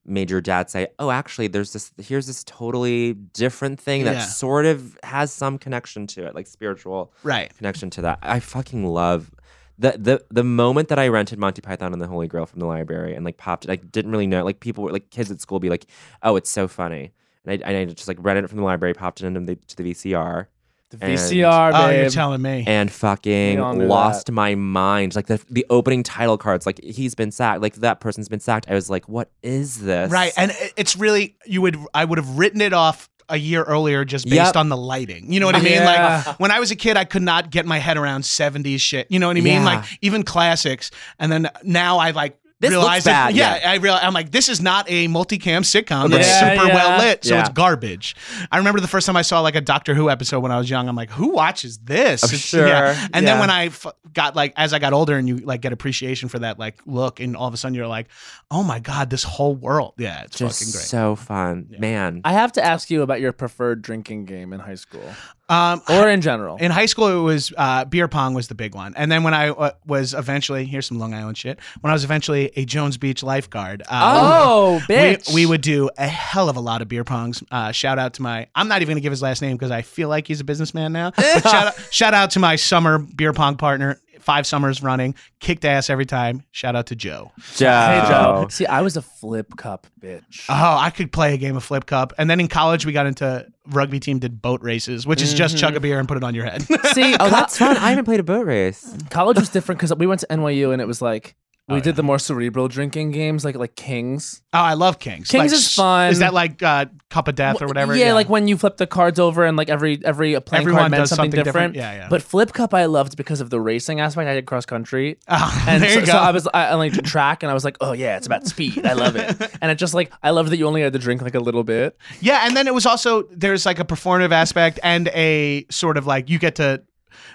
Speaker 6: made your dad say, "Oh, actually, there's this. Here's this totally different thing that
Speaker 8: Yeah.
Speaker 6: sort of has some connection to it, like spiritual
Speaker 8: right.
Speaker 6: connection to that." I fucking love. The, the the moment that I rented Monty Python and the Holy Grail from the library and like popped it, I didn't really know. Like people were like kids at school be like, "Oh, it's so funny," and I, and I just like read it from the library, popped it into the, to the VCR,
Speaker 4: The
Speaker 6: And-
Speaker 4: VCR,
Speaker 8: Oh,
Speaker 4: babe.
Speaker 8: you're telling me.
Speaker 6: and fucking
Speaker 4: We all knew
Speaker 6: lost my mind. Like the the opening title cards, like he's been sacked, like that person's been sacked. I was like, what is this?
Speaker 8: Right, and it- it's really you would I would have written it off a year earlier just based
Speaker 6: Yep.
Speaker 8: on the lighting. You know what I mean?
Speaker 4: Yeah.
Speaker 8: Like when I was a kid, I could not get my head around '70s shit. You know what I mean?
Speaker 6: Yeah.
Speaker 8: Like even classics, and then now I like.
Speaker 6: This looks
Speaker 8: realize that-
Speaker 6: bad,
Speaker 8: yeah,
Speaker 6: yeah.
Speaker 8: I real, I'm like, this is not a multicam sitcom that's
Speaker 4: Yeah,
Speaker 8: super
Speaker 4: yeah.
Speaker 8: well lit, so
Speaker 6: Yeah.
Speaker 8: it's garbage. I remember the first time I saw like a Doctor Who episode when I was young. I'm like, who watches this?
Speaker 6: I'm
Speaker 8: It's-
Speaker 6: sure.
Speaker 8: And
Speaker 4: Yeah.
Speaker 8: then when I f- got like, as I got older, and you like get appreciation for that like look, and all of a sudden you're like, oh my god, this whole world, yeah, it's
Speaker 6: Just
Speaker 8: fucking great.
Speaker 6: so fun, man.
Speaker 4: I have to ask you about your preferred drinking game in high school
Speaker 8: Um,
Speaker 4: or in general.
Speaker 8: in high school, it was uh, beer pong was the big one, and then when I uh, was eventually here's some Long Island shit. When I was eventually a Jones Beach lifeguard, uh,
Speaker 4: oh,
Speaker 8: we-
Speaker 4: bitch.
Speaker 8: We, would do a hell of a lot of beer pongs. Uh, shout out to my I'm not even gonna give his last name because I feel like he's a businessman now. But shout out, shout out to my summer beer pong partner, five summers running, kicked ass every time. Shout out to Joe.
Speaker 6: Joe.
Speaker 4: Hey, Joe. See, I was a flip cup bitch.
Speaker 8: Oh, I could play a game of flip cup, and then in college we got into rugby team did boat races, which is just
Speaker 4: Mm-hmm.
Speaker 8: chug a beer and put it on your head.
Speaker 4: See,
Speaker 6: Oh,
Speaker 4: co-
Speaker 6: that's fun. I haven't played a boat race.
Speaker 4: college was different because we went to NYU and it was like we did the more cerebral drinking games, like like Kings.
Speaker 8: Oh, I love Kings.
Speaker 4: Kings is fun.
Speaker 8: Is that like uh, Cup of Death or whatever?
Speaker 4: Yeah, like when you flip the cards over and like every every playing
Speaker 8: Everyone
Speaker 4: card meant
Speaker 8: does
Speaker 4: something,
Speaker 8: something
Speaker 4: different.
Speaker 8: different. Yeah, yeah.
Speaker 4: But flip cup I loved because of the racing aspect. I did cross country.
Speaker 8: Oh,
Speaker 4: And
Speaker 8: there
Speaker 4: so,
Speaker 8: you go.
Speaker 4: so I was I, I like track and I was like, oh yeah, it's about speed. I love it. and it just like I love that you only had to drink like a little bit.
Speaker 8: yeah, and then it was also there's like a performative aspect and a sort of like you get to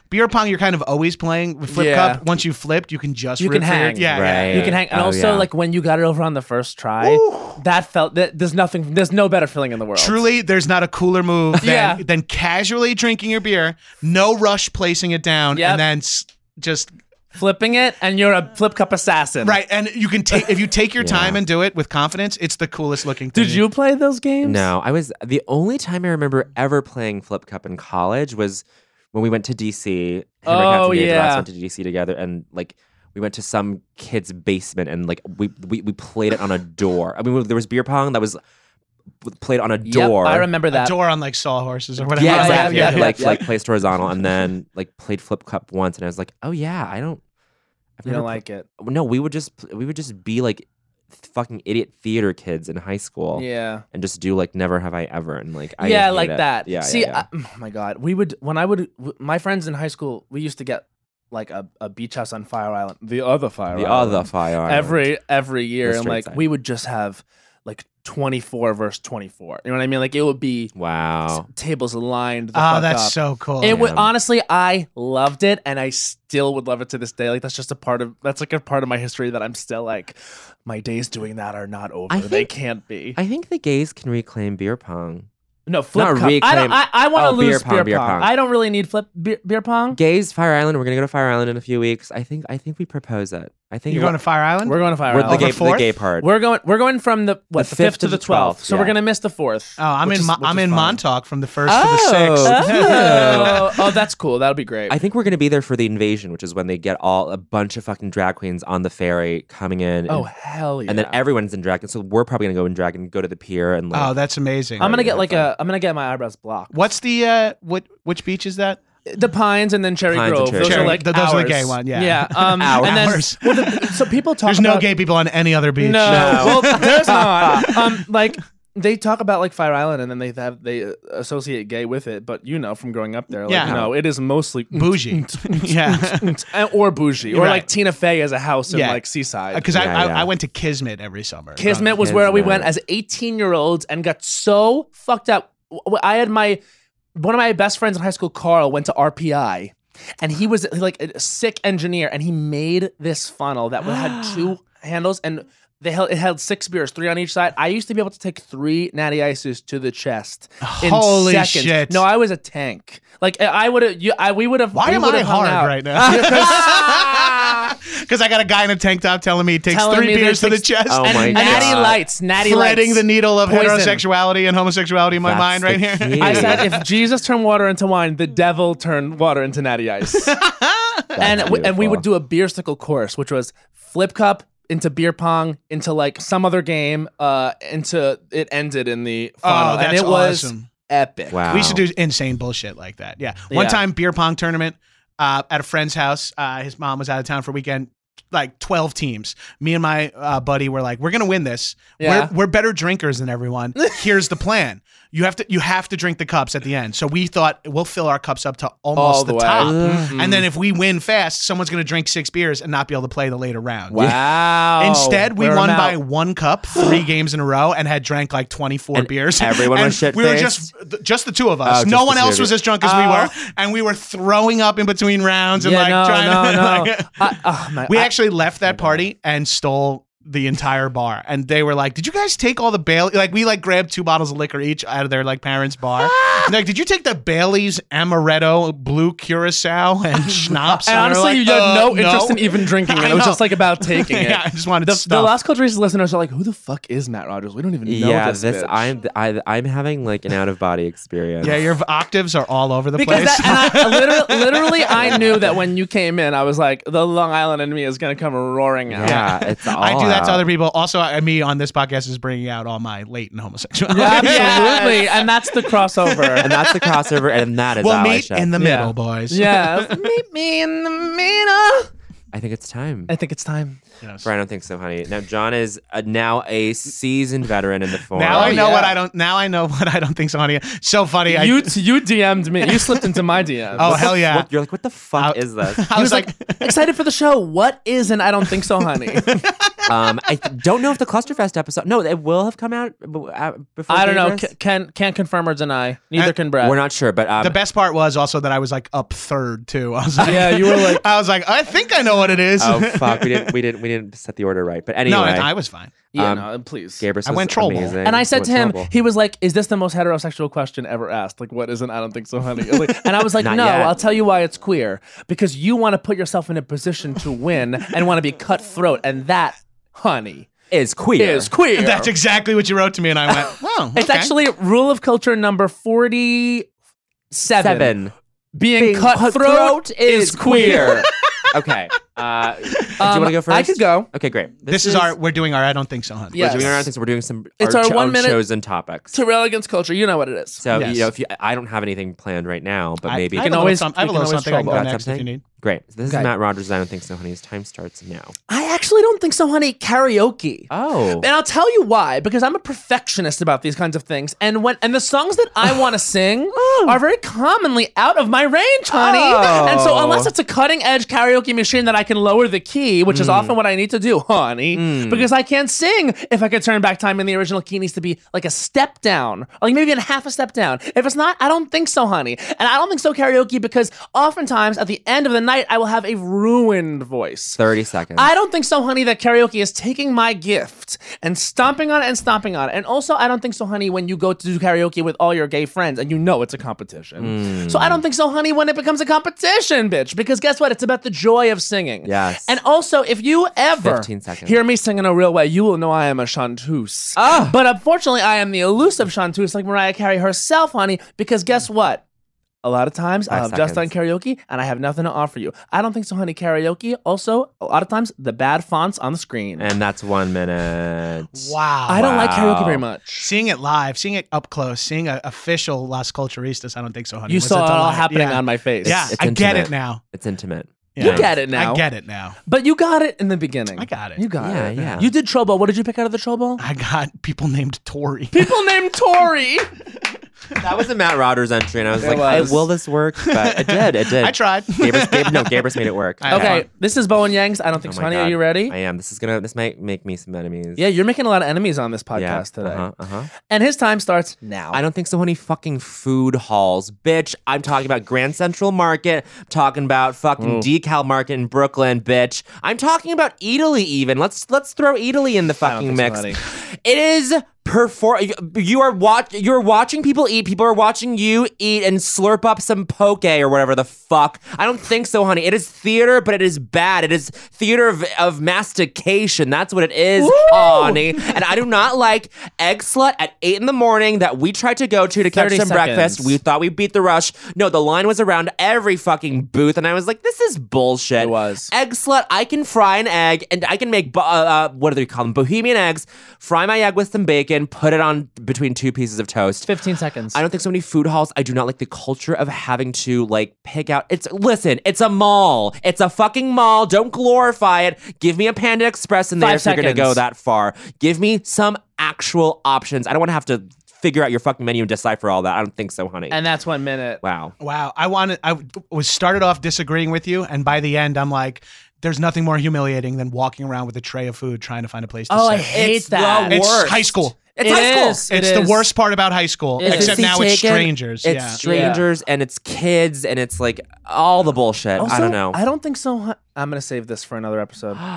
Speaker 8: beer pong. You're kind of always playing with flip
Speaker 4: Yeah.
Speaker 8: cup. Once you flipped, you can just
Speaker 4: You
Speaker 8: root
Speaker 4: can
Speaker 8: for your-
Speaker 4: hang.
Speaker 8: yeah, yeah,
Speaker 6: Right.
Speaker 8: yeah.
Speaker 4: You can hang and
Speaker 6: Oh,
Speaker 4: also
Speaker 6: yeah.
Speaker 4: like when you got it over on the first try, that felt that there's nothing there's no better feeling in the world.
Speaker 8: Truly, there's not a cooler move than,
Speaker 4: Yeah.
Speaker 8: than casually drinking your beer, no rush placing it down,
Speaker 4: Yep.
Speaker 8: and then s- just
Speaker 4: Flipping it and you're a flip cup assassin.
Speaker 8: right. And you can take if you take your
Speaker 6: Yeah.
Speaker 8: time and do it with confidence. It's the coolest looking. thing.
Speaker 4: Did you play those games?
Speaker 6: No, I was the only time I remember ever playing flip cup in college was when we went to DC. Henrik
Speaker 4: Oh,
Speaker 6: Hatzenberg and the
Speaker 4: yeah.
Speaker 6: rest went to DC together, and like we went to some kid's basement, and like we we, we played it on a door. I mean, there was beer pong that was played on a
Speaker 4: Yep,
Speaker 6: door.
Speaker 4: I remember that.
Speaker 8: door on like sawhorses or whatever?
Speaker 6: Yeah,
Speaker 4: Yeah,
Speaker 6: exactly.
Speaker 4: yeah, yeah.
Speaker 6: Like like placed horizontal, and then like played flip cup once, and I was like, oh yeah, I don't. I've
Speaker 4: You
Speaker 6: never
Speaker 4: don't like it.
Speaker 6: pl- no, we would just pl- we would just be like fucking idiot theater kids in high school
Speaker 4: Yeah.
Speaker 6: and just do like never have I ever and like I
Speaker 4: yeah,
Speaker 6: hate
Speaker 4: like
Speaker 6: it.
Speaker 4: that.
Speaker 6: Yeah.
Speaker 4: See,
Speaker 6: yeah, yeah.
Speaker 4: I, oh my God, we would when I would w- my friends in high school, we used to get like a, a beach house on Fire Island, the other Fire
Speaker 6: the
Speaker 4: Island,
Speaker 6: other fire island.
Speaker 4: every every year,
Speaker 6: The
Speaker 4: and
Speaker 6: straight
Speaker 4: like
Speaker 6: side.
Speaker 4: we would just have like twenty four versus twenty four. You know what I mean? Like it would be
Speaker 6: wow.
Speaker 4: s- tables lined. The
Speaker 8: Oh,
Speaker 4: fuck
Speaker 8: that's
Speaker 4: up.
Speaker 8: so cool.
Speaker 4: It would
Speaker 6: Yeah.
Speaker 4: honestly, I loved it, and I still would love it to this day. Like that's just a part of that's like a part of my history that I'm still like, my days doing that are not over.
Speaker 6: I
Speaker 4: they
Speaker 6: think-
Speaker 4: can't be.
Speaker 6: I think the gays can reclaim beer pong.
Speaker 4: no flip
Speaker 6: not
Speaker 4: cup. I
Speaker 6: reclaim-
Speaker 4: don't. I, I want
Speaker 6: Oh,
Speaker 4: to
Speaker 6: beer
Speaker 4: lose
Speaker 6: pong, beer pong.
Speaker 4: I don't really need flip beer, beer pong.
Speaker 6: Gays, Fire Island. We're gonna go to Fire Island in a few weeks. I think I think we propose it. I think
Speaker 8: You're going to Fire Island?
Speaker 4: We're going to Fire
Speaker 6: we're
Speaker 4: Island.
Speaker 6: the, gay, the
Speaker 8: fourth?
Speaker 6: gay part.
Speaker 4: We're going. We're going from the what
Speaker 6: The
Speaker 4: the, fifth to the twelfth. So
Speaker 6: yeah.
Speaker 4: we're gonna miss the fourth.
Speaker 8: oh, I'm
Speaker 4: which
Speaker 8: in
Speaker 4: is-
Speaker 8: Mo-
Speaker 4: which
Speaker 8: I'm
Speaker 4: is
Speaker 8: in
Speaker 4: fine.
Speaker 8: Montauk from the first to the sixth.
Speaker 4: Oh, oh, that's cool. That'll be great.
Speaker 6: I think we're going to be there for the invasion, which is when they get all a bunch of fucking drag queens on the ferry coming in. and-
Speaker 4: oh hell yeah!
Speaker 6: and then everyone's in drag. So we're probably going to go in drag and go to the pier and like.
Speaker 8: Oh, that's amazing.
Speaker 4: I'm gonna get like a. I'm gonna get my eyebrows blocked.
Speaker 8: What's the uh what which beach is that?
Speaker 4: the pines and then Cherry
Speaker 6: Pines and
Speaker 4: Grove?
Speaker 6: Cherry
Speaker 4: Those
Speaker 6: Grove.
Speaker 4: are like
Speaker 8: Th- those are the
Speaker 4: ours.
Speaker 8: gay one, yeah.
Speaker 4: Yeah. Um, and then
Speaker 8: Ours.
Speaker 4: well, the, so people talk.
Speaker 8: There's
Speaker 4: about,
Speaker 8: no gay people on any other beach.
Speaker 4: No, well, there's not. Um, like they talk about like Fire Island, and then they have they uh, associate gay with it. But you know, from growing up there, like,
Speaker 8: Yeah.
Speaker 4: no, it is mostly
Speaker 8: Bougie. yeah.
Speaker 4: and- or bougie, or
Speaker 8: Right.
Speaker 4: like Tina Fey has a house in
Speaker 8: Yeah.
Speaker 4: like Seaside.
Speaker 8: Because
Speaker 6: Yeah,
Speaker 8: I,
Speaker 6: yeah.
Speaker 8: I I went to Kismet every summer.
Speaker 4: Kismet was where we went
Speaker 6: Kismet.
Speaker 4: as 18 year olds and got so fucked up. W- I had my one of my best friends in high school, Carl, went to RPI, and he was like a sick engineer, and he made this funnel that had two handles and. They held, it held six beers, three on each side. I used to be able to take three natty ices to the chest in
Speaker 8: Holy
Speaker 4: seconds.
Speaker 8: shit.
Speaker 4: No, I was a tank. Like I would have, we would have.
Speaker 8: Why
Speaker 4: we
Speaker 8: am
Speaker 4: would
Speaker 8: I
Speaker 4: have hung
Speaker 8: hard
Speaker 4: out.
Speaker 8: right now? Because I got a guy in a tank top telling me he takes
Speaker 4: Telling
Speaker 8: three
Speaker 4: me that
Speaker 8: beers to
Speaker 4: it
Speaker 8: the
Speaker 4: takes-
Speaker 8: chest.
Speaker 6: Oh
Speaker 4: and
Speaker 6: my
Speaker 4: natty
Speaker 6: God.
Speaker 4: lights, natty
Speaker 8: threading
Speaker 4: lights.
Speaker 8: the needle of
Speaker 4: Poison.
Speaker 8: heterosexuality and homosexuality in my
Speaker 6: That's
Speaker 8: mind
Speaker 6: the
Speaker 8: right here.
Speaker 6: key.
Speaker 4: I said, if Jesus turned water into wine, the devil turned water into natty ice.
Speaker 6: That's
Speaker 4: and we, and we
Speaker 6: beautiful.
Speaker 4: would do a beersicle course, which was flip cup into beer pong into like some other game. Uh, into it ended in the final,
Speaker 8: Oh, that's
Speaker 4: and it was
Speaker 8: awesome.
Speaker 4: epic.
Speaker 6: Wow.
Speaker 8: We should do insane bullshit like that. Yeah. One
Speaker 4: Yeah.
Speaker 8: time beer pong tournament uh, at a friend's house. Uh, his mom was out of town for a weekend. Like twelve teams. Me and my uh, buddy were like, we're gonna win this.
Speaker 4: Yeah.
Speaker 8: We're, we're better drinkers than everyone. Here's the plan. You have to you have to drink the cups at the end. So we thought we'll fill our cups up to almost
Speaker 4: All the
Speaker 8: the,
Speaker 4: way.
Speaker 8: top,
Speaker 4: Mhm.
Speaker 8: and then if we win fast, someone's gonna drink six beers and not be able to play the later round.
Speaker 4: Wow.
Speaker 8: Instead, we
Speaker 4: Oh, Wear 'em
Speaker 8: won
Speaker 4: out.
Speaker 8: by one cup, three games in a row, and had drank like 24
Speaker 6: And
Speaker 8: beers.
Speaker 6: everyone
Speaker 8: and
Speaker 6: was shit-faced?
Speaker 8: We were just th- just the two of us.
Speaker 6: Oh, just
Speaker 8: no
Speaker 6: the
Speaker 8: one
Speaker 6: two
Speaker 8: else
Speaker 6: of you.
Speaker 8: was as drunk as we were, and we were throwing up in between rounds and
Speaker 4: Uh, Yeah,
Speaker 8: like
Speaker 4: no,
Speaker 8: trying
Speaker 4: no,
Speaker 8: to.
Speaker 4: no.
Speaker 8: like-
Speaker 4: I- oh, my-
Speaker 8: we
Speaker 4: I-
Speaker 8: actually left that party and stole the entire bar, and they were like, "Did you guys take all the Bailey?" Like we like grabbed two bottles of liquor each out of their like parents' bar. And they're like, did you take the Bailey's Amaretto, Blue Curacao, and Schnapps?
Speaker 4: And
Speaker 8: we're
Speaker 4: honestly,
Speaker 8: like,
Speaker 4: you had
Speaker 8: "Uh,
Speaker 4: no interest in even drinking it.
Speaker 8: I
Speaker 4: It was
Speaker 8: know.
Speaker 4: just like about taking it.
Speaker 8: yeah, I just wanted
Speaker 4: the,
Speaker 8: stuff.
Speaker 4: the Las Culturas listeners are like, who the fuck is Matt Rogers? We don't even know
Speaker 6: yeah,
Speaker 4: this.
Speaker 6: this,
Speaker 4: bitch.
Speaker 6: I'm I, I'm having like an out of body experience.
Speaker 8: Yeah, your v- octaves are all over the
Speaker 4: Because
Speaker 8: place.
Speaker 4: that, and I, literally, literally, I knew that when you came in, I was like, the Long Island in me is gonna come roaring out.
Speaker 6: yeah, it's all
Speaker 8: I do that to
Speaker 6: out.
Speaker 8: other people. Also, I, me on this podcast is bringing out all my latent homosexuality.
Speaker 4: absolutely, and that's the
Speaker 6: and
Speaker 4: crossover.
Speaker 6: that's the crossover, and that is
Speaker 8: We'll
Speaker 6: how I
Speaker 8: meet
Speaker 6: shall-
Speaker 8: in the
Speaker 4: Yeah.
Speaker 8: middle, boys.
Speaker 4: yeah, meet me in the middle.
Speaker 6: I think it's time.
Speaker 4: I think it's time.
Speaker 8: Yes.
Speaker 6: Brian, I don't think so, honey. Now John is uh, now a seasoned veteran in the forum.
Speaker 8: Now I
Speaker 4: Oh,
Speaker 8: know
Speaker 4: yeah.
Speaker 8: what I don't. Now I know what I don't think's on here. So funny. I,
Speaker 4: you you DM'd me. You slipped into my DM.
Speaker 8: oh hell yeah.
Speaker 6: What, you're like, what the fuck
Speaker 8: I-
Speaker 6: is this?
Speaker 8: I was like,
Speaker 4: Excited for the show. What is an I don't think so, honey?
Speaker 6: um, I th- don't know if the Clusterfest episode. No, it will have come out b- uh, before.
Speaker 4: I don't know.
Speaker 6: Dangerous.
Speaker 4: Ca- Can can't confirm or deny. Neither
Speaker 8: And-
Speaker 4: can Brett.
Speaker 6: We're not sure, but um,
Speaker 8: uh, the best part was also that I was like up third too. I was like,
Speaker 4: Yeah, you were like-
Speaker 8: I was like, I think I know what it is.
Speaker 6: oh fuck, we didn't, we didn't, we didn't set the order right. But anyway,
Speaker 8: no, I, I was fine.
Speaker 4: yeah,
Speaker 6: um,
Speaker 4: no, please.
Speaker 6: Gabrus
Speaker 8: I
Speaker 6: was
Speaker 8: went troll ball.
Speaker 6: amazing.
Speaker 4: And I said
Speaker 6: Went
Speaker 4: to him,
Speaker 6: troll ball.
Speaker 4: he was like, "Is this the most heterosexual question ever asked? Like, what isn't? I don't think so, honey." Like- and I was like, "No,
Speaker 6: Not yet.
Speaker 4: I'll tell you why it's queer because you want to put yourself in a position to win and want to be cutthroat, and that, honey,
Speaker 6: is queer.
Speaker 4: is queer.
Speaker 8: That's exactly what you wrote to me, and I went, oh,
Speaker 4: it's
Speaker 8: okay.
Speaker 4: actually rule of culture number forty-seven.
Speaker 6: seven.
Speaker 4: Being, cutthroat, is queer.
Speaker 6: okay. Uh, do you
Speaker 4: Um,
Speaker 6: want to go first?
Speaker 4: I could go.
Speaker 6: Okay, great.
Speaker 8: This, is, our. We're doing our. I don't think so, honey.
Speaker 4: Yes.
Speaker 6: We're doing our own things. We're doing some.
Speaker 4: It's our
Speaker 6: cho-
Speaker 4: one
Speaker 6: own
Speaker 4: minute-
Speaker 6: chosen topics.
Speaker 4: To rail against culture, you know what it is.
Speaker 6: So
Speaker 8: Yes.
Speaker 6: you know, if you, I don't have anything planned right now, but
Speaker 8: I-
Speaker 6: maybe
Speaker 8: I,
Speaker 4: can
Speaker 8: have a little
Speaker 4: always-
Speaker 8: some- I have a
Speaker 4: you can
Speaker 8: little
Speaker 4: always
Speaker 8: something I can
Speaker 4: trouble.
Speaker 8: go
Speaker 6: Got
Speaker 8: next if you
Speaker 6: something?
Speaker 8: need.
Speaker 6: great. So this
Speaker 4: Okay.
Speaker 6: is Matt Rogers. I don't think so, honey. His time starts now.
Speaker 4: I actually don't think so, honey. Karaoke.
Speaker 6: Oh,
Speaker 4: And I'll tell you why, because I'm a perfectionist about these kinds of things. And when and the songs that I want to sing are very commonly out of my range, honey.
Speaker 6: Oh.
Speaker 4: And so unless it's a cutting edge karaoke machine that I can lower the key, which is often what I need to do, honey, because I can't sing if I could turn back time in the original key needs to be like a step down, like maybe even half a step down. If it's not, I don't think so, honey. And I don't think so karaoke because oftentimes at the end of the night I will have a ruined voice.
Speaker 6: thirty seconds.
Speaker 4: I don't think so, honey, that karaoke is taking my gift and stomping on it and stomping on it. And also, I don't think so, honey, when you go to do karaoke with all your gay friends and you know it's a
Speaker 6: Hmm.
Speaker 4: competition. So I
Speaker 6: Mm.
Speaker 4: don't think so, honey, when it becomes a competition, bitch. Because guess what? It's about the joy of singing.
Speaker 6: Yes.
Speaker 4: And also, if you ever
Speaker 6: 15 seconds. Ah.
Speaker 4: hear me sing in a real way, you will know I am a chanteuse. But unfortunately, I am the elusive chanteuse like Mariah Carey herself, honey, because guess what? A lot of times I
Speaker 6: Five
Speaker 4: have just done
Speaker 6: seconds.
Speaker 4: karaoke and I have nothing to offer you. I don't think so, honey. Karaoke, also, a lot of times the bad fonts on the screen.
Speaker 6: And that's one minute.
Speaker 8: Wow.
Speaker 4: I don't like karaoke
Speaker 6: wow.
Speaker 4: very much.
Speaker 8: seeing it live, seeing it up close, seeing a official Las Culturistas, I don't think so, honey.
Speaker 4: You
Speaker 8: Was
Speaker 4: saw it
Speaker 8: to
Speaker 4: all
Speaker 8: live?
Speaker 4: happening
Speaker 8: yeah.
Speaker 4: on my face.
Speaker 8: Yeah,
Speaker 6: It's
Speaker 8: I get
Speaker 6: intimate.
Speaker 8: it now.
Speaker 6: It's intimate.
Speaker 8: Yeah.
Speaker 4: You get it now.
Speaker 8: I get it now.
Speaker 4: But you got it in the beginning.
Speaker 8: I got it.
Speaker 4: You got
Speaker 6: Yeah,
Speaker 4: it.
Speaker 6: yeah.
Speaker 4: You did Trobo. What did you pick out of the Trobo?
Speaker 8: I got people named Tori.
Speaker 4: People named Tori.
Speaker 6: That was a Matt Rodgers entry, and I was like,
Speaker 4: It
Speaker 6: "Hey,
Speaker 4: was.
Speaker 6: will this work? But it did. It did.
Speaker 8: I tried.
Speaker 6: Gabrus, Gab- no, Gabrus made it work.
Speaker 8: I-
Speaker 4: okay, this is Bowen Yang's. I don't
Speaker 6: Oh
Speaker 4: think so,
Speaker 6: my
Speaker 4: honey.
Speaker 6: God.
Speaker 4: Are you ready?
Speaker 6: I am. This is gonna. This might make me some enemies.
Speaker 4: yeah, you're making a lot of enemies on this podcast
Speaker 6: Yeah.
Speaker 4: today.
Speaker 6: Uh-huh, uh-huh.
Speaker 4: And his time starts now.
Speaker 6: I don't think so many fucking food halls, bitch. I'm talking about Grand Central Market. I'm talking about fucking Decal Market in Brooklyn, bitch. I'm talking about Italy. Even let's let's throw Italy in the fucking
Speaker 4: think
Speaker 6: mix.
Speaker 4: so,
Speaker 6: it is perform. You are watch. You're watching people eat. People are watching you eat and slurp up some poke or whatever the fuck. I don't think so, honey. It is theater, but it is bad. It is theater of, of mastication. That's what it is, honey. And I do not like egg slut at eight in the morning that we tried to go to to catch
Speaker 4: 30
Speaker 6: some breakfast.
Speaker 4: seconds.
Speaker 6: We thought we beat the rush. No, the line was around every fucking booth, and I was like, this is bullshit.
Speaker 4: It was.
Speaker 6: Egg slut, I can fry an egg, and I can make, bo- uh, uh, what do they call them? Bohemian eggs. Fry my egg with some bacon, put it on between two pieces of toast.
Speaker 4: 15 seconds.
Speaker 6: I don't think so many food halls. I do not like the culture of having to like pick out. It's listen, it's a mall. It's a fucking mall. Don't glorify it. Give me a Panda Express in there
Speaker 4: Five
Speaker 6: if you're gonna
Speaker 4: seconds.
Speaker 6: go that far. Give me some actual options. I don't want to have to figure out your fucking menu and decipher all that. I don't think so, honey.
Speaker 4: and that's one minute.
Speaker 6: wow.
Speaker 8: Wow, I wanted. I was started off disagreeing with you, and by the end, I'm like, "There's nothing more humiliating than walking around with a tray of food trying to find a place to
Speaker 4: Oh, I
Speaker 8: sit."
Speaker 4: hate
Speaker 6: It's
Speaker 4: that.
Speaker 6: the
Speaker 8: it's
Speaker 6: worst.
Speaker 8: high school.
Speaker 6: It's
Speaker 4: It
Speaker 6: high school.
Speaker 4: is.
Speaker 8: It's
Speaker 4: It
Speaker 8: the
Speaker 4: is.
Speaker 8: worst part about high school,
Speaker 4: It
Speaker 8: except
Speaker 4: is.
Speaker 8: now it's
Speaker 6: taken.
Speaker 8: strangers.
Speaker 6: It's
Speaker 8: yeah.
Speaker 6: strangers and it's kids and it's like all the bullshit.
Speaker 4: Also,
Speaker 6: I don't know.
Speaker 4: I don't think so. hon- I'm gonna save this for another episode.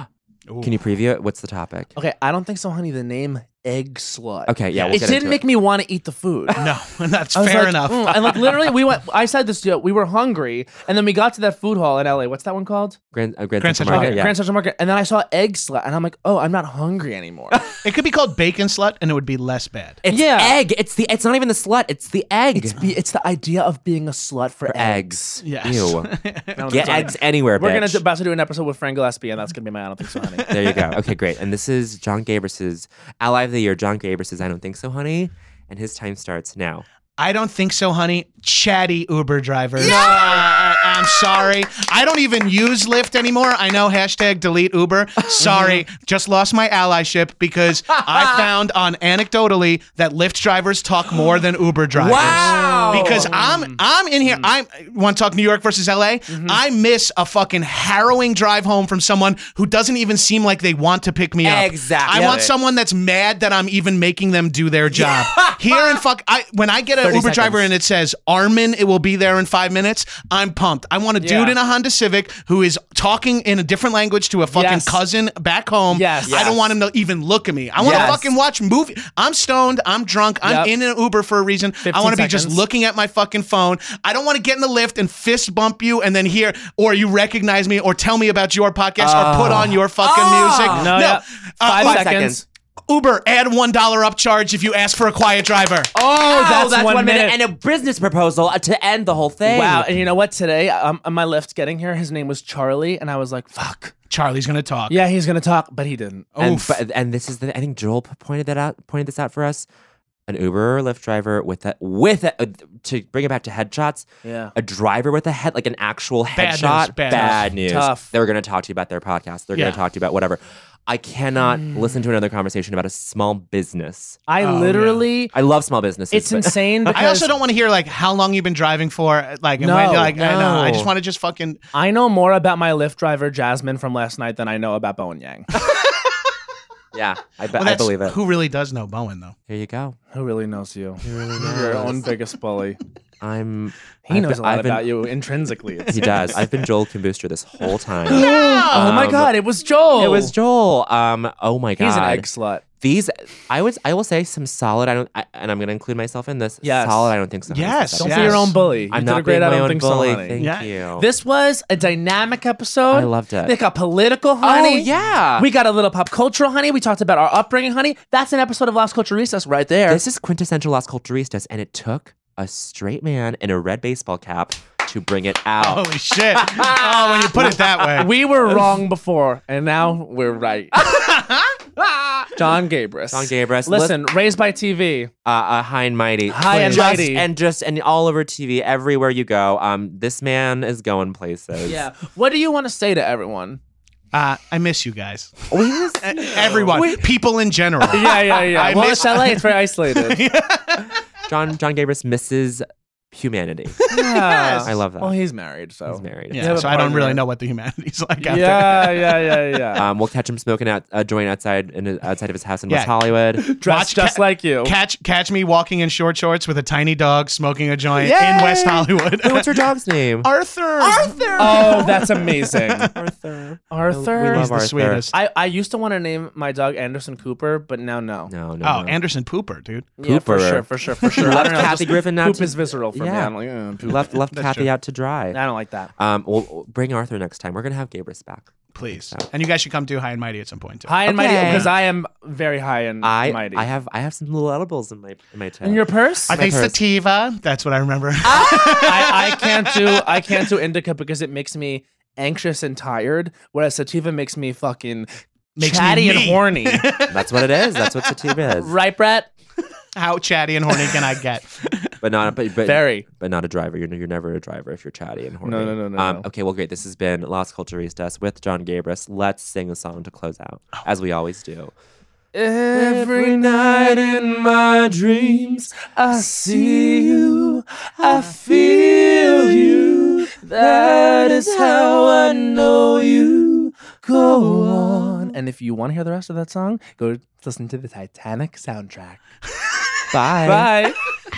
Speaker 6: Can you preview it? What's the topic?
Speaker 4: Okay, I don't think so, honey. The name egg slut.
Speaker 6: Okay, yeah, we'll
Speaker 4: it
Speaker 6: get
Speaker 4: didn't
Speaker 6: into
Speaker 4: make me want to eat the food.
Speaker 8: no, that's
Speaker 4: I was
Speaker 8: fair
Speaker 4: like,
Speaker 8: enough.
Speaker 4: mm, and like literally, we went. I said this. to you, We were hungry, and then we got to that food hall in LA. What's that one called?
Speaker 6: Grand, uh, Grand,
Speaker 8: Grand
Speaker 6: Central
Speaker 8: Central
Speaker 6: Market.
Speaker 4: Okay,
Speaker 6: yeah.
Speaker 4: Oh, Grand Central Market. And then I saw egg slut, and I'm like, oh, I'm not hungry anymore.
Speaker 8: It could be called bacon slut, and it would be less bad.
Speaker 6: It's
Speaker 4: Yeah.
Speaker 6: egg. It's the. It's not even the slut. It's the egg.
Speaker 4: it's be, it's the idea of being a slut for,
Speaker 6: for eggs.
Speaker 8: Yes.
Speaker 6: Ew.
Speaker 4: I don't think
Speaker 6: Get
Speaker 4: so, honey.
Speaker 6: eggs anywhere,
Speaker 4: We're gonna
Speaker 6: bitch.
Speaker 4: do, about to do an episode with Frank Gillespie, and that's gonna be my I don't think so, honey.
Speaker 6: there you go. Okay, great. And this is John Gabris's Ally of the Year. John Gabris's I don't think so, honey. And his time starts now.
Speaker 8: I don't think so, honey. Chatty Uber drivers. No, I, I, am sorry. I don't even use Lyft anymore. I know hashtag delete Uber. Sorry, just lost my allyship because I found on anecdotally that Lyft drivers talk more than Uber drivers.
Speaker 6: Wow.
Speaker 8: Because I'm I'm in here. I'm want to talk New York versus LA. I miss a fucking harrowing drive home from someone who doesn't even seem like they want to pick me up.
Speaker 6: Exactly.
Speaker 8: I want someone that's mad that I'm even making them do their job. Here in fuck, I when I get an Uber
Speaker 6: seconds.
Speaker 8: driver and it says Armin, it will be there in five minutes. I'm pumped. I want a dude
Speaker 4: Yeah.
Speaker 8: in a Honda Civic who is talking in a different language to a fucking
Speaker 4: Yes.
Speaker 8: cousin back home.
Speaker 4: Yes.
Speaker 8: I don't
Speaker 4: Yes.
Speaker 8: want him to even look at me. I want
Speaker 4: Yes.
Speaker 8: to fucking watch movie. I'm stoned. I'm drunk. I'm
Speaker 4: Yep.
Speaker 8: in an Uber for a reason. I
Speaker 4: 15
Speaker 8: want to be just
Speaker 4: seconds.
Speaker 8: looking at my fucking phone. I don't want to get in the lift and fist bump you and then hear or you recognize me or tell me about your podcast or put on your fucking music.
Speaker 4: Oh. No, yeah.
Speaker 8: Uh,
Speaker 4: five
Speaker 8: Uber-
Speaker 4: seconds.
Speaker 6: seconds.
Speaker 8: Uber, add one dollar upcharge if you ask for a quiet driver.
Speaker 4: Oh, that's, one, minute.
Speaker 6: and a business proposal uh, to end the whole thing.
Speaker 4: Wow, and you know what? Today, um, on my left getting here, his name was Charlie, and I was like, "Fuck."
Speaker 8: Charlie's gonna talk.
Speaker 4: Yeah, he's gonna talk, but he didn't.
Speaker 6: And,
Speaker 8: Oof.
Speaker 6: but, and this is the. I think Joel p- pointed that out. Pointed this out for us. An Uber or Lyft driver with a with a, uh, to bring it back to headshots.
Speaker 4: Yeah.
Speaker 6: A driver with a head like an actual
Speaker 8: Bad news,
Speaker 6: headshot.
Speaker 8: bad
Speaker 6: news.
Speaker 4: Tough.
Speaker 6: They're going to talk to you about their podcast. They're going
Speaker 8: Yeah.
Speaker 6: to talk to you about whatever. I cannot
Speaker 4: Mm.
Speaker 6: listen to another conversation about a small business.
Speaker 4: I
Speaker 8: Oh,
Speaker 4: literally,
Speaker 6: I love small businesses.
Speaker 4: it's
Speaker 6: but-
Speaker 4: insane. Because
Speaker 8: I also don't want to hear like how long you've been driving for. Like, and
Speaker 4: No,
Speaker 8: when, like I, know, I just
Speaker 6: no.
Speaker 8: want to just fucking.
Speaker 4: I know more about my Lyft driver Jasmine from last night than I know about Bowen Yang.
Speaker 6: Yeah, I, be-
Speaker 8: Well,
Speaker 6: I
Speaker 8: that's
Speaker 6: believe it.
Speaker 8: Who really does know Bowen though?
Speaker 6: Here you go.
Speaker 4: Who really knows you? Your own biggest bully.
Speaker 6: I'm.
Speaker 4: He
Speaker 6: I've
Speaker 4: knows
Speaker 6: been-
Speaker 4: a lot
Speaker 6: I've been-
Speaker 4: about you intrinsically.
Speaker 6: He does. I've been Joel Kimbooster this whole time.
Speaker 4: oh my
Speaker 6: Um,
Speaker 4: god, it was Joel.
Speaker 6: It was Joel. Um. Oh my god.
Speaker 4: He's an egg slut.
Speaker 6: These, I would, I will say some solid. I don't, I, and I'm going to include myself in this.
Speaker 4: Yes.
Speaker 6: Solid. I don't think so.
Speaker 8: Yes,
Speaker 6: Don't
Speaker 4: Don't
Speaker 8: yes.
Speaker 4: be your own bully. You
Speaker 6: I'm
Speaker 4: did
Speaker 6: not
Speaker 4: a great.
Speaker 6: being
Speaker 4: I
Speaker 6: my
Speaker 4: don't
Speaker 6: own
Speaker 4: think
Speaker 6: bully.
Speaker 4: so, honey.
Speaker 6: Thank
Speaker 8: Yeah.
Speaker 6: you.
Speaker 4: This was a dynamic episode.
Speaker 6: I loved it.
Speaker 4: They got political,
Speaker 6: oh
Speaker 4: honey.
Speaker 6: yeah.
Speaker 4: We got a little pop cultural, honey. We talked about our upbringing, honey. That's an episode of Las Culturistas right there.
Speaker 6: This is quintessential Las Culturistas, and it took a straight man in a red baseball cap to bring it out.
Speaker 8: Holy shit. oh, when you put it that way.
Speaker 4: we were wrong before, and now we're right. John Gabris.
Speaker 6: John Gabris.
Speaker 4: Listen, raised by TV.
Speaker 6: uh, uh, high and mighty,
Speaker 4: High and
Speaker 6: just,
Speaker 4: mighty.
Speaker 6: and just and all over TV, everywhere you go. Um, this man is going places.
Speaker 4: Yeah. What do you want to say to everyone?
Speaker 8: Uh, I miss you guys.
Speaker 6: Oh,
Speaker 8: Everyone, people in general.
Speaker 4: Yeah, yeah, yeah.
Speaker 8: I
Speaker 4: well,
Speaker 8: miss-
Speaker 4: it's LA. It's very isolated.
Speaker 6: John John Gabris misses humanity.
Speaker 4: Yeah.
Speaker 6: I love that.
Speaker 4: Well, he's married, so.
Speaker 6: He's married.
Speaker 8: Yeah,
Speaker 4: have a
Speaker 8: so I don't
Speaker 4: partner.
Speaker 8: really know what the humanity's like out there.
Speaker 4: Yeah, yeah, yeah, yeah.
Speaker 6: Um, we'll catch him smoking out a joint outside in outside of his house in
Speaker 8: Yeah.
Speaker 6: West Hollywood.
Speaker 4: Dressed
Speaker 8: Watch
Speaker 4: just
Speaker 8: Ca-
Speaker 4: like you.
Speaker 8: Catch, catch me walking in short shorts with a tiny dog smoking a joint
Speaker 4: Yay!
Speaker 8: in West Hollywood.
Speaker 6: Wait, what's your dog's name?
Speaker 8: Arthur. Arthur.
Speaker 4: oh, that's amazing.
Speaker 6: Arthur.
Speaker 4: Arthur.
Speaker 6: We love
Speaker 8: He's the
Speaker 6: Arthur.
Speaker 8: sweetest.
Speaker 4: I, I used to want to name my dog Anderson Cooper, but now no.
Speaker 6: No, no.
Speaker 8: Oh,
Speaker 6: no.
Speaker 8: Anderson Pooper, dude.
Speaker 4: Yeah,
Speaker 6: Cooper.
Speaker 4: for sure, for sure, for sure. I
Speaker 6: left
Speaker 4: don't know,
Speaker 6: Kathy
Speaker 4: just
Speaker 6: Griffin now.
Speaker 4: Poop
Speaker 6: To,
Speaker 4: is visceral for me.
Speaker 6: Yeah.
Speaker 4: I'm like, "Uh, poop."
Speaker 6: left left
Speaker 8: That's
Speaker 6: Kathy
Speaker 8: true.
Speaker 6: out to dry.
Speaker 4: I don't like that.
Speaker 6: Um, we'll, we'll bring Arthur next time. We're gonna have Gabris back.
Speaker 8: Please. And you guys should come do High and Mighty at some point, too.
Speaker 4: High and mighty,
Speaker 6: Okay.
Speaker 4: because I am very high and
Speaker 6: I
Speaker 4: mighty.
Speaker 6: I have I have some little edibles in my in my tent.
Speaker 4: in your purse.
Speaker 8: Are
Speaker 4: I,
Speaker 8: they
Speaker 6: purse.
Speaker 8: sativa? That's what I remember.
Speaker 4: Ah! I can't do I can't do indica because it makes me anxious and tired, whereas sativa makes me fucking
Speaker 8: Makes me
Speaker 4: chatty and
Speaker 8: me.
Speaker 4: horny.
Speaker 6: That's what it is. That's what sativa is.
Speaker 4: right, Brett?
Speaker 8: How chatty and horny can I get?
Speaker 6: But not but, but
Speaker 4: Very.
Speaker 6: but not a driver. You're, you're never a driver if you're chatty and horny.
Speaker 4: No, no, no, no,
Speaker 6: Um,
Speaker 4: no.
Speaker 6: Okay, well, great. This has been Las Culturistas with John Gabris. Let's sing a song to close out, as we always do.
Speaker 4: Every night in my dreams, I see you, I feel you. That is how I know you. Go on. And if you want to hear the rest of that song, go listen to the Titanic soundtrack.
Speaker 6: Bye.
Speaker 4: Bye.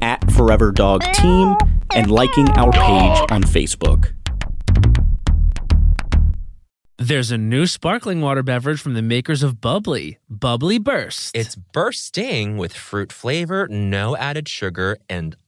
Speaker 9: at Forever Dog Team and liking our page on Facebook.
Speaker 1: There's a new sparkling water beverage from the makers of Bubbly, Bubbly Burst.
Speaker 2: It's bursting with fruit flavor, no added sugar, and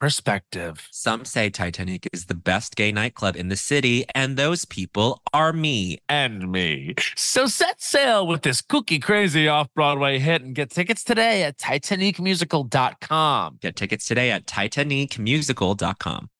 Speaker 1: perspective.
Speaker 6: Some say Titanic is the best gay nightclub in the city, and those people are me.
Speaker 1: And me. So set sail with this cookie crazy off Broadway hit and get tickets today at TitanicMusical.com.
Speaker 6: Get tickets today at TitanicMusical.com.